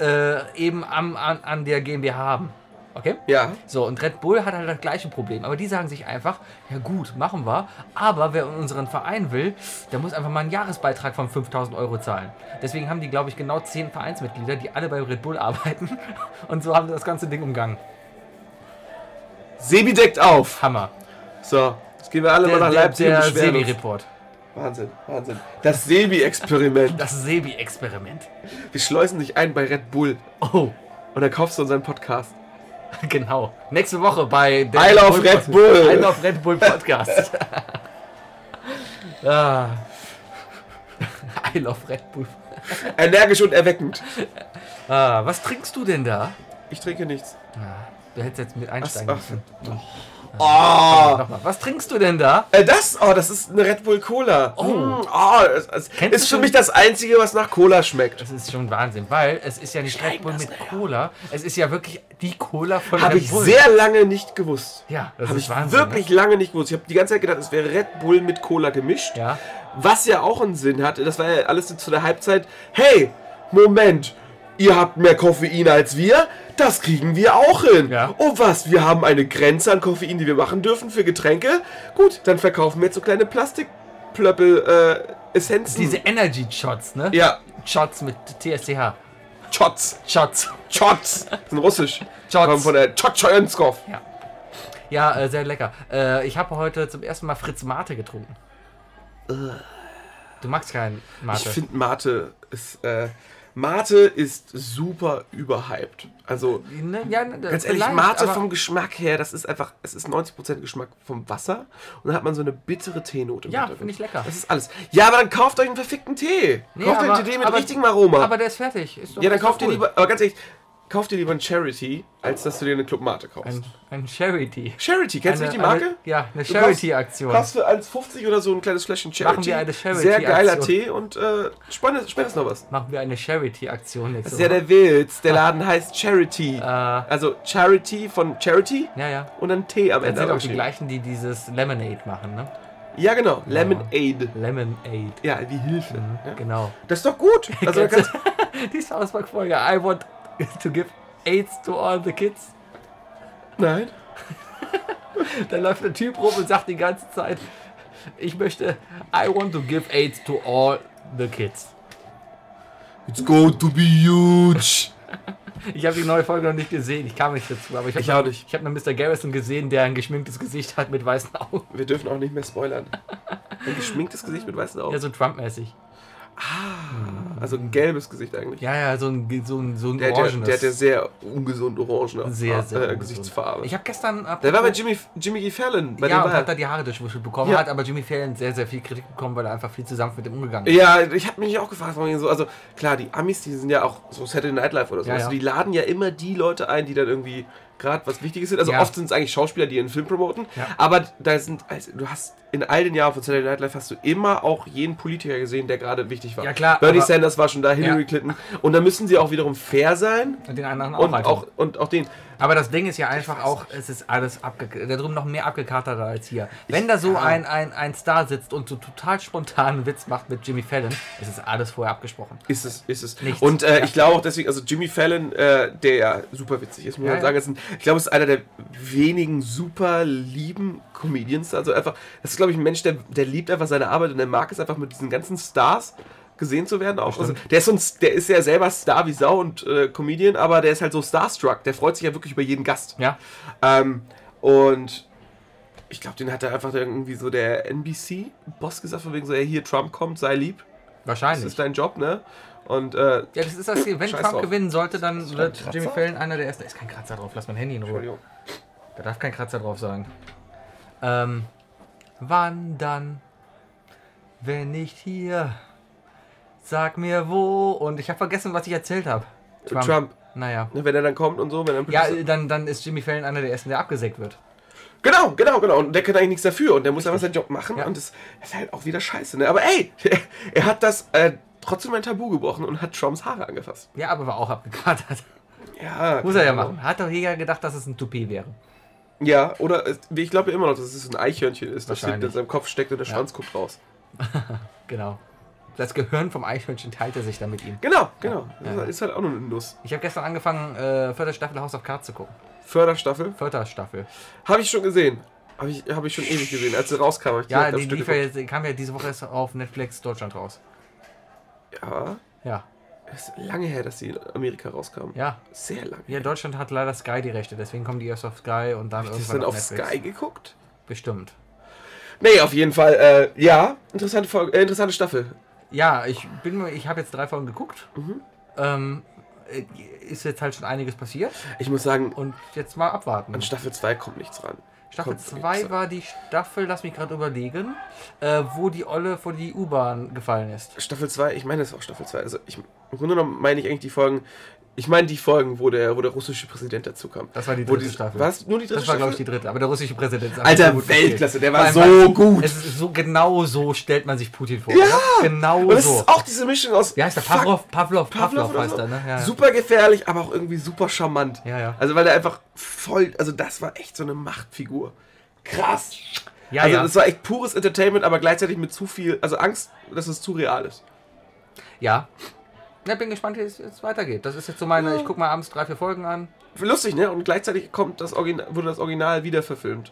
äh, eben am, an, an der GmbH haben. Okay?
Ja.
So, und Red Bull hat halt das gleiche Problem. Aber die sagen sich einfach, ja gut, machen wir. Aber wer in unseren Verein will, der muss einfach mal einen Jahresbeitrag von 5000 Euro zahlen. Deswegen haben die, glaube ich, genau 10 Vereinsmitglieder, die alle bei Red Bull arbeiten. Und so haben sie das ganze Ding umgangen.
Sebi deckt auf.
Hammer.
So, jetzt gehen wir alle
Der,
mal nach
der,
Leipzig
der
und beschweren uns.
Sebi-Report.
Wahnsinn, Wahnsinn. Das Sebi-Experiment.
Das Sebi-Experiment.
Wir schleusen dich ein bei Red Bull
Oh,
und dann kaufst du unseren Podcast.
genau. Nächste Woche bei der
I love Red Bull.
I love Red Bull Podcast. ah. I love Red Bull.
Energisch und erweckend.
Ah, was trinkst du denn da?
Ich trinke nichts.
Ah, Du hättest jetzt mit einsteigen
Ach so.
müssen.
Oh,
Nochmal. Was trinkst du denn da?
äh, das, oh, das ist eine Red Bull Cola. Oh, oh das, das
Kennst
ist
du
für
schon-
mich das Einzige, was nach Cola schmeckt.
Das ist schon Wahnsinn, weil es ist ja nicht Red Bull mit Cola. Es ist ja wirklich die Cola von
Habe
Red
ich
Bull.
sehr lange nicht gewusst.
ja, das
Habe
ist
ich
Wahnsinn.
wirklich lange nicht gewusst. Ich habe die ganze Zeit gedacht, es wäre Red Bull mit Cola gemischt.
Ne? Ja.
Was ja auch einen Sinn hatte, das war ja alles zu der Halbzeit. Hey, Moment, ihr habt mehr Koffein als wir? Das kriegen wir auch hin.
Ja.
Und was? Wir haben eine Grenze an Koffein, die wir machen dürfen für Getränke? Gut, dann verkaufen wir jetzt so kleine Plastikplöppel äh, Essenzen.
Diese Energy Shots, ne?
ja,
Shots mit TSCH.
Chots.
Shots.
Chots. Das sind russisch.
Shots.
Kommen von der Chotschoyenskov.
Ja, äh, sehr lecker. Äh, ich habe heute zum ersten Mal Fritz Mate getrunken. Du magst keinen Mate.
Ich finde Mate ist äh, Mate ist super überhyped. Also
Ne? ja, ne,
Ganz ehrlich,
vielleicht,
Mate
aber-
vom Geschmack her, das ist einfach, es ist 90% Geschmack vom Wasser und dann hat man so eine bittere Teenote. im
Ja,
Hintergrund.
finde ich lecker.
Das ist alles. Ja, aber dann kauft euch einen verfickten Tee.
Nee,
kauft euch
aber-
einen Tee mit
aber-
richtigem Aroma.
Aber der ist fertig. Ist doch-
ja, dann
ist doch
kauft ihr
cool.
lieber, aber ganz ehrlich, kauf dir lieber ein Charity, als dass du dir eine Clubmate kaufst.
Ein, ein Charity.
Charity, kennst du
Eine-
nicht die Marke?
eine- Ja, eine
Du
Charity-Aktion.
Kaufst du als 50 oder so ein kleines Fläschchen Charity?
Machen wir eine
Sehr geiler
Charity-Aktion.
Tee und äh, spendest, spendest noch was.
Machen wir eine Charity-Aktion
Das
nächste
ist ja
Woche.
der Witz. Der Laden heißt Charity.
Äh,
Also Charity von Charity
ja, ja.
und dann Tee am
Das
Ende.
sind auch die
aufgeschrieben.
gleichen, die dieses Lemonade machen, ne?
Ja, genau. Lemonade.
Lemonade.
Ja, die Hilfe. Ja.
Genau.
Das ist doch gut. Also, da kannst,
die South Park Folge. I want to give AIDS to all the kids.
nein.
Da läuft ein Typ rum und sagt die ganze Zeit, ich möchte I want to give AIDS to all the kids.
It's going to be huge.
Ich habe die neue Folge noch nicht gesehen, ich kam nicht dazu, aber ich
Ich auch
habe
nicht.
ich hab einen Mr. Garrison gesehen, der ein geschminktes Gesicht hat mit weißen Augen.
Wir dürfen auch nicht mehr spoilern. Ein geschminktes Gesicht mit weißen Augen.
Ja, so Trump-mäßig.
Also ein gelbes Gesicht eigentlich.
Ja, ja, so ein, so ein, so ein
Der, der, der hat ja
orangenes.
sehr ungesund orangene
Sehr, sehr
äh,
ungesund.
Gesichtsfarbe.
Ich habe gestern...
der war bei Jimmy, Jimmy E. Fallon. Bei
ja,
dem
und hat
war
da die Haare durchwuschelt bekommen,
Ja.
hat aber Jimmy Fallon sehr, sehr viel Kritik bekommen, weil er einfach viel zusammen mit dem umgegangen
er.
ist.
ja, ich habe mich auch gefragt, warum die so. Also klar, die Amis, die sind ja auch so Saturday Night Live oder so.
Ja,
also
ja.
die laden ja immer die Leute ein, die dann irgendwie gerade was Wichtiges sind. Also
Ja.
oft sind es eigentlich Schauspieler, die ihren Film promoten.
Ja.
Aber da sind, also, du hast in all den Jahren von Saturday Night Live hast du immer auch jeden Politiker gesehen, der gerade wichtig war.
Ja, klar,
Bernie
aber-
Sanders war schon da, Hillary
Ja.
Clinton. Und da müssen sie auch wiederum fair sein.
Und den anderen auch
Und
halt.
auch, und auch den.
Aber das Ding ist ja einfach auch, es ist alles abge da drüben noch mehr abgekaterter als hier. Wenn da so ein, ein, ein Star sitzt und so total spontanen Witz macht mit Jimmy Fallon, es ist alles vorher abgesprochen.
Ist es, ist es.
Nichts.
Und äh,
Ja.
ich glaube auch deswegen, also Jimmy Fallon, äh, der ja super witzig ist, muss
Ja,
man
ja.
sagen, ist ein, ich glaube, ist einer der wenigen super lieben Comedians. Also einfach, das ist, glaube ich, ein Mensch, der, der liebt einfach seine Arbeit und der mag es einfach mit diesen ganzen Stars gesehen zu werden auch. Also, der ist so ein, der ist ja selber Star wie Sau und äh, Comedian, aber der ist halt so starstruck. Der freut sich ja wirklich über jeden Gast.
Ja,
Ähm, und ich glaube, den hat er einfach irgendwie so der NBC-Boss gesagt, von wegen so, ey, hier Trump kommt, sei lieb. Das
wahrscheinlich.
ist dein Job, ne? Und äh,
ja, das ist das Ziel. Wenn
Scheiß
Trump
drauf.
gewinnen sollte, dann
da
wird
ein
Jimmy
Kratzer?
Fallon einer der ersten. Da ist kein Kratzer drauf, lass mein Handy in Ruhe.
Entschuldigung.
Da darf kein Kratzer drauf sein. Ähm, wann dann? Wenn nicht hier. Sag mir wo. Und ich habe vergessen, was ich erzählt habe.
Trump.
Naja.
Ne, Wenn er dann kommt und so, wenn er
Ja, äh, dann, dann ist Jimmy Fallon einer der ersten, der abgesägt wird.
Genau, genau, genau. Und der kann eigentlich nichts dafür und der muss einfach seinen Job machen
Ja.
und das ist halt auch wieder scheiße. Ne? Aber ey, er hat das äh, trotzdem ein Tabu gebrochen und hat Trumps Haare angefasst.
Ja, aber war auch abgekatert.
Ja.
Muss er ja
genau.
machen. Hat doch jeder gedacht, dass es ein Toupet wäre.
Ja, oder äh, ich glaube ja immer noch, dass es ein Eichhörnchen ist, das
Wahrscheinlich.
hinter seinem Kopf steckt und der Schwanz guckt raus.
Genau. Das Gehirn vom Eichhörnchen teilte sich dann mit ihm.
Genau, genau. Das ist halt- ist halt auch nur eine Nuss.
Ich habe gestern angefangen, äh, vierte Staffel House of Cards zu gucken.
Förderstaffel.
Vierte Staffel.
Habe ich schon gesehen. Habe ich, hab ich schon ewig gesehen. Als sie rauskam, habe ich
Ja,
direkt am
die,
Stück
lief ja jetzt, die kam ja diese Woche erst auf Netflix Deutschland raus.
geguckt. Ja,
Ja,
es ist lange her, dass sie in Amerika rauskam.
ja.
Sehr lange.
Ja, Deutschland hat leider Sky die Rechte, deswegen kommen die erst auf Sky und dann
Hast du
irgendwann
dann
auf,
auf
Netflix.
Sky geguckt?
Bestimmt.
Nee, auf jeden Fall. Äh, ja, interessante, Folge, äh, interessante Staffel.
Ja, ich bin, mir- ich habe jetzt drei Folgen geguckt.
Mhm.
Ähm, äh, ist jetzt halt schon einiges passiert
Ich muss sagen,
und jetzt mal abwarten.
an Staffel 2 kommt nichts ran.
Staffel
Kommt nichts
2
ran.
war die Staffel, lass mich gerade überlegen, äh, wo die Olle vor die U-Bahn gefallen ist.
Staffel 2, ich meine, das ist auch Staffel 2. Also ich, im Grunde genommen meine ich eigentlich die Folgen. Ich meine die Folgen, wo der, wo der russische Präsident dazu kam.
Das war die
Wo
dritte Staffel.
Was? Nur die dritte
Das war, glaube ich,
Staffel?
die dritte, aber der russische Präsident ist
Alter,
absolut gut gespielt.
Weltklasse, der
Vor
war
allem,
so
weil
gut.
Es ist so, genau so stellt man sich Putin vor.
Ja!
oder? Genau
Und das
so.
ist auch diese Mischung aus.
Wie heißt der?
Fuck,
Pavlov, Pavlov,
Pavlov,
Pavlov,
oder
heißt
so.
er, ne? Ja, ja.
Super gefährlich, aber auch irgendwie super charmant.
Ja, ja.
Also weil der einfach voll, also das war echt so eine Machtfigur. Krass.
Ja,
also
ja.
das war echt pures Entertainment, aber gleichzeitig mit zu viel, also Angst, dass es zu real ist.
ja. Ja, bin gespannt, wie es jetzt weitergeht. Das ist jetzt so meine,
Ja.
ich gucke mal abends drei, vier Folgen an.
Lustig, ne? Und gleichzeitig kommt das Original, wurde das Original wieder verfilmt.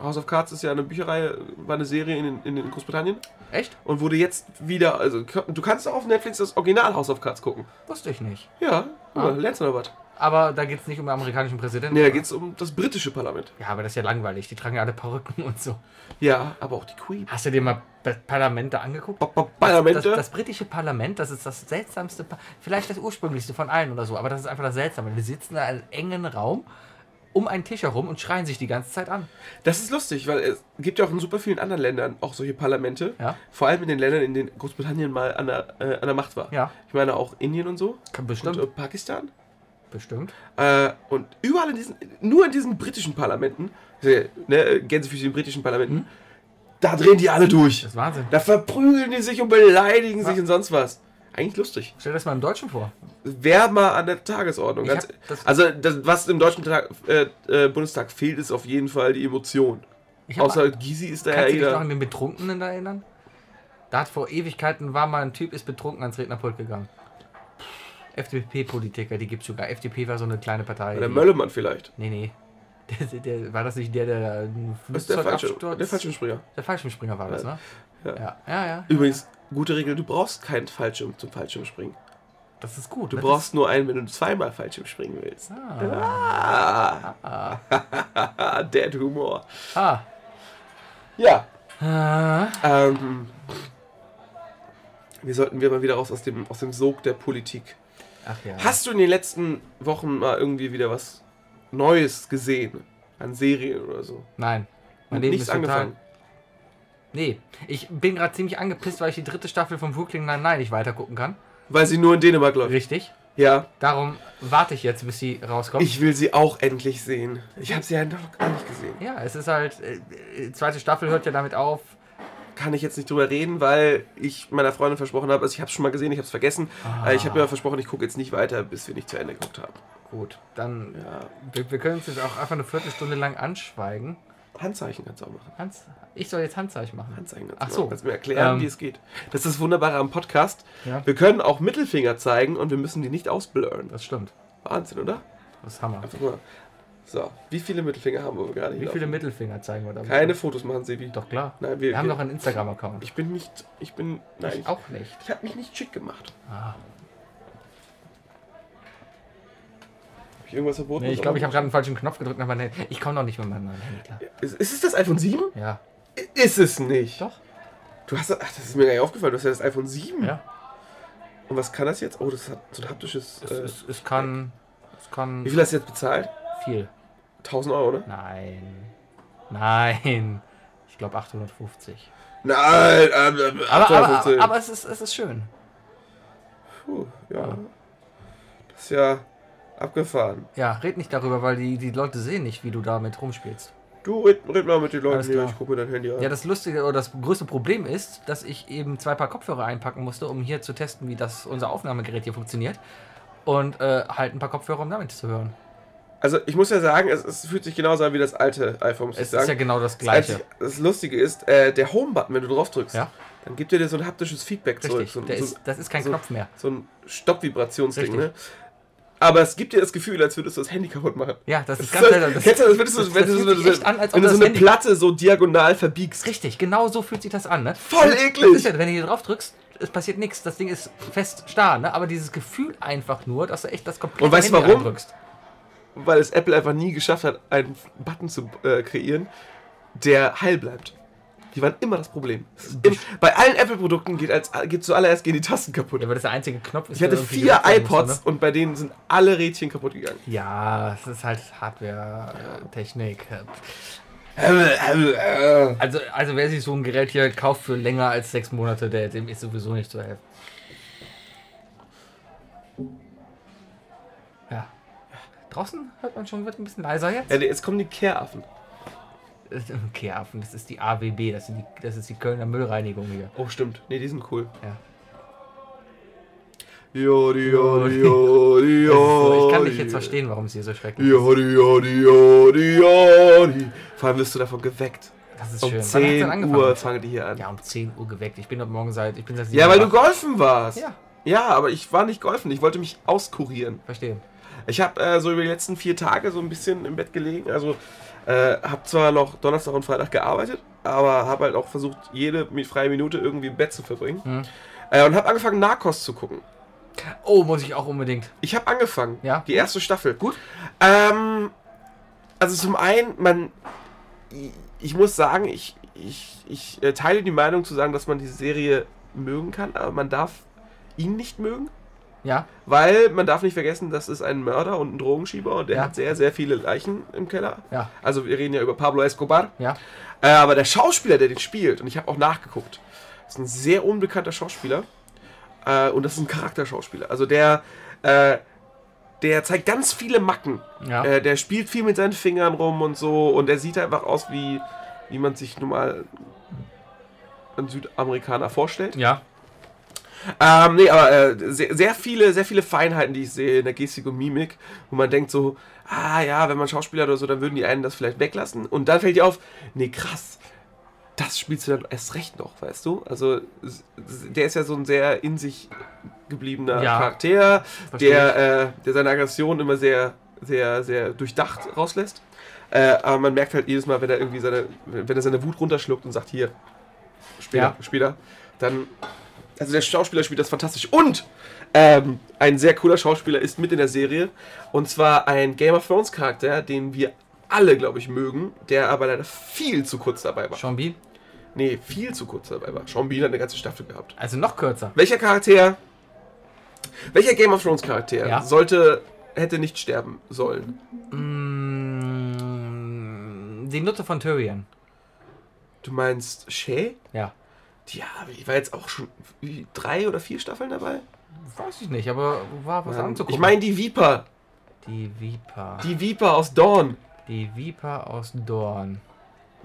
House of Cards ist ja eine Bücherei, war eine Serie in, den- in den Großbritannien
Echt?
und wurde jetzt wieder, also du kannst auch auf Netflix das Original House of Cards gucken.
Wusste ich nicht.
Ja, ah. lernst du noch was.
Aber da geht es nicht um den amerikanischen Präsidenten.
Ne, da geht's um das britische Parlament.
ja, aber das ist ja langweilig. Die tragen ja alle Perücken und so.
Ja, aber auch die Queen.
Hast du dir mal P- Parlamente angeguckt?
Ba- ba- Parlamente?
Das, das britische Parlament, das ist das seltsamste, Pa- vielleicht das ursprünglichste von allen oder so, aber das ist einfach das Seltsame. Die sitzen da in einem engen Raum um einen Tisch herum und schreien sich die ganze Zeit an.
Das ist lustig, weil es gibt ja auch in super vielen anderen Ländern auch solche Parlamente.
Ja.
Vor allem in den Ländern, in denen Großbritannien mal an der, äh, an der Macht war.
Ja.
Ich meine auch Indien und so.
Kann bestimmt.
Und äh, Pakistan.
Bestimmt.
Äh, und überall in diesen, nur in diesen britischen Parlamenten, äh, ne, Gänsefüßchen in britischen Parlamenten, da drehen die alle durch.
Mhm. Das ist Wahnsinn.
Da verprügeln die sich und beleidigen sich und sonst was. Eigentlich lustig.
Stell dir das mal im Deutschen vor.
Wäre mal an der Tagesordnung.
Ich
Ganz,
hab das-
also, das, was im deutschen Tag, äh, äh, Bundestag fehlt, ist auf jeden Fall die Emotion.
Ich hab
Außer Gysi ist da ja
Kannst du dich noch
jeder.
an den Betrunkenen da erinnern? Da hat vor Ewigkeiten war mal ein Typ, ist betrunken ans Rednerpult gegangen. FDP-Politiker, die gibt's sogar. FDP war so eine kleine Partei.
Oder
die-
Möllemann vielleicht.
Nee, nee. Der, der, war das nicht der, der da einen
Das ist der falsche,
Flugzeugabsturz-
der falsche Springer.
der Fallschirmspringer war das, ne?
Ja.
Ja, ja, ja.
Übrigens, gute Regel, du brauchst keinen Fallschirm zum Fallschirmspringen.
Das ist gut.
Du
das
brauchst nur einen, wenn du zweimal Fallschirm springen willst.
Ist, ah,
Ah. ah. Dead Humor.
ah.
Ja.
Ah.
Ähm, wir sollten wir mal wieder raus aus dem, aus dem Sog der Politik.
Ach ja.
Hast du in den letzten Wochen mal irgendwie wieder was Neues gesehen? An Serien oder so?
Nein. Mein Leben ist
Nichts
total
angefangen.
Nee, ich bin gerade ziemlich angepisst, weil ich die dritte Staffel von Brooklyn Nine-Nine nicht weitergucken kann.
Weil sie nur in Dänemark läuft.
Richtig.
Ja.
Darum warte ich jetzt, bis sie rauskommt.
Ich will sie auch endlich sehen. Ich habe sie ja noch gar nicht gesehen.
ja, es ist halt, äh, äh, zweite Staffel hört ja damit auf.
kann ich jetzt nicht drüber reden, weil ich meiner Freundin versprochen habe, also ich habe es schon mal gesehen, ich habe es vergessen.
Ah.
Äh, Ich habe mir versprochen, ich gucke jetzt nicht weiter, bis wir nicht zu Ende geguckt haben.
Gut, dann,
Ja,
wir, wir können uns jetzt auch einfach eine Viertelstunde lang anschweigen.
Handzeichen kannst du auch machen.
Hans, ich soll jetzt Handzeichen machen.
Handzeichen kannst
Ach
du
so.
machen. Kannst mir erklären,
Ähm.
wie es geht. Das ist das Wunderbare am Podcast.
Ja.
Wir können auch Mittelfinger zeigen und wir müssen die nicht ausblurren.
Das stimmt.
Wahnsinn, oder?
Das ist Hammer.
Einfach mal. So, wie viele Mittelfinger haben wir gerade
Wie
hier?
viele
laufen?
Mittelfinger zeigen wir damit?
Keine Fotos machen, Sebi.
Doch klar.
Nein,
wir,
wir,
haben
wir,
doch einen Instagram-Account.
Ich bin nicht. Ich bin. Nein. Ich,
Auch nicht.
ich habe mich nicht schick gemacht.
Ah.
Habe ich irgendwas verboten?
Nee, ich glaube, ich habe gerade einen falschen Knopf gedrückt, aber nee, ich komme noch nicht mit meinem neuen Handy klar.
Ist, ist es das iPhone 7?
Ja.
Ist es nicht.
Doch.
Du hast, ach, das ist mir gar nicht aufgefallen, du hast ja das iPhone 7.
Ja.
Und was kann das jetzt? Oh, das hat so ein haptisches.
Es,
äh,
es, es kann. Es kann.
wie viel hast du jetzt bezahlt?
Viel.
1000 Euro, ne?
Nein. Nein. Ich glaube 850.
Nein, ähm, ähm,
Aber, aber,
815.
aber, aber es, ist, es ist schön.
Puh, ja. Das ist ja abgefahren.
Ja, red nicht darüber, weil die, die Leute sehen nicht, wie du damit rumspielst.
Du red, red mal mit den Leuten
Alles
hier,
klar.
ich guck mir dein Handy an.
Ja, das lustige oder das größte Problem ist, dass ich eben zwei Paar Kopfhörer einpacken musste, um hier zu testen, wie das unser Aufnahmegerät hier funktioniert. Und äh, halt ein paar Kopfhörer, um damit zu hören.
also ich muss ja sagen, es, es fühlt sich genauso an wie das alte iPhone, muss ich
Es
sagen.
ist ja genau das
das,
Gleiche.
Einzige- das Lustige ist, äh, der Home-Button, wenn du drauf drückst,
Ja.
dann gibt er dir so ein haptisches Feedback
Richtig.
zurück. So,
Der
so,
ist, das ist kein
so-
Knopf mehr.
so ein Stopp-Vibrationsding,
Richtig.
ne? Aber es gibt dir das Gefühl, als würdest du das Handy kaputt machen.
Ja, das ist
Das
ganz
ist-
seltsam. Das,
Kennst du das, würdest du, wenn
das
du so
fühlt sich
eine,
echt an, als ob
wenn du
das
so eine
Handy-
Platte so diagonal verbiegst.
Richtig, genau so fühlt sich das an. Ne?
Voll
Das-
eklig.
Das ist ja, wenn du hier drauf drückst, es passiert nichts. Das Ding ist fest starr, ne? aber dieses Gefühl einfach nur, dass du echt das komplette
Und weißt du warum?
drückst.
Weil es Apple einfach nie geschafft hat, einen Button zu äh, kreieren, der heil bleibt. Die waren immer das Problem. Es ist Immer, bei allen Apple-Produkten geht, als, geht zuallererst gehen die Tasten kaputt.
Ja, weil das der einzige Knopf ist.
Ich hatte
der irgendwie ne?
vier
gedrückt werden musste,
iPods und bei denen sind alle Rädchen kaputt gegangen.
ne? Ja, es ist halt Hardware, äh, Technik. äh. Also, also wer sich so ein Gerät hier kauft für länger als sechs Monate, der, dem ist sowieso nicht zu helfen. Ja. Draußen hört man schon, wird ein bisschen leiser jetzt.
Ja, jetzt kommen die Care-Affen.
Äh, Okay, Affen, das ist die AWB, das, sind die, das ist die Kölner Müllreinigung hier.
Oh, stimmt. Nee, die sind cool.
Ja.
Jodi, jodi, jodi,
Das ist so, ich kann dich jetzt
jodi.
verstehen, warum es hier so schrecklich ist.
Jodi, jodi, jodi, jodi. Vor allem wirst du davon geweckt.
Das ist
Um
schön. Wann hat's denn
10
angefangen?
Uhr fangen die hier an. Ja,
Ja, um 10 Uhr geweckt. Ich bin heute Morgen seit. Ich bin seit
weil du
sieben Uhr
golfen warst.
wach. Ja,
Ja, aber ich war nicht golfen. Ich wollte mich auskurieren.
verstehe.
Ich habe äh, so über die letzten vier Tage so ein bisschen im Bett gelegen. Also äh, habe zwar noch Donnerstag und Freitag gearbeitet, aber habe halt auch versucht, jede mi- freie Minute irgendwie im Bett zu verbringen.
Mhm.
Äh, und habe angefangen, Narcos zu gucken.
Oh, muss ich auch unbedingt.
Ich habe angefangen.
Ja.
Die erste Staffel.
Gut.
Ähm, also zum einen, man, ich- ich muss sagen, ich, ich, ich äh, teile die Meinung zu sagen, dass man die Serie mögen kann, aber man darf ihn nicht mögen,
Ja,
weil man darf nicht vergessen, das ist ein Mörder und ein Drogenschieber und der
Ja.
hat sehr, sehr viele Leichen im Keller.
ja,
Also wir reden ja über Pablo Escobar,
ja.
äh, aber der Schauspieler, der den spielt, und ich habe auch nachgeguckt, ist ein sehr unbekannter Schauspieler äh, und das ist ein Charakterschauspieler. Also der, äh, der zeigt ganz viele Macken.
Ja.
Äh, der spielt viel mit seinen Fingern rum und so und er sieht einfach aus wie, wie man sich normal einen Südamerikaner vorstellt.
ja.
Ähm, nee, aber äh, sehr, sehr viele, sehr viele Feinheiten, die ich sehe in der Gestik und Mimik, wo man denkt so, ah ja, wenn man Schauspieler oder so, dann würden die einen das vielleicht weglassen. Und dann fällt dir auf, nee, krass, das spielst du dann erst recht noch, weißt du? Also s- s- der ist ja so ein sehr in sich gebliebener
Ja.
Charakter,
Verstehe
der, äh, der seine Aggression immer sehr, sehr, sehr durchdacht rauslässt. Äh, aber man merkt halt jedes Mal, wenn er irgendwie seine, wenn er seine Wut runterschluckt und sagt, hier, später,
Ja.
später, dann also der Schauspieler spielt das fantastisch. Und ähm, ein sehr cooler Schauspieler ist mit in der Serie. Und zwar ein Game of Thrones Charakter, den wir alle, glaube ich, mögen, der aber leider viel zu kurz dabei war.
Sean Bean.
Nee, viel zu kurz dabei war. Sean Bean hat eine ganze Staffel gehabt.
Also noch kürzer.
Welcher Charakter, welcher Game of Thrones Charakter
Ja.
sollte, hätte nicht sterben sollen?
Mm, die Nutte von Tyrion.
Du meinst Shay?
Ja.
Ja, aber die war jetzt auch schon wie, drei oder vier Staffeln dabei. Ähm,
Weiß ich nicht, aber war was anzugucken.
ich meine die Viper.
Die Viper.
Die Viper aus Dawn.
Die Viper aus Dorn.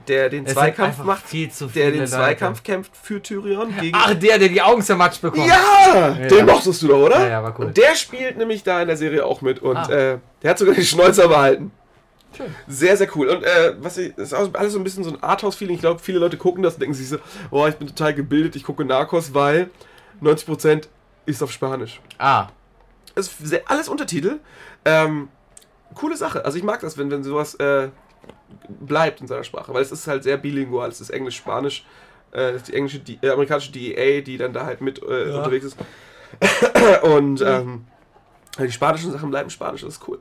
der den
Es sind
Zweikampf
einfach
macht,
viel zu
der
viele
den
Leute.
Zweikampf kämpft für Tyrion gegen.
Ach, der, der die Augen zermatscht bekommt.
Ah, ja,
Ja.
den mochtest du doch, oder?
Ja, ja, war cool.
Und der spielt nämlich da in der Serie auch mit und
Ah.
äh, der hat sogar den Schnäuzer behalten.
Schön.
Sehr, sehr cool. Und äh, was ich, das ist auch alles so ein bisschen so ein Arthouse-Feeling. Ich glaube, viele Leute gucken das und denken sich so, oh, ich bin total gebildet, ich gucke Narcos, weil 90% ist auf Spanisch.
Ah,
Es ist sehr, alles Untertitel. Ähm, coole Sache. Also ich mag das, wenn, wenn sowas äh, bleibt in seiner Sprache, weil es ist halt sehr bilingual. Es ist Englisch-Spanisch. Äh, es ist die englische, die, äh, amerikanische DEA, die dann da halt mit äh,
Ja. Mhm.
unterwegs ist. Und ähm, die spanischen Sachen bleiben spanisch, das ist cool.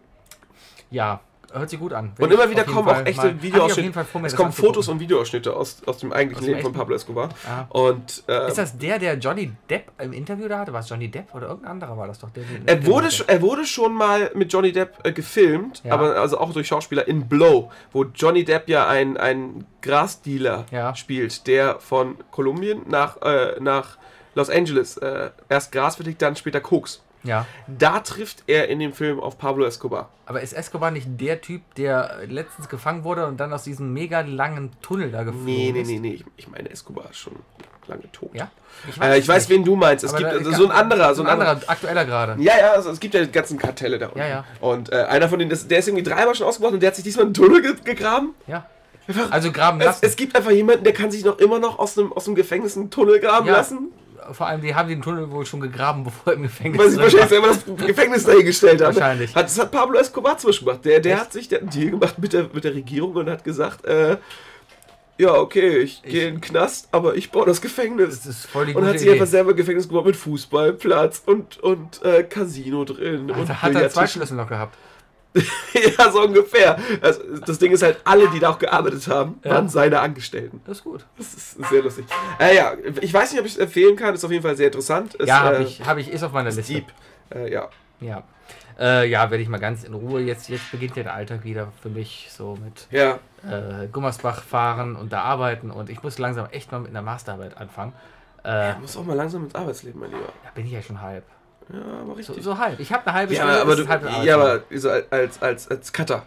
ja. Hört sich gut an.
Und immer wieder kommen auch echte Videoausschnitte. Es
Es
kommen Fotos und Videoausschnitte aus, aus dem eigentlichen
Aus dem
Leben von
echten?
Pablo Escobar.
Ah.
Und äh,
Also Ist das der, der Johnny Depp im Interview da hatte? War es Johnny Depp oder irgendein anderer war das doch? Der, der-
Er wurde,
der-
sch- er wurde schon mal mit Johnny Depp äh, gefilmt,
Ja.
aber also auch durch Schauspieler in Blow, wo Johnny Depp ja ein, ein Grasdealer
Ja.
spielt, der von Kolumbien nach, äh, nach Los Angeles äh, erst Gras vertickt, dann später Koks.
Ja.
Da trifft er in dem Film auf Pablo Escobar.
Aber ist Escobar nicht der Typ, der letztens gefangen wurde und dann aus diesem mega langen Tunnel da geflogen
Nee, nee,
ist?
nee, nee, ich, ich meine, Escobar ist schon lange tot.
Ja?
Äh, ich
es
weiß,
nicht.
wen du meinst. Es
Aber
gibt
da-
also so ein anderer, so ein anderer.
aktueller gerade.
Ja, ja, also es gibt ja die ganzen Kartelle da unten.
Ja, ja.
Und äh, einer von denen, das, der ist irgendwie dreimal schon ausgebrochen und der hat sich diesmal einen Tunnel ge gegraben.
Ja. Also graben
Es,
lassen.
es gibt einfach jemanden, der kann sich noch immer noch aus einem, aus einem Gefängnis einen Tunnel graben
Ja.
lassen,
Vor allem, die haben den Tunnel wohl schon gegraben, bevor er im Gefängnis
weil sie
drin
wahrscheinlich
war.
selber das Gefängnis dahingestellt haben.
Wahrscheinlich.
Hat, das hat Pablo Escobar zum Beispiel gemacht. Der, der
Echt?
hat sich der hat einen Deal gemacht mit der, mit der Regierung und hat gesagt, äh, ja, okay, ich,
Ich-
gehe in den Knast, aber ich baue das Gefängnis.
Das ist voll die
und
gute
hat sich
Idee.
einfach selber ein Gefängnis gebaut mit Fußballplatz und, und äh, Casino drin. und
Alter, hat er zwei
Billardtisch.
Schlüssel noch gehabt.
Ja, so ungefähr. Also, das Ding ist halt, alle, die da auch gearbeitet haben,
Ja.
waren seine Angestellten.
Das ist gut.
Das ist sehr lustig. Äh, ja, ich weiß nicht, ob ich es empfehlen kann. Ist auf jeden Fall sehr interessant. Ist,
ja, habe
äh,
ich, hab ich, ist auf meiner Liste.
Deep. Äh, ja.
Ja. Äh, ja, werde ich mal ganz in Ruhe. Jetzt, jetzt beginnt ja der Alltag wieder für mich so mit
ja.
äh, Gummersbach fahren und da arbeiten. Und ich muss langsam echt mal mit einer Masterarbeit anfangen. Äh,
Du musst auch mal langsam ins Arbeitsleben, mein Lieber.
da bin ich ja schon halb.
Ja, aber
So,
richtig.
so halb. Ich habe eine halbe
ja,
Stunde.
aber, aber
es
du,
ist halb eine
ja,
Arbeitszeit.
aber so als, als, als Cutter,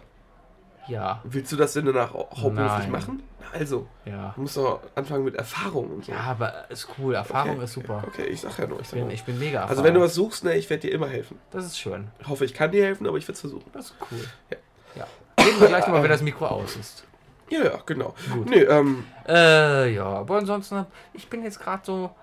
ja,
willst du das denn danach auch hauptberuflich
Nein.
machen? Also,
ja.
du musst doch anfangen mit Erfahrung und so.
Ja, aber ist cool. Erfahrung ist super.
Okay, ich sag ja nur. Ich
Ich
sag
bin,
nur.
ich bin mega erfahren.
Also, wenn du was suchst, ne, ich werde dir immer helfen.
Das ist schön.
Ich hoffe, ich kann dir helfen, aber ich werde es versuchen.
Das ist cool.
Ja. ähm,
Ja. Reden wir gleich nochmal, wenn das Mikro aus ist.
Ja, ja, genau.
Gut.
Nee, ähm,
Äh, ja, aber ansonsten, ich bin jetzt gerade so.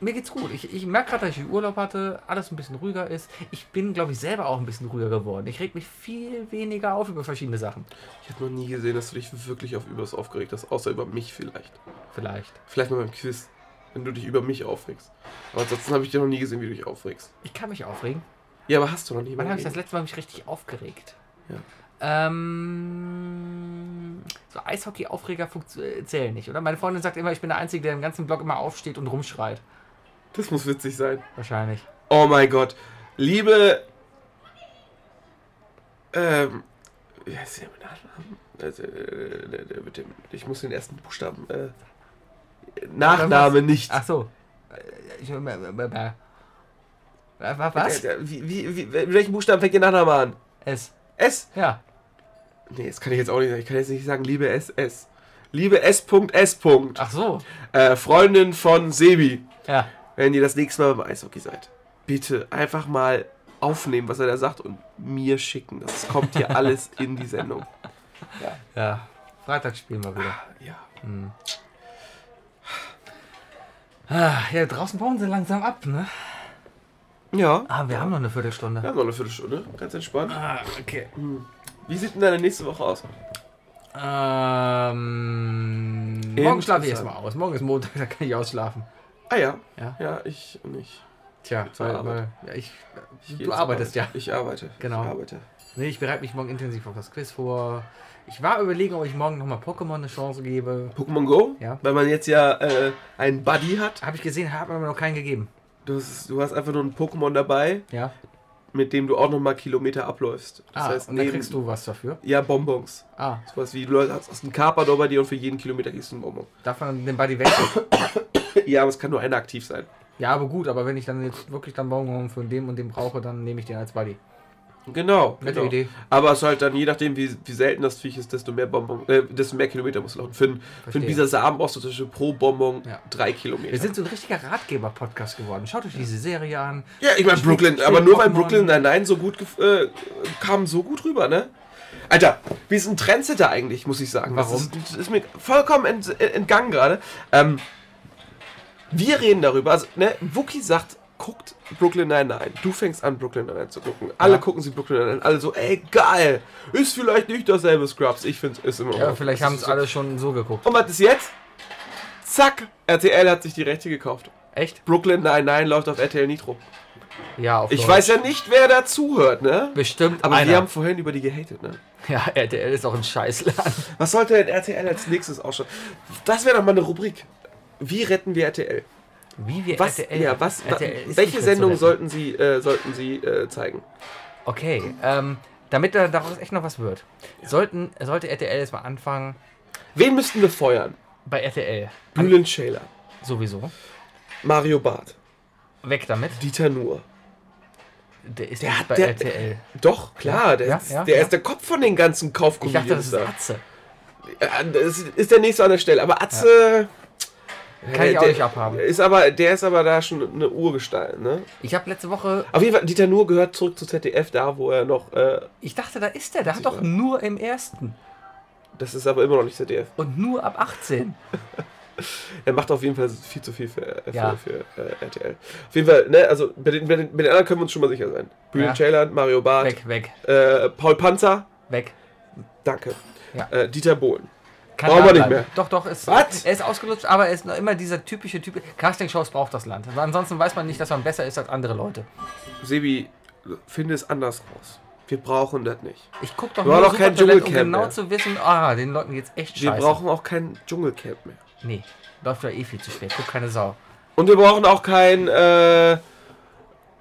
Mir geht's gut. Ich, ich merke gerade, dass ich Urlaub hatte, alles ein bisschen ruhiger ist. Ich bin, glaube ich, selber auch ein bisschen ruhiger geworden. Ich reg mich viel weniger auf über verschiedene Sachen.
ich habe noch nie gesehen, dass du dich wirklich auf übers aufgeregt hast, außer über mich vielleicht.
Vielleicht.
Vielleicht mal beim Quiz, wenn du dich über mich aufregst. Aber ansonsten habe ich dir noch nie gesehen, wie du dich aufregst.
Ich kann mich aufregen.
Ja, aber hast du noch nie.
Wann
mal
habe ich das
gesehen.
letzte Mal mich richtig aufgeregt?
Ja.
Ähm, so Eishockey-Aufreger funktio- äh, zählen nicht, oder? Meine Freundin sagt immer, ich bin der Einzige, der im ganzen Blog immer aufsteht und rumschreit.
das muss witzig sein.
Wahrscheinlich.
Oh mein Gott. Liebe. Ähm. Wie heißt der mit Nachnamen? Also, äh, der- der mit dem, ich muss den ersten Buchstaben. Äh, Nachname nicht.
Ach so. Äh, Ich, äh, äh, äh, äh, Äh, wa- Was?
Äh, Wie, wie, wie, mit welchem Buchstaben fängt Ihr Nachname an?
S.
S?
Ja.
Nee, das kann ich jetzt auch nicht sagen. Ich kann jetzt nicht sagen, liebe SS. Liebe S.S. Punkt.
Ach so.
Äh, Freundin von Sebi,
Ja.
wenn ihr das nächste Mal beim Eishockey seid. Bitte einfach mal aufnehmen, was er da sagt und mir schicken. Das kommt hier alles in die Sendung.
Ja. Freitag spielen wir wieder.
Ja.
Ah, ja, draußen bauen sie langsam ab, ne?
Ja.
Ah, wir haben noch eine Viertelstunde.
Wir haben noch eine Viertelstunde. Ganz entspannt.
Ah, okay.
Wie sieht denn deine nächste Woche aus?
Ähm, morgen schlafe ich erstmal aus. Morgen ist halt. Montag, da kann ich ausschlafen.
Ah ja.
Ja.
Ja, ich nicht.
Tja,
zur
weil,
Arbeit.
weil ja, ich,
Ich geh
du
zur
arbeitest ja.
Arbeit. Ich arbeite.
Genau.
Ich arbeite.
Nee, ich bereite mich morgen intensiv auf das Quiz vor. Ich war überlegen, ob ich morgen nochmal Pokémon eine Chance gebe.
Pokémon Go?
Ja.
Weil man jetzt ja äh, einen Buddy hat.
Habe ich gesehen, hat mir aber noch keinen gegeben.
Du hast, du hast einfach nur ein Pokémon dabei,
Ja.
mit dem du auch nochmal Kilometer abläufst.
Ah, und dann
neben-
kriegst du was dafür.
Ja, Bonbons.
Ah,
Sowas wie, du hast hast einen Carpador bei dir und für jeden Kilometer kriegst du einen Bonbon.
darf man den Buddy wechseln?
Ja, aber es kann nur einer aktiv sein.
ja, aber gut, aber wenn ich dann jetzt wirklich dann Bonbon von dem und dem brauche, dann nehme ich den als Buddy.
Genau.
Nette
genau.
Idee.
Aber es ist halt dann, je nachdem, wie, wie selten das Viech ist, desto mehr Bonbon, äh, desto mehr Kilometer musst du laufen. Für, einen- für einen
Verstehe.
Bisasam brauchst du zum Beispiel pro Bonbon
Ja.
drei
Wir
Kilometer.
sind so ein richtiger Ratgeber-Podcast geworden. Schaut euch diese Serie an.
Ja, ich meine, Brooklyn,
Spiel
aber nur weil
Pokémon.
Brooklyn nein, nein so gut gef- äh, kam so gut rüber, ne? Alter, wir sind ein Trendsetter eigentlich, muss ich sagen. Das
Warum?
ist, das ist mir vollkommen ent, entgangen gerade. Ähm, wir reden darüber. Also, ne, Wookie sagt, guckt Brooklyn Nine-Nine. Du fängst an, Brooklyn Nine-Nine zu gucken. Alle
Ja.
gucken sie Brooklyn Nine-Nine. Alle so, ey, geil. Ist vielleicht nicht dasselbe Scrubs. Ich finde, es ist immer
Ja,
noch-
vielleicht
es
haben
ist
es
so.
alle schon so geguckt.
Und was ist jetzt? Zack, RTL hat sich die Rechte gekauft.
Echt?
Brooklyn Nine-Nine läuft auf RTL Nitro.
Ja, auf
Ich
Deutsch.
weiß ja nicht, wer da zuhört, ne?
Bestimmt
Aber
einer.
wir haben vorhin über die gehatet, ne?
ja, RTL ist auch ein Scheißladen.
Was sollte denn RTL als nächstes ausschauen? Das wäre doch mal eine Rubrik. Wie retten wir RTL?
Wie wir
Was,
RTL.
ja, was,
RTL ist nicht
welche
mehr zu
Sendung
retten.
sollten Sie, äh, sollten Sie äh, zeigen?
Okay, ähm, damit da daraus echt noch was wird, sollten, sollte RTL jetzt mal anfangen
Wen müssten wir feuern?
bei RTL.
Bülent Schäler,
Sowieso.
Mario Barth,
Weg damit.
Dieter Nuhr.
Der ist
Der
nicht
hat-
bei
der-
RTL.
Doch, klar, der,
Ja,
ist,
ja,
der
ja.
ist der Kopf von den ganzen
Ich dachte, das
Kaufkomödiens.
ist Atze.
Das ist der nächste an der Stelle. Aber Atze.
Kann ich auch
Äh, der,
nicht abhaben.
Ist aber, der ist aber da schon eine Urgestalt, ne?
Ich habe letzte Woche,
Auf jeden Fall, Dieter Nuhr gehört zurück zu ZDF, da wo er noch. Äh,
ich dachte, da ist der. Der hat
Super.
doch nur im ersten
das ist aber immer noch nicht ZDF.
und nur ab 18.
Er macht auf jeden Fall viel zu viel für, äh,
Ja.
für, für äh, RTL. Auf jeden Fall, ne, also bei den, bei den, bei den anderen können wir uns schon mal sicher sein. Bülent
Ja.
Ceylan, Mario Barth,
Weg, weg,
äh, Paul Panzer,
weg.
danke.
Ja.
Äh, Dieter Bohlen.
Kann
Brauchen
da
wir nicht
bleiben.
mehr.
Doch, doch, ist,
Was?
er ist ausgelutscht, aber er ist noch immer dieser typische Typ. Castingshows braucht das Land. Weil Ansonsten weiß man nicht, dass man besser ist als andere Leute.
Sebi, finde es anders raus. Wir brauchen das nicht.
Ich guck doch
Wir brauchen auch kein
Supertalent, um
Dschungelcamp
genau
mehr.
zu wissen, ah, den Leuten geht's echt
Wir
scheiße.
brauchen auch kein Dschungelcamp mehr.
nee, läuft doch eh viel zu spät. Guck keine Sau.
Und wir brauchen auch kein äh,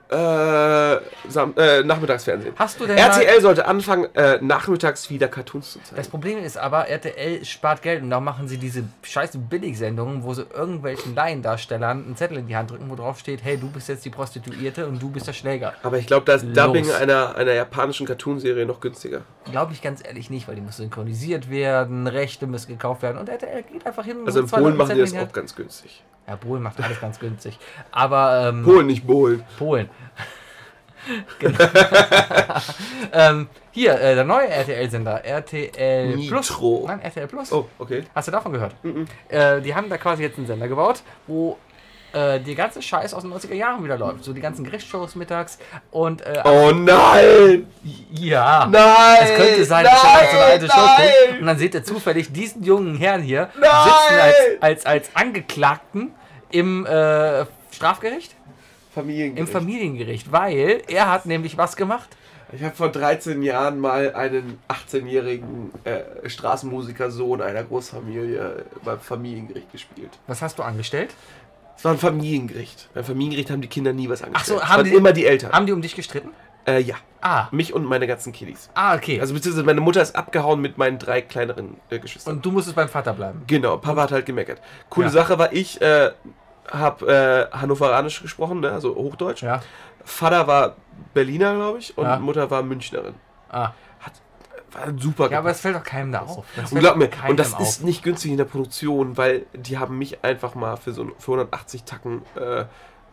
äh, Sam äh, Nachmittagsfernsehen.
Hast du denn mal,
RTL sollte anfangen, äh, nachmittags wieder Cartoons zu zeigen.
Das Problem ist aber, RTL spart Geld und da machen sie diese scheiße Billigsendungen, wo sie irgendwelchen Laiendarstellern einen Zettel in die Hand drücken, wo drauf steht, hey, du bist jetzt die Prostituierte und du bist der Schläger.
Aber ich glaube, da ist Dubbing
Los.
einer, einer japanischen Cartoonserie noch günstiger.
Glaube ich ganz ehrlich nicht, weil die muss synchronisiert werden, Rechte müssen gekauft werden und RTL geht einfach hin und
Also in
holt zwei, drei
Polen machen
Zettel
die
in
das
die Hand.
auch ganz günstig.
Ja, Polen macht alles ganz günstig. Aber ähm,
Polen, nicht Polen.
Polen. genau. ähm, hier, äh, der neue RTL-Sender, RTL
Nitro.
Plus. Nein, RTL Plus.
Oh, okay.
Hast du davon gehört? Äh, die haben da quasi jetzt einen Sender gebaut, wo äh, die ganze Scheiß aus den 90er Jahren wieder läuft. So die ganzen Gerichtsshows mittags und äh,
Oh nein!
ja.
Nein!
Es könnte sein, dass ihr so eine alte Show guckt und dann seht ihr zufällig diesen jungen Herrn hier sitzen als, als, als Angeklagten im äh, Strafgericht, im
Familiengericht.
Familiengericht, weil er hat nämlich was gemacht.
ich habe vor 13 Jahren mal einen 18-jährigen äh, Straßenmusikersohn einer Großfamilie beim Familiengericht gespielt.
Was hast du angestellt?
Es war ein Familiengericht. Beim Familiengericht haben die Kinder nie was angestellt.
so,
Es
haben
waren
die-
immer die Eltern.
Haben die um dich gestritten?
äh, ja,
Ah,
mich und meine ganzen Kiddies.
ah okay.
Also beziehungsweise meine Mutter ist abgehauen mit meinen drei kleineren äh, Geschwistern.
und du musstest beim Vater bleiben.
Genau, Papa hat halt gemeckert. Coole
Ja.
Sache war, ich äh, habe äh, Hannoveranisch gesprochen, ne? also Hochdeutsch.
Ja.
Vater war Berliner, glaube ich, und
Ja.
Mutter war Münchnerin.
Ah.
War super
Ja, aber
gepasst.
es fällt doch keinem da auf. Das
und
fällt
glaub mir,
keinem
und das
auf.
ist nicht günstig in der Produktion, weil die haben mich einfach mal für so ein- für 180 Tacken äh,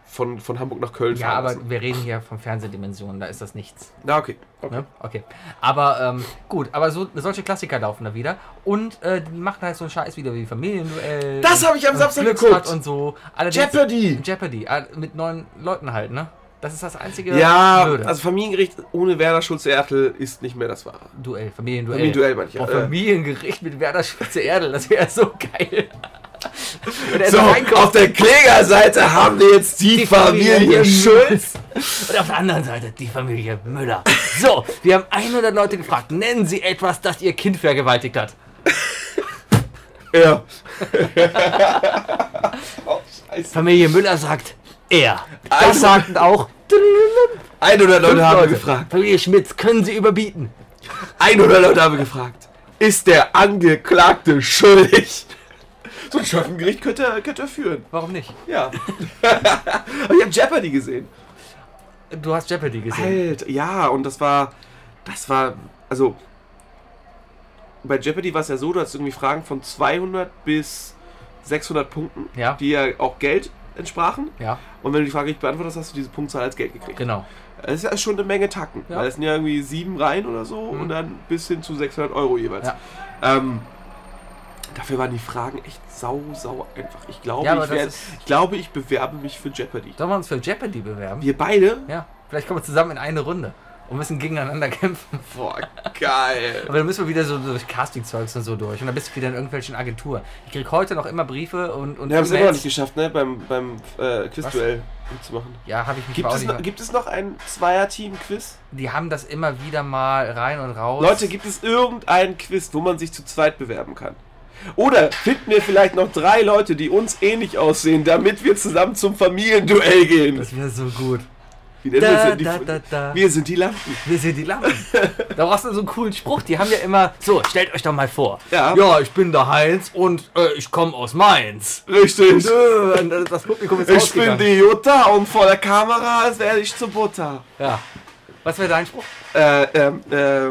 von, von Hamburg nach Köln
Ja,
fahren
aber
lassen.
wir reden hier von Fernsehdimensionen, da ist das nichts.
Na, okay. okay.
Ne? Okay. Aber ähm, gut, aber so, solche Klassiker laufen da wieder. Und äh, die machen halt so einen Scheiß wieder wie Familienduell.
Das hab ich am
und
Samstag
Glücksrad
geguckt.
Und so. Allerdings-
Jeopardy!
Jeopardy. ah, Mit neun Leuten halt, ne? Das ist das einzige
Ja,
Blöde.
also Familiengericht ohne Werner Schulze-Ertel ist nicht mehr das wahre.
Duell, Familienduell.
Familienduell meine ich, ja.
Boah,
Äh.
Familiengericht mit Werder Schulze Erdel, das wäre so geil. Wenn er
So,
so reinkommt
auf der Klägerseite haben wir jetzt die,
Die
Familie,
Familie
Schulz.
und auf der anderen Seite die Familie Müller. So, wir haben 100 Leute gefragt, nennen Sie etwas, das Ihr Kind vergewaltigt hat.
Ja. oh, scheiße.
Familie Müller sagt er.
Also-
Das sagten auch
100 Leute haben wir
Leute.
gefragt.
Familie Schmitz, können Sie überbieten?
100 Leute haben wir gefragt. Ist der Angeklagte schuldig? So ein Schöffengericht könnte, er- könnte er führen.
Warum nicht?
Ja. Aber ich habe Jeopardy gesehen.
Du hast Jeopardy gesehen.
Alter, ja, und das war. Das war. Also. Bei Jeopardy war es ja so, du hast irgendwie Fragen von 200 bis 600 Punkten,
Ja.
die ja auch Geld entsprachen.
Ja,
Und wenn du die Frage nicht beantwortest, hast du diese Punktzahl als Geld gekriegt.
genau.
Das ist ja schon eine Menge Tacken.
Ja.
Weil es sind ja irgendwie sieben Reihen oder so
Mhm.
und dann bis hin zu 600 Euro jeweils.
Ja.
Ähm, dafür waren die Fragen echt sau, sau einfach. Ich glaube,
Ja, aber
ich,
das
werd,
ist-
ich glaube, ich bewerbe mich für Jeopardy.
Sollen wir uns für Jeopardy bewerben?
Wir beide?
Ja, vielleicht kommen wir zusammen in eine Runde und müssen gegeneinander kämpfen.
Boah, geil.
Aber dann müssen wir wieder so durch Casting-Zeugs und so durch. Und dann bist du wieder in irgendwelchen Agenturen. Ich krieg heute noch immer Briefe und. und
Wir haben es immer noch
E-Mails.
nicht geschafft, ne, beim, beim äh, Quizduell mitzumachen.
Ja, habe ich mich
Gibt
aber auch
es, noch,
nicht.
gibt es noch ein Zweier-Team-Quiz?
Die haben das immer wieder mal rein und raus.
Leute, gibt es irgendeinen Quiz, wo man sich zu zweit bewerben kann? Oder finden wir vielleicht noch drei Leute, die uns ähnlich aussehen, damit wir zusammen zum Familienduell gehen?
Das wäre so gut.
Wie nennen
Da,
wir
da,
es denn? Die-
da, da.
Wir sind die Lampen.
Wir sind die Lampen. da brauchst du so einen coolen Spruch. Die haben ja immer. So, stellt euch doch mal vor.
Ja.
ich bin der Heinz und äh, ich komme aus Mainz.
Richtig.
Nö, und Das Publikum ist
Ich bin
rausgegangen.
die Jutta und vor der Kamera werde ich zu Butter.
Ja. Was wäre dein Spruch?
Äh, ähm, äh,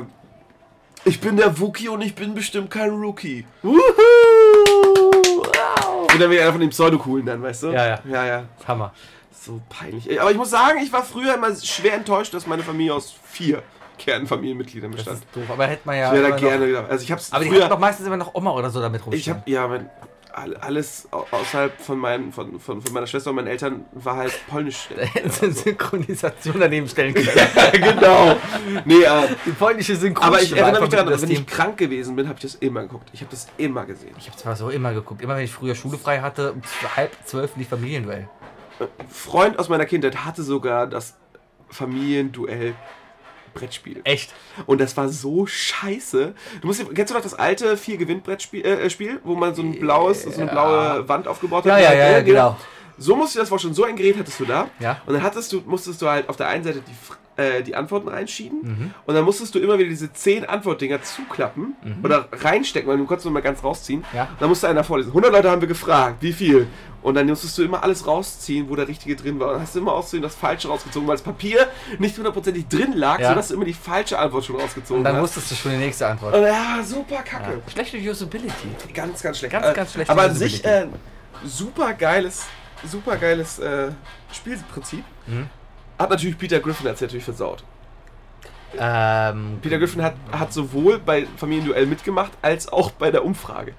ich bin der Wookie und ich bin bestimmt kein Rookie.
Wuhu! Wow!
Und dann wäre einer von den Pseudocoolen dann, weißt du?
Ja, ja.
Ja, ja.
Hammer.
So peinlich. Ey, Aber ich muss sagen, ich war früher immer schwer enttäuscht, dass meine Familie aus vier Kernfamilienmitgliedern
Das
bestand.
ist doof, aber hätte man ja.
Ich wäre da
immer noch-
gerne wieder. Also ich hab's
Aber die hatten
früher.
doch meistens immer noch Oma oder so damit rumstehen.
ich hab ja mein, all- alles au- außerhalb von meinem von, von, von meiner Schwester und meinen Eltern war halt polnisch.
hätten sie eine Synchronisation daneben stellen können.
genau. Nee, äh,
Die polnische Synchro.
aber ich erinnere mich daran,
das
dass wenn
Team.
ich krank gewesen bin, habe ich das immer geguckt. Ich habe das immer gesehen.
Ich habe zwar so immer geguckt, immer wenn ich früher Schule frei hatte, um halb zwölf lief Familienduell.
Freund aus meiner Kindheit hatte sogar das Familienduell Brettspiel.
Echt?
Und das war so scheiße. Du musst, dir- kennst du noch das alte vier gewinn brettspiel äh, äh, Spiel, wo man so ein blaues, so eine
Ja.
blaue Wand aufgebaut
Ja,
hat?
ja, ja, ja, genau.
So musst du dir das vorstellen. So ein Gerät hattest du da.
Ja.
Und dann hattest du, musstest du halt auf der einen Seite die, Fr- äh, die Antworten reinschieben.
Mhm.
Und dann musstest du immer wieder diese zehn Antwortdinger zuklappen oder reinstecken, weil du konntest nur mal ganz rausziehen.
Mhm. Ja.
Und dann musste einer vorlesen. 100 Leute haben wir gefragt. Wie viel? Und dann musstest du immer alles rausziehen, wo der Richtige drin war. Und hast immer aussehen das Falsche rausgezogen, weil das Papier nicht hundertprozentig drin lag,
Ja.
sodass du immer die falsche Antwort schon rausgezogen
Und dann
hast.
wusstest du schon die nächste Antwort.
Und ja, super kacke.
Schlechte Usability.
Ganz, ganz schlecht.
Ganz,
Äh,
ganz schlecht
Aber an
Usability.
sich äh, super geiles, super geiles äh, Spielprinzip.
Mhm.
Hat natürlich Peter Griffin hat's natürlich versaut.
Ähm,
Peter Griffin hat, hat sowohl bei Familienduell mitgemacht, als auch bei der Umfrage.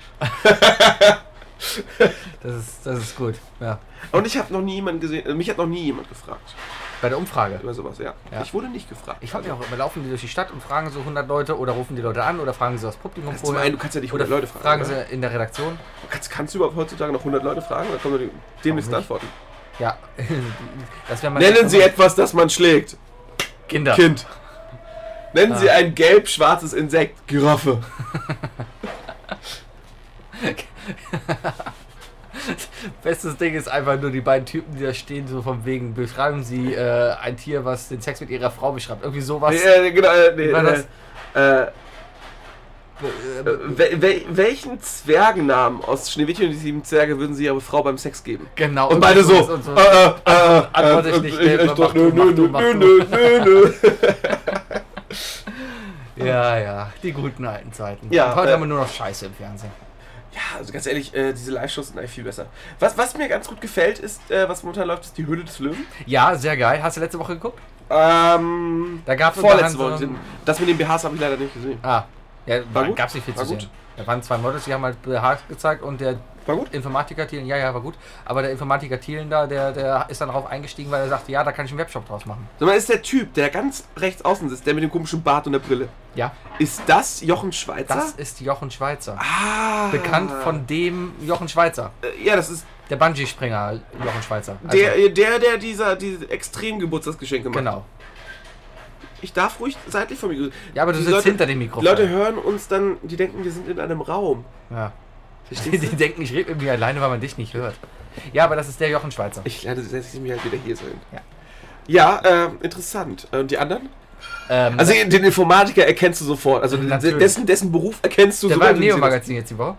das ist, das ist gut. Ja.
Und ich habe noch nie jemanden gesehen, äh, mich hat noch nie jemand gefragt
Bei der Umfrage.
über sowas, ja.
Ja.
Ich wurde nicht gefragt.
Ich frage mich auch, immer, laufen die durch die Stadt und fragen so 100 Leute oder rufen die Leute an oder fragen sie aus Publikum
Also zum einen, du kannst ja nicht
oder
100 Leute fragen.
fragen
oder?
sie in der Redaktion.
kannst, kannst du überhaupt heutzutage noch 100 Leute fragen? Oder kommen wir demnächst
nicht?
antworten?
Ja, das wäre mal
Nennen Sie etwas, das man schlägt.
Kinder.
Kind. Nennen
Ah.
Sie ein gelb-schwarzes Insekt. Giraffe.
Bestes Ding ist einfach nur die beiden Typen, die da stehen, so von wegen, beschreiben sie äh, ein Tier, was
äh,
den Sex mit ihrer Frau beschreibt. Irgendwie sowas.
Nee, äh, genau, äh, nee,
War
äh, äh, Wel wel welchen Zwergennamen aus Schneewittchen und die sieben Zwerge würden sie ihre Frau beim Sex geben?
Genau.
Und beide so.
und so.
äh, äh, äh,
Antworte
äh,
ich nicht,
äh,
ne?
ich
Mach
doch,
du,
nö,
mach
nö,
du, mach
nö,
du.
nö, nö, nö.
Ja, ja, die guten alten Zeiten.
Ja,
Und heute
äh,
haben wir nur noch Scheiße im Fernsehen.
Ja, also ganz ehrlich, äh, diese Live-Shows sind eigentlich viel besser. Was, was mir ganz gut gefällt, ist, äh, was momentan läuft, ist die Höhle des Löwen.
Ja, sehr geil. Hast du letzte Woche geguckt?
Ähm,
Da gab's unter
vorletzte Woche.
anderem-
Das mit den BHs habe ich leider nicht gesehen.
Ah, ja,
War
war
gut?
gab's nicht viel
War
zu
gut?
sehen. Da waren zwei Models, die haben halt behaart gezeigt und der
War gut?
Informatiker Thielen, ja, ja, war gut. Aber der Informatiker Thielen da, der, der ist dann darauf eingestiegen, weil er sagte, ja, da kann ich einen Webshop draus machen.
Sag mal, ist der Typ, der ganz rechts außen sitzt, der mit dem komischen Bart und der Brille.
Ja,
Ist das Jochen Schweizer?
das ist Jochen Schweizer.
ah,
Bekannt von dem Jochen Schweizer.
Äh, ja, das ist
Der Bungee-Springer Jochen Schweizer. Also,
der, äh, der, der dieser, diese extrem Geburtstagsgeschenke macht.
Genau.
Ich darf ruhig seitlich von mir grüßen.
Ja, aber du
Die
sitzt
Leute-
hinter dem
Die
Mikrofon.
Leute hören uns dann, die denken, wir sind in einem Raum.
ja. die,
Verstehst
die
du?
denken, ich rede mit mir alleine, weil man dich nicht hört. Ja, aber das ist der Jochen Schweizer.
Ich lerne, dass ich mich halt wieder hier sein.
Ja.
Ja, äh, interessant. Äh, Und die anderen?
Ähm,
Also den Informatiker erkennst du sofort. Also
Natürlich.
dessen, dessen Beruf erkennst du
der
sogar,
war im
wenn du sie-
Neo-Magazin jetzt die Woche.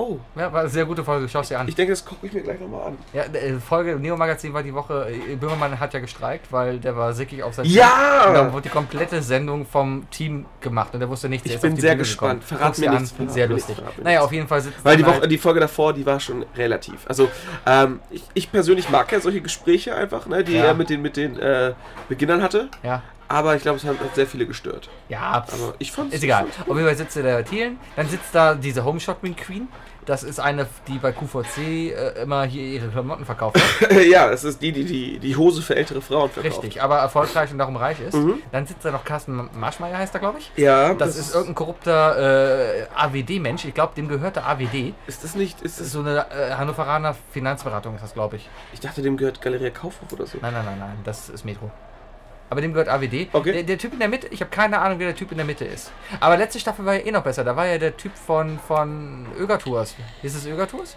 Oh,
Ja, war eine sehr gute Folge, schau es dir an.
ich denke, das gucke ich mir gleich nochmal an.
Ja, äh, Folge im Neo-Magazin war die Woche, äh, Böhmermann hat ja gestreikt, weil der war sickig auf sein Team. Und dann
Ja!
wurde die komplette Sendung vom Team gemacht und er wusste nichts.
Ich
er ist
bin
auf die
sehr
Bühne
gespannt.
gekommen.
Verrat
Guck's
mir
dir
nichts,
An.
verrat
Sehr
mir
lustig.
nichts, verrat mir
Naja,
nichts.
auf jeden Fall sitzt
Weil die,
dann
Woche, die Folge davor, die war schon relativ. Also, ähm, ich, ich persönlich mag ja solche Gespräche einfach, ne, die
Ja.
er mit den, mit den äh, Beginnern hatte.
Ja,
Aber ich glaube, es haben sehr viele gestört.
ja pff,
Aber ich fand's.
ist egal. Auf jeden Fall sitzt da der Thielen, dann sitzt da diese Homeshot Wing Queen. Das ist eine, die bei QVC äh, immer hier ihre Klamotten verkauft hat.
ja, es ist die, die, die die Hose für ältere Frauen verkauft.
Richtig, aber erfolgreich und darum reich ist.
Mhm.
Dann sitzt da noch Carsten Marschmeier, heißt er, glaube ich.
Ja,
Das ist irgendein korrupter äh, AWD-Mensch. Ich glaube, dem gehört der AWD.
Ist das nicht. Ist
Das ist so
das,
eine äh, Hannoveraner Finanzberatung, ist das, glaube ich.
ich dachte, dem gehört Galeria Kaufhof oder so.
Nein, nein, nein, nein, das ist Metro. Aber dem gehört AWD.
Okay.
Der, der Typ in der Mitte, ich habe keine Ahnung, wer der Typ in der Mitte ist. Aber letzte Staffel war ja eh noch besser. Da war ja der Typ von, von Ögertours. Ist es Ögertours?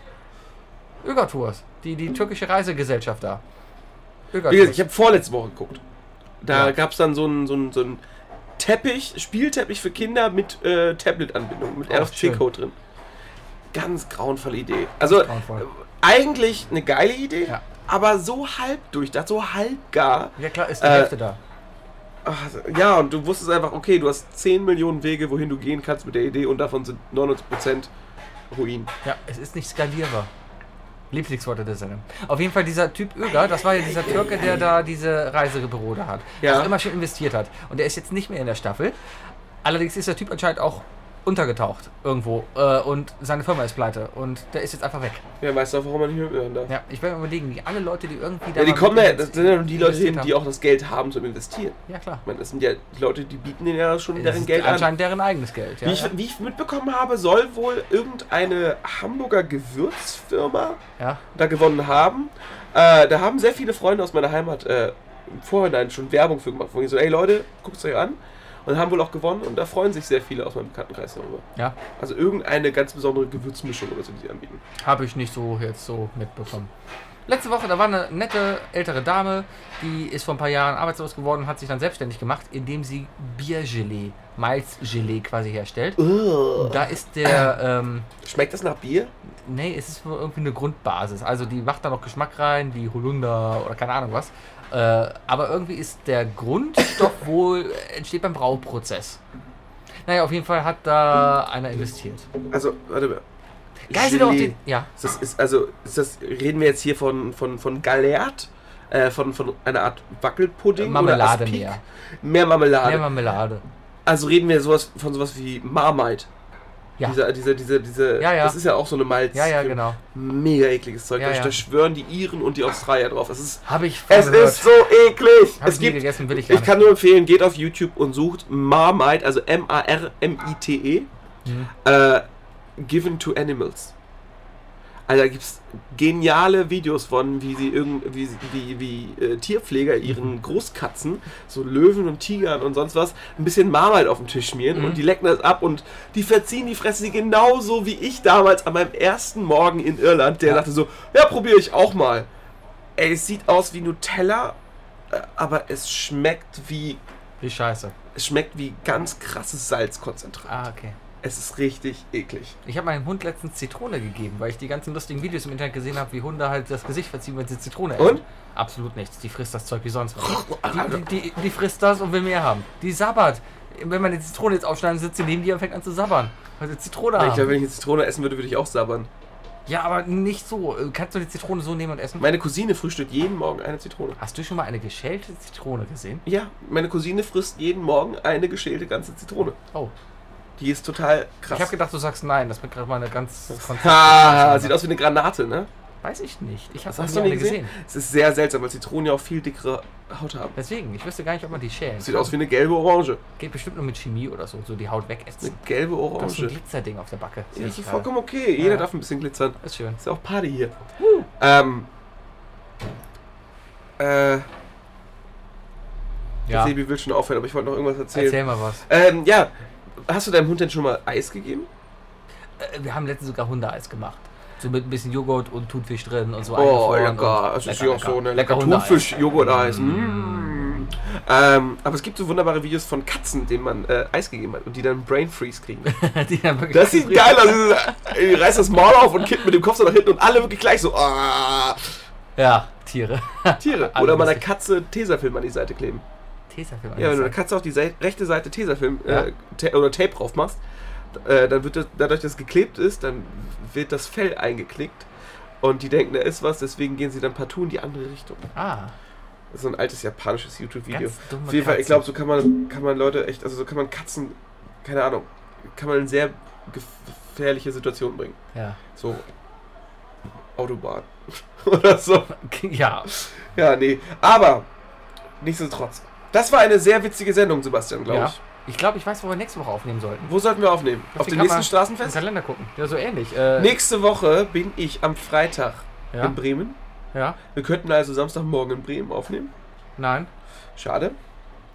Ögertours. Die, die türkische Reisegesellschaft da.
Wie gesagt,
Ögertours.
ich habe vorletzte Woche geguckt. Da
Ja.
gab's gab es dann so einen so einen- so einen Teppich, Spielteppich für Kinder mit äh, Tablet-Anbindung, mit
Oh,
RFC-Code drin. Ganz grauenvolle Idee. Also
Grauenvoll.
äh, eigentlich eine geile Idee,
Ja.
aber so halb durchdacht, so halbgar.
Ja klar, ist die
Äh,
Hälfte da.
Ach, ja, und du wusstest einfach, okay, du hast 10 Millionen Wege, wohin du gehen kannst mit der Idee und davon sind 99% Ruin.
Ja, es ist nicht skalierbar. Lieblingsworte der Sendung. Auf jeden Fall dieser Typ Öger, das war ja dieser Türke, der da diese Reisebüro da hat.
Ja.
Ja. Der immer schon investiert hat. Und der ist jetzt nicht mehr in der Staffel. Allerdings ist der Typ anscheinend auch untergetaucht irgendwo. Äh, und seine Firma ist pleite. Und der ist jetzt einfach weg.
Wer weiß doch, warum man nicht mitmachen darf. Ja,
Ja, ich werde mir überlegen, die alle Leute, die irgendwie da.
die
mal
kommen ja,
mit-
das sind ja nur die Leute,
investiert
die auch das Geld haben zum Investieren.
Ja, klar.
Ich meine, das sind ja die Leute, die bieten denen ja schon
Das
deren
ist
Geld an.
anscheinend deren eigenes Geld. Ja,
wie, ich,
ja.
wie ich mitbekommen habe, soll wohl irgendeine Hamburger Gewürzfirma
ja.
da gewonnen haben. Äh, da haben sehr viele Freunde aus meiner Heimat äh, im Vorhinein schon Werbung für gemacht. Wo ich so, ey Leute, guckt es euch an. Und haben wohl auch gewonnen und da freuen sich sehr viele aus meinem Bekanntenkreis darüber.
ja.
Also irgendeine ganz besondere Gewürzmischung oder so, die sie anbieten.
Habe ich nicht so jetzt so mitbekommen. Letzte Woche, da war eine nette ältere Dame, die ist vor ein paar Jahren arbeitslos geworden und hat sich dann selbstständig gemacht, indem sie Biergelee, Malzgelee quasi herstellt. Und da ist der, ähm,
Schmeckt das nach Bier?
nee, es ist nur irgendwie eine Grundbasis. Also die macht da noch Geschmack rein, die Holunder oder keine Ahnung was. Äh, aber irgendwie ist der Grundstoff wohl, äh, entsteht beim Brauprozess. Naja, auf jeden Fall hat da einer investiert.
Also, warte mal.
Geil sind auch
Gelee.
den, ja.
Ist das, ist, also, ist das, reden wir jetzt hier von, von, von Galert? Äh, von, von einer Art Wackelpudding?
Marmelade
Aspik?
mehr.
Mehr Marmelade.
Mehr Marmelade.
also reden wir sowas, von sowas wie Marmite.
Ja.
Dieser, dieser, dieser, diese,
Ja, ja.
Das ist ja auch so eine Malz.
Ja, ja, genau.
Mega ekliges Zeug.
Ja,
da,
ja.
da schwören die Iren und die Australier drauf. Es ist,
Habe ich von
es
gehört.
ist so eklig.
Hab
es
ich nie
gibt,
gegessen, will ich gar
ich
nicht.
kann nur empfehlen, geht auf YouTube und sucht Marmite, also M-A-R-M-I-T-E,
Mhm.
E. äh, Given to Animals. Also da gibt es geniale Videos von, wie sie irgend, wie, sie- wie, wie äh, Tierpfleger
Mhm.
ihren Großkatzen, so Löwen und Tigern und sonst was, ein bisschen Marmite auf den Tisch schmieren
Mhm.
und die lecken das ab und die verziehen die Fresse genauso wie ich damals an meinem ersten Morgen in Irland, der
Ja.
dachte so, ja, probiere ich auch mal. Ey, es sieht aus wie Nutella, äh, aber es schmeckt wie
Wie scheiße.
es schmeckt wie ganz krasses Salzkonzentrat.
Ah, okay.
Es ist richtig eklig.
Ich habe meinem Hund letztens Zitrone gegeben, weil ich die ganzen lustigen Videos im Internet gesehen habe, wie Hunde halt das Gesicht verziehen, wenn sie Zitrone essen.
Und?
Absolut nichts. Die frisst das Zeug wie sonst was. Die, die, die, die frisst das und will mehr haben. Die sabbert. Wenn man eine Zitrone jetzt aufschneiden sitzt sie neben dir und fängt an zu sabbern. Weil sie Zitrone
Ich glaube,
haben.
wenn ich eine Zitrone essen würde, würde ich auch sabbern.
Ja, aber nicht so. Äh, Kannst du die Zitrone so nehmen und essen?
Meine Cousine frühstückt jeden Morgen eine Zitrone.
Hast du schon mal eine geschälte Zitrone gesehen?
Ja, meine Cousine frisst jeden Morgen eine geschälte ganze Zitrone.
Oh.
Die ist total krass.
Ich habe gedacht, du sagst nein. Das wird gerade mal eine ganz.
ha, sieht aus wie eine Granate, ne?
Weiß ich nicht. Ich habe
Das hast du nie gesehen? Es ist sehr seltsam, weil Zitronen ja auch viel dickere Haut haben.
Deswegen, ich wüsste gar nicht, ob man die schält.
Sieht aus wie eine gelbe Orange.
Geht bestimmt nur mit Chemie oder so, so die Haut
Eine
wegätzen.
gelbe
Das ist ein
Orange.
Glitzerding auf der Backe.
Ja,
sehe
das
ich
ist
gerade.
vollkommen okay. Jeder
Ja.
darf ein bisschen glitzern.
Ist schön.
Ist ja auch Party hier. Ähm. Äh,
Ja.
Sebi will schon aufhören, aber ich wollte noch irgendwas erzählen.
Erzähl mal was.
Ähm, ja. Hast du deinem Hund denn schon mal Eis gegeben?
Äh, Wir haben letztens sogar Hundeeis gemacht. So mit ein bisschen Joghurt und Thunfisch drin und so.
Oh,
eingefroren
lecker.
und-
Es ist ja auch so eine lecker Mhm.
Lecker Hundeeis.
Thunfisch-Joghurt-Eis. Mm. Ähm, aber es gibt so wunderbare Videos von Katzen, denen man äh, Eis gegeben hat und die dann Brain Freeze kriegen.
Die dann wirklich
Das sieht geil aus. Dieses, äh, die reißt das Maul auf und kippt mit dem Kopf so nach hinten und alle wirklich gleich so. Ah,
Ja, Tiere.
Tiere.
Alle
Oder meiner
lustig.
Katze Tesafilm an die Seite kleben.
Tesafilm.
Ja, wenn du
angezeigt.
der Katze auf die Sei- rechte Seite Tesafilm
Ja.
äh, ta oder Tape drauf machst, äh, dann wird das, dadurch, dass es geklebt ist, dann wird das Fell eingeklickt und die denken, da ist was, deswegen gehen sie dann partout in die andere Richtung.
Ah,
Das ist so ein altes japanisches YouTube-Video.
Ganz dumme
Auf jeden Fall,
Katzen.
ich glaube, so kann man, kann man Leute echt, also so kann man Katzen, keine Ahnung, kann man in sehr gefährliche Situationen bringen.
ja.
So Autobahn oder so.
Ja,
Ja, nee. Aber nichtsdestotrotz. Das war eine sehr witzige Sendung, Sebastian, glaube
Ja.
ich.
ich glaube, ich weiß, wo wir nächste Woche aufnehmen sollten.
Wo sollten wir aufnehmen? Auf,
Auf die
dem nächsten
Kammer. Im
Straßenfest?
Kalender gucken. Ja, so ähnlich. Äh,
Nächste Woche bin ich am Freitag
Ja,
in Bremen.
ja,
Wir könnten also Samstagmorgen in Bremen aufnehmen.
nein,
Schade.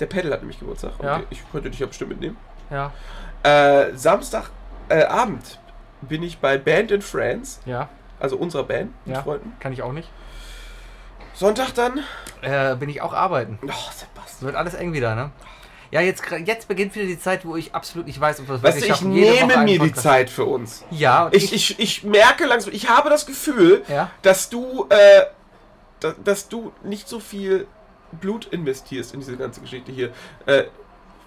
Der Pedal hat nämlich Geburtstag.
Ja.
Und ich könnte dich ja bestimmt mitnehmen.
ja,
Äh, Samstagabend äh, Abend bin ich bei Band in Friends,
ja,
also unserer Band mit
Ja.
Freunden.
kann ich auch nicht.
Sonntag dann.
Äh, bin ich auch arbeiten.
Oh, Sebastian.
Es wird alles eng wieder, ne? Ja, jetzt, gra- jetzt beginnt wieder die Zeit, wo ich absolut nicht weiß, ob wir es
Weißt du,
wirklich
ich
schaffen, jede Woche
nehme
einen
mir die
Podcast-
Zeit für uns.
Ja, und
Ich, ich, ich merke langsam, ich habe das Gefühl,
ja,
dass du, äh, da, dass du nicht so viel Blut investierst in diese ganze Geschichte hier. Äh,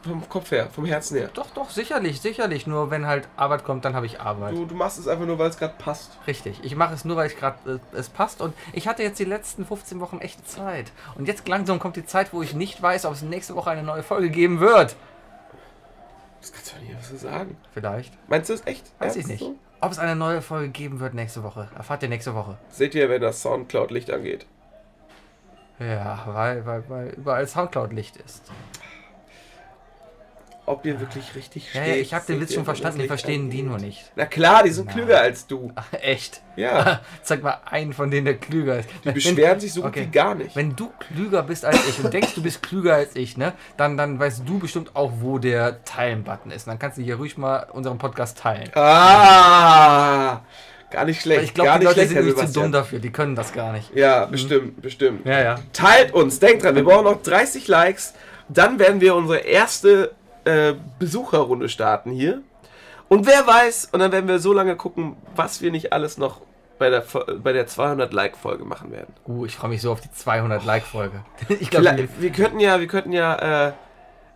vom Kopf her, vom Herzen her.
doch, doch, sicherlich, sicherlich. Nur wenn halt Arbeit kommt, dann habe ich Arbeit.
Du, du machst es einfach nur, weil es gerade passt.
Richtig. Ich mache es nur, weil ich gerade äh, es passt. Und ich hatte jetzt die letzten 15 Wochen echt Zeit. Und jetzt langsam kommt die Zeit, wo ich nicht weiß, ob es nächste Woche eine neue Folge geben wird.
Das kannst du doch nicht so sagen.
Vielleicht.
Meinst du das echt?
Weiß ich
Ernst
nicht.
so?
Ob es eine neue Folge geben wird nächste Woche. Erfahrt ihr nächste Woche.
Seht ihr, wenn das Soundcloud-Licht angeht.
Ja, weil, weil, weil überall Soundcloud-Licht ist.
Ob ihr wirklich richtig
Ja,
steht.
ja, ich habe den
seht
Witz
ihr,
schon
wenn das
verstanden. Die
Licht
verstehen die
angeht.
nur nicht.
Na klar, die sind
Nein.
klüger als du.
Ach, echt.
Ja.
Zeig mal einen von denen, der klüger ist.
Die beschweren sich so gut
okay.
wie gar nicht.
Wenn du klüger bist als ich und denkst, du bist klüger als ich, ne, dann, dann weißt du bestimmt auch, wo der Teilen-Button ist. Dann kannst du hier ruhig mal unseren Podcast teilen.
Ah! Gar nicht schlecht.
Weil ich glaube,
gar
die Leute
nicht schlecht,
sind
Herr
nämlich zu
Sebastian.
dumm dafür. Die können das gar nicht.
Ja, bestimmt, bestimmt.
Ja, ja.
Teilt uns, denkt dran, wir brauchen noch 30 Likes, dann werden wir unsere erste äh, Besucherrunde starten hier. Und wer weiß, und dann werden wir so lange gucken, was wir nicht alles noch bei der, Fo- bei der 200-Like-Folge machen werden.
Uh, ich freue mich so auf die 200-Like-Folge. Ich glaube,
Vielleicht, wir könnten ja, wir könnten ja, äh,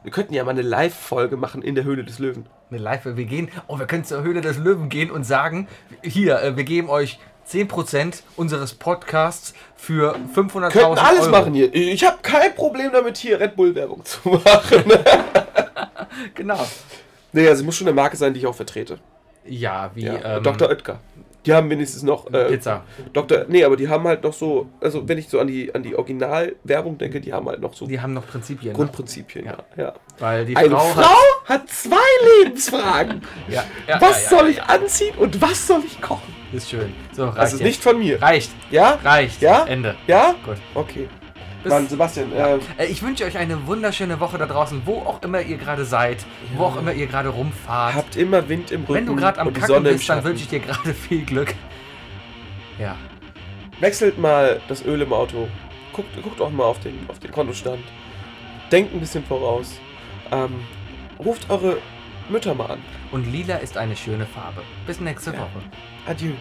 wir könnten ja mal eine Live-Folge machen in der Höhle des Löwen.
eine live wir gehen. Oh, wir können zur Höhle des Löwen gehen und sagen, hier, äh, wir geben euch 10% unseres Podcasts für 500.000
Könnten alles
Euro.
machen hier. Ich habe kein Problem damit, hier Red Bull-Werbung zu machen.
Genau.
nee, also es muss schon eine Marke sein, die ich auch vertrete.
Ja, wie
Ja,
ähm,
Dr. Oetker. Die haben wenigstens noch. Äh,
Pizza.
Dr. Nee, aber die haben halt noch so. Also, wenn ich so an die, an die Originalwerbung denke, die haben halt noch so
Die haben noch Prinzipien. Ne?
Grundprinzipien. Ja. Ja.
Weil die
Eine
Frau,
Frau,
hat.
hat, zwei Lebensfragen:
Ja, ja,
Was
ja, ja,
soll ich
ja,
anziehen und was soll ich kochen?
Ist schön. So, reicht.
Das ist
jetzt.
nicht von mir.
Reicht,
Ja?
reicht.
Ja?
Ende.
Ja?
Gut.
Okay.
Bis-
Mann, Sebastian, äh,
Äh, Ich wünsche euch eine wunderschöne Woche da draußen, wo auch immer ihr gerade seid, wo auch immer ihr gerade rumfahrt.
habt immer Wind im Rücken.
Wenn du gerade am
und die
Kacken
Sonne im
bist, dann
Schatten.
wünsche ich dir gerade viel Glück. Ja.
Wechselt mal das Öl im Auto. Guckt, guckt auch mal auf den, auf den Kontostand. Denkt ein bisschen voraus. Ähm, ruft eure Mütter mal an.
Und lila ist eine schöne Farbe. Bis nächste Woche.
Adieu.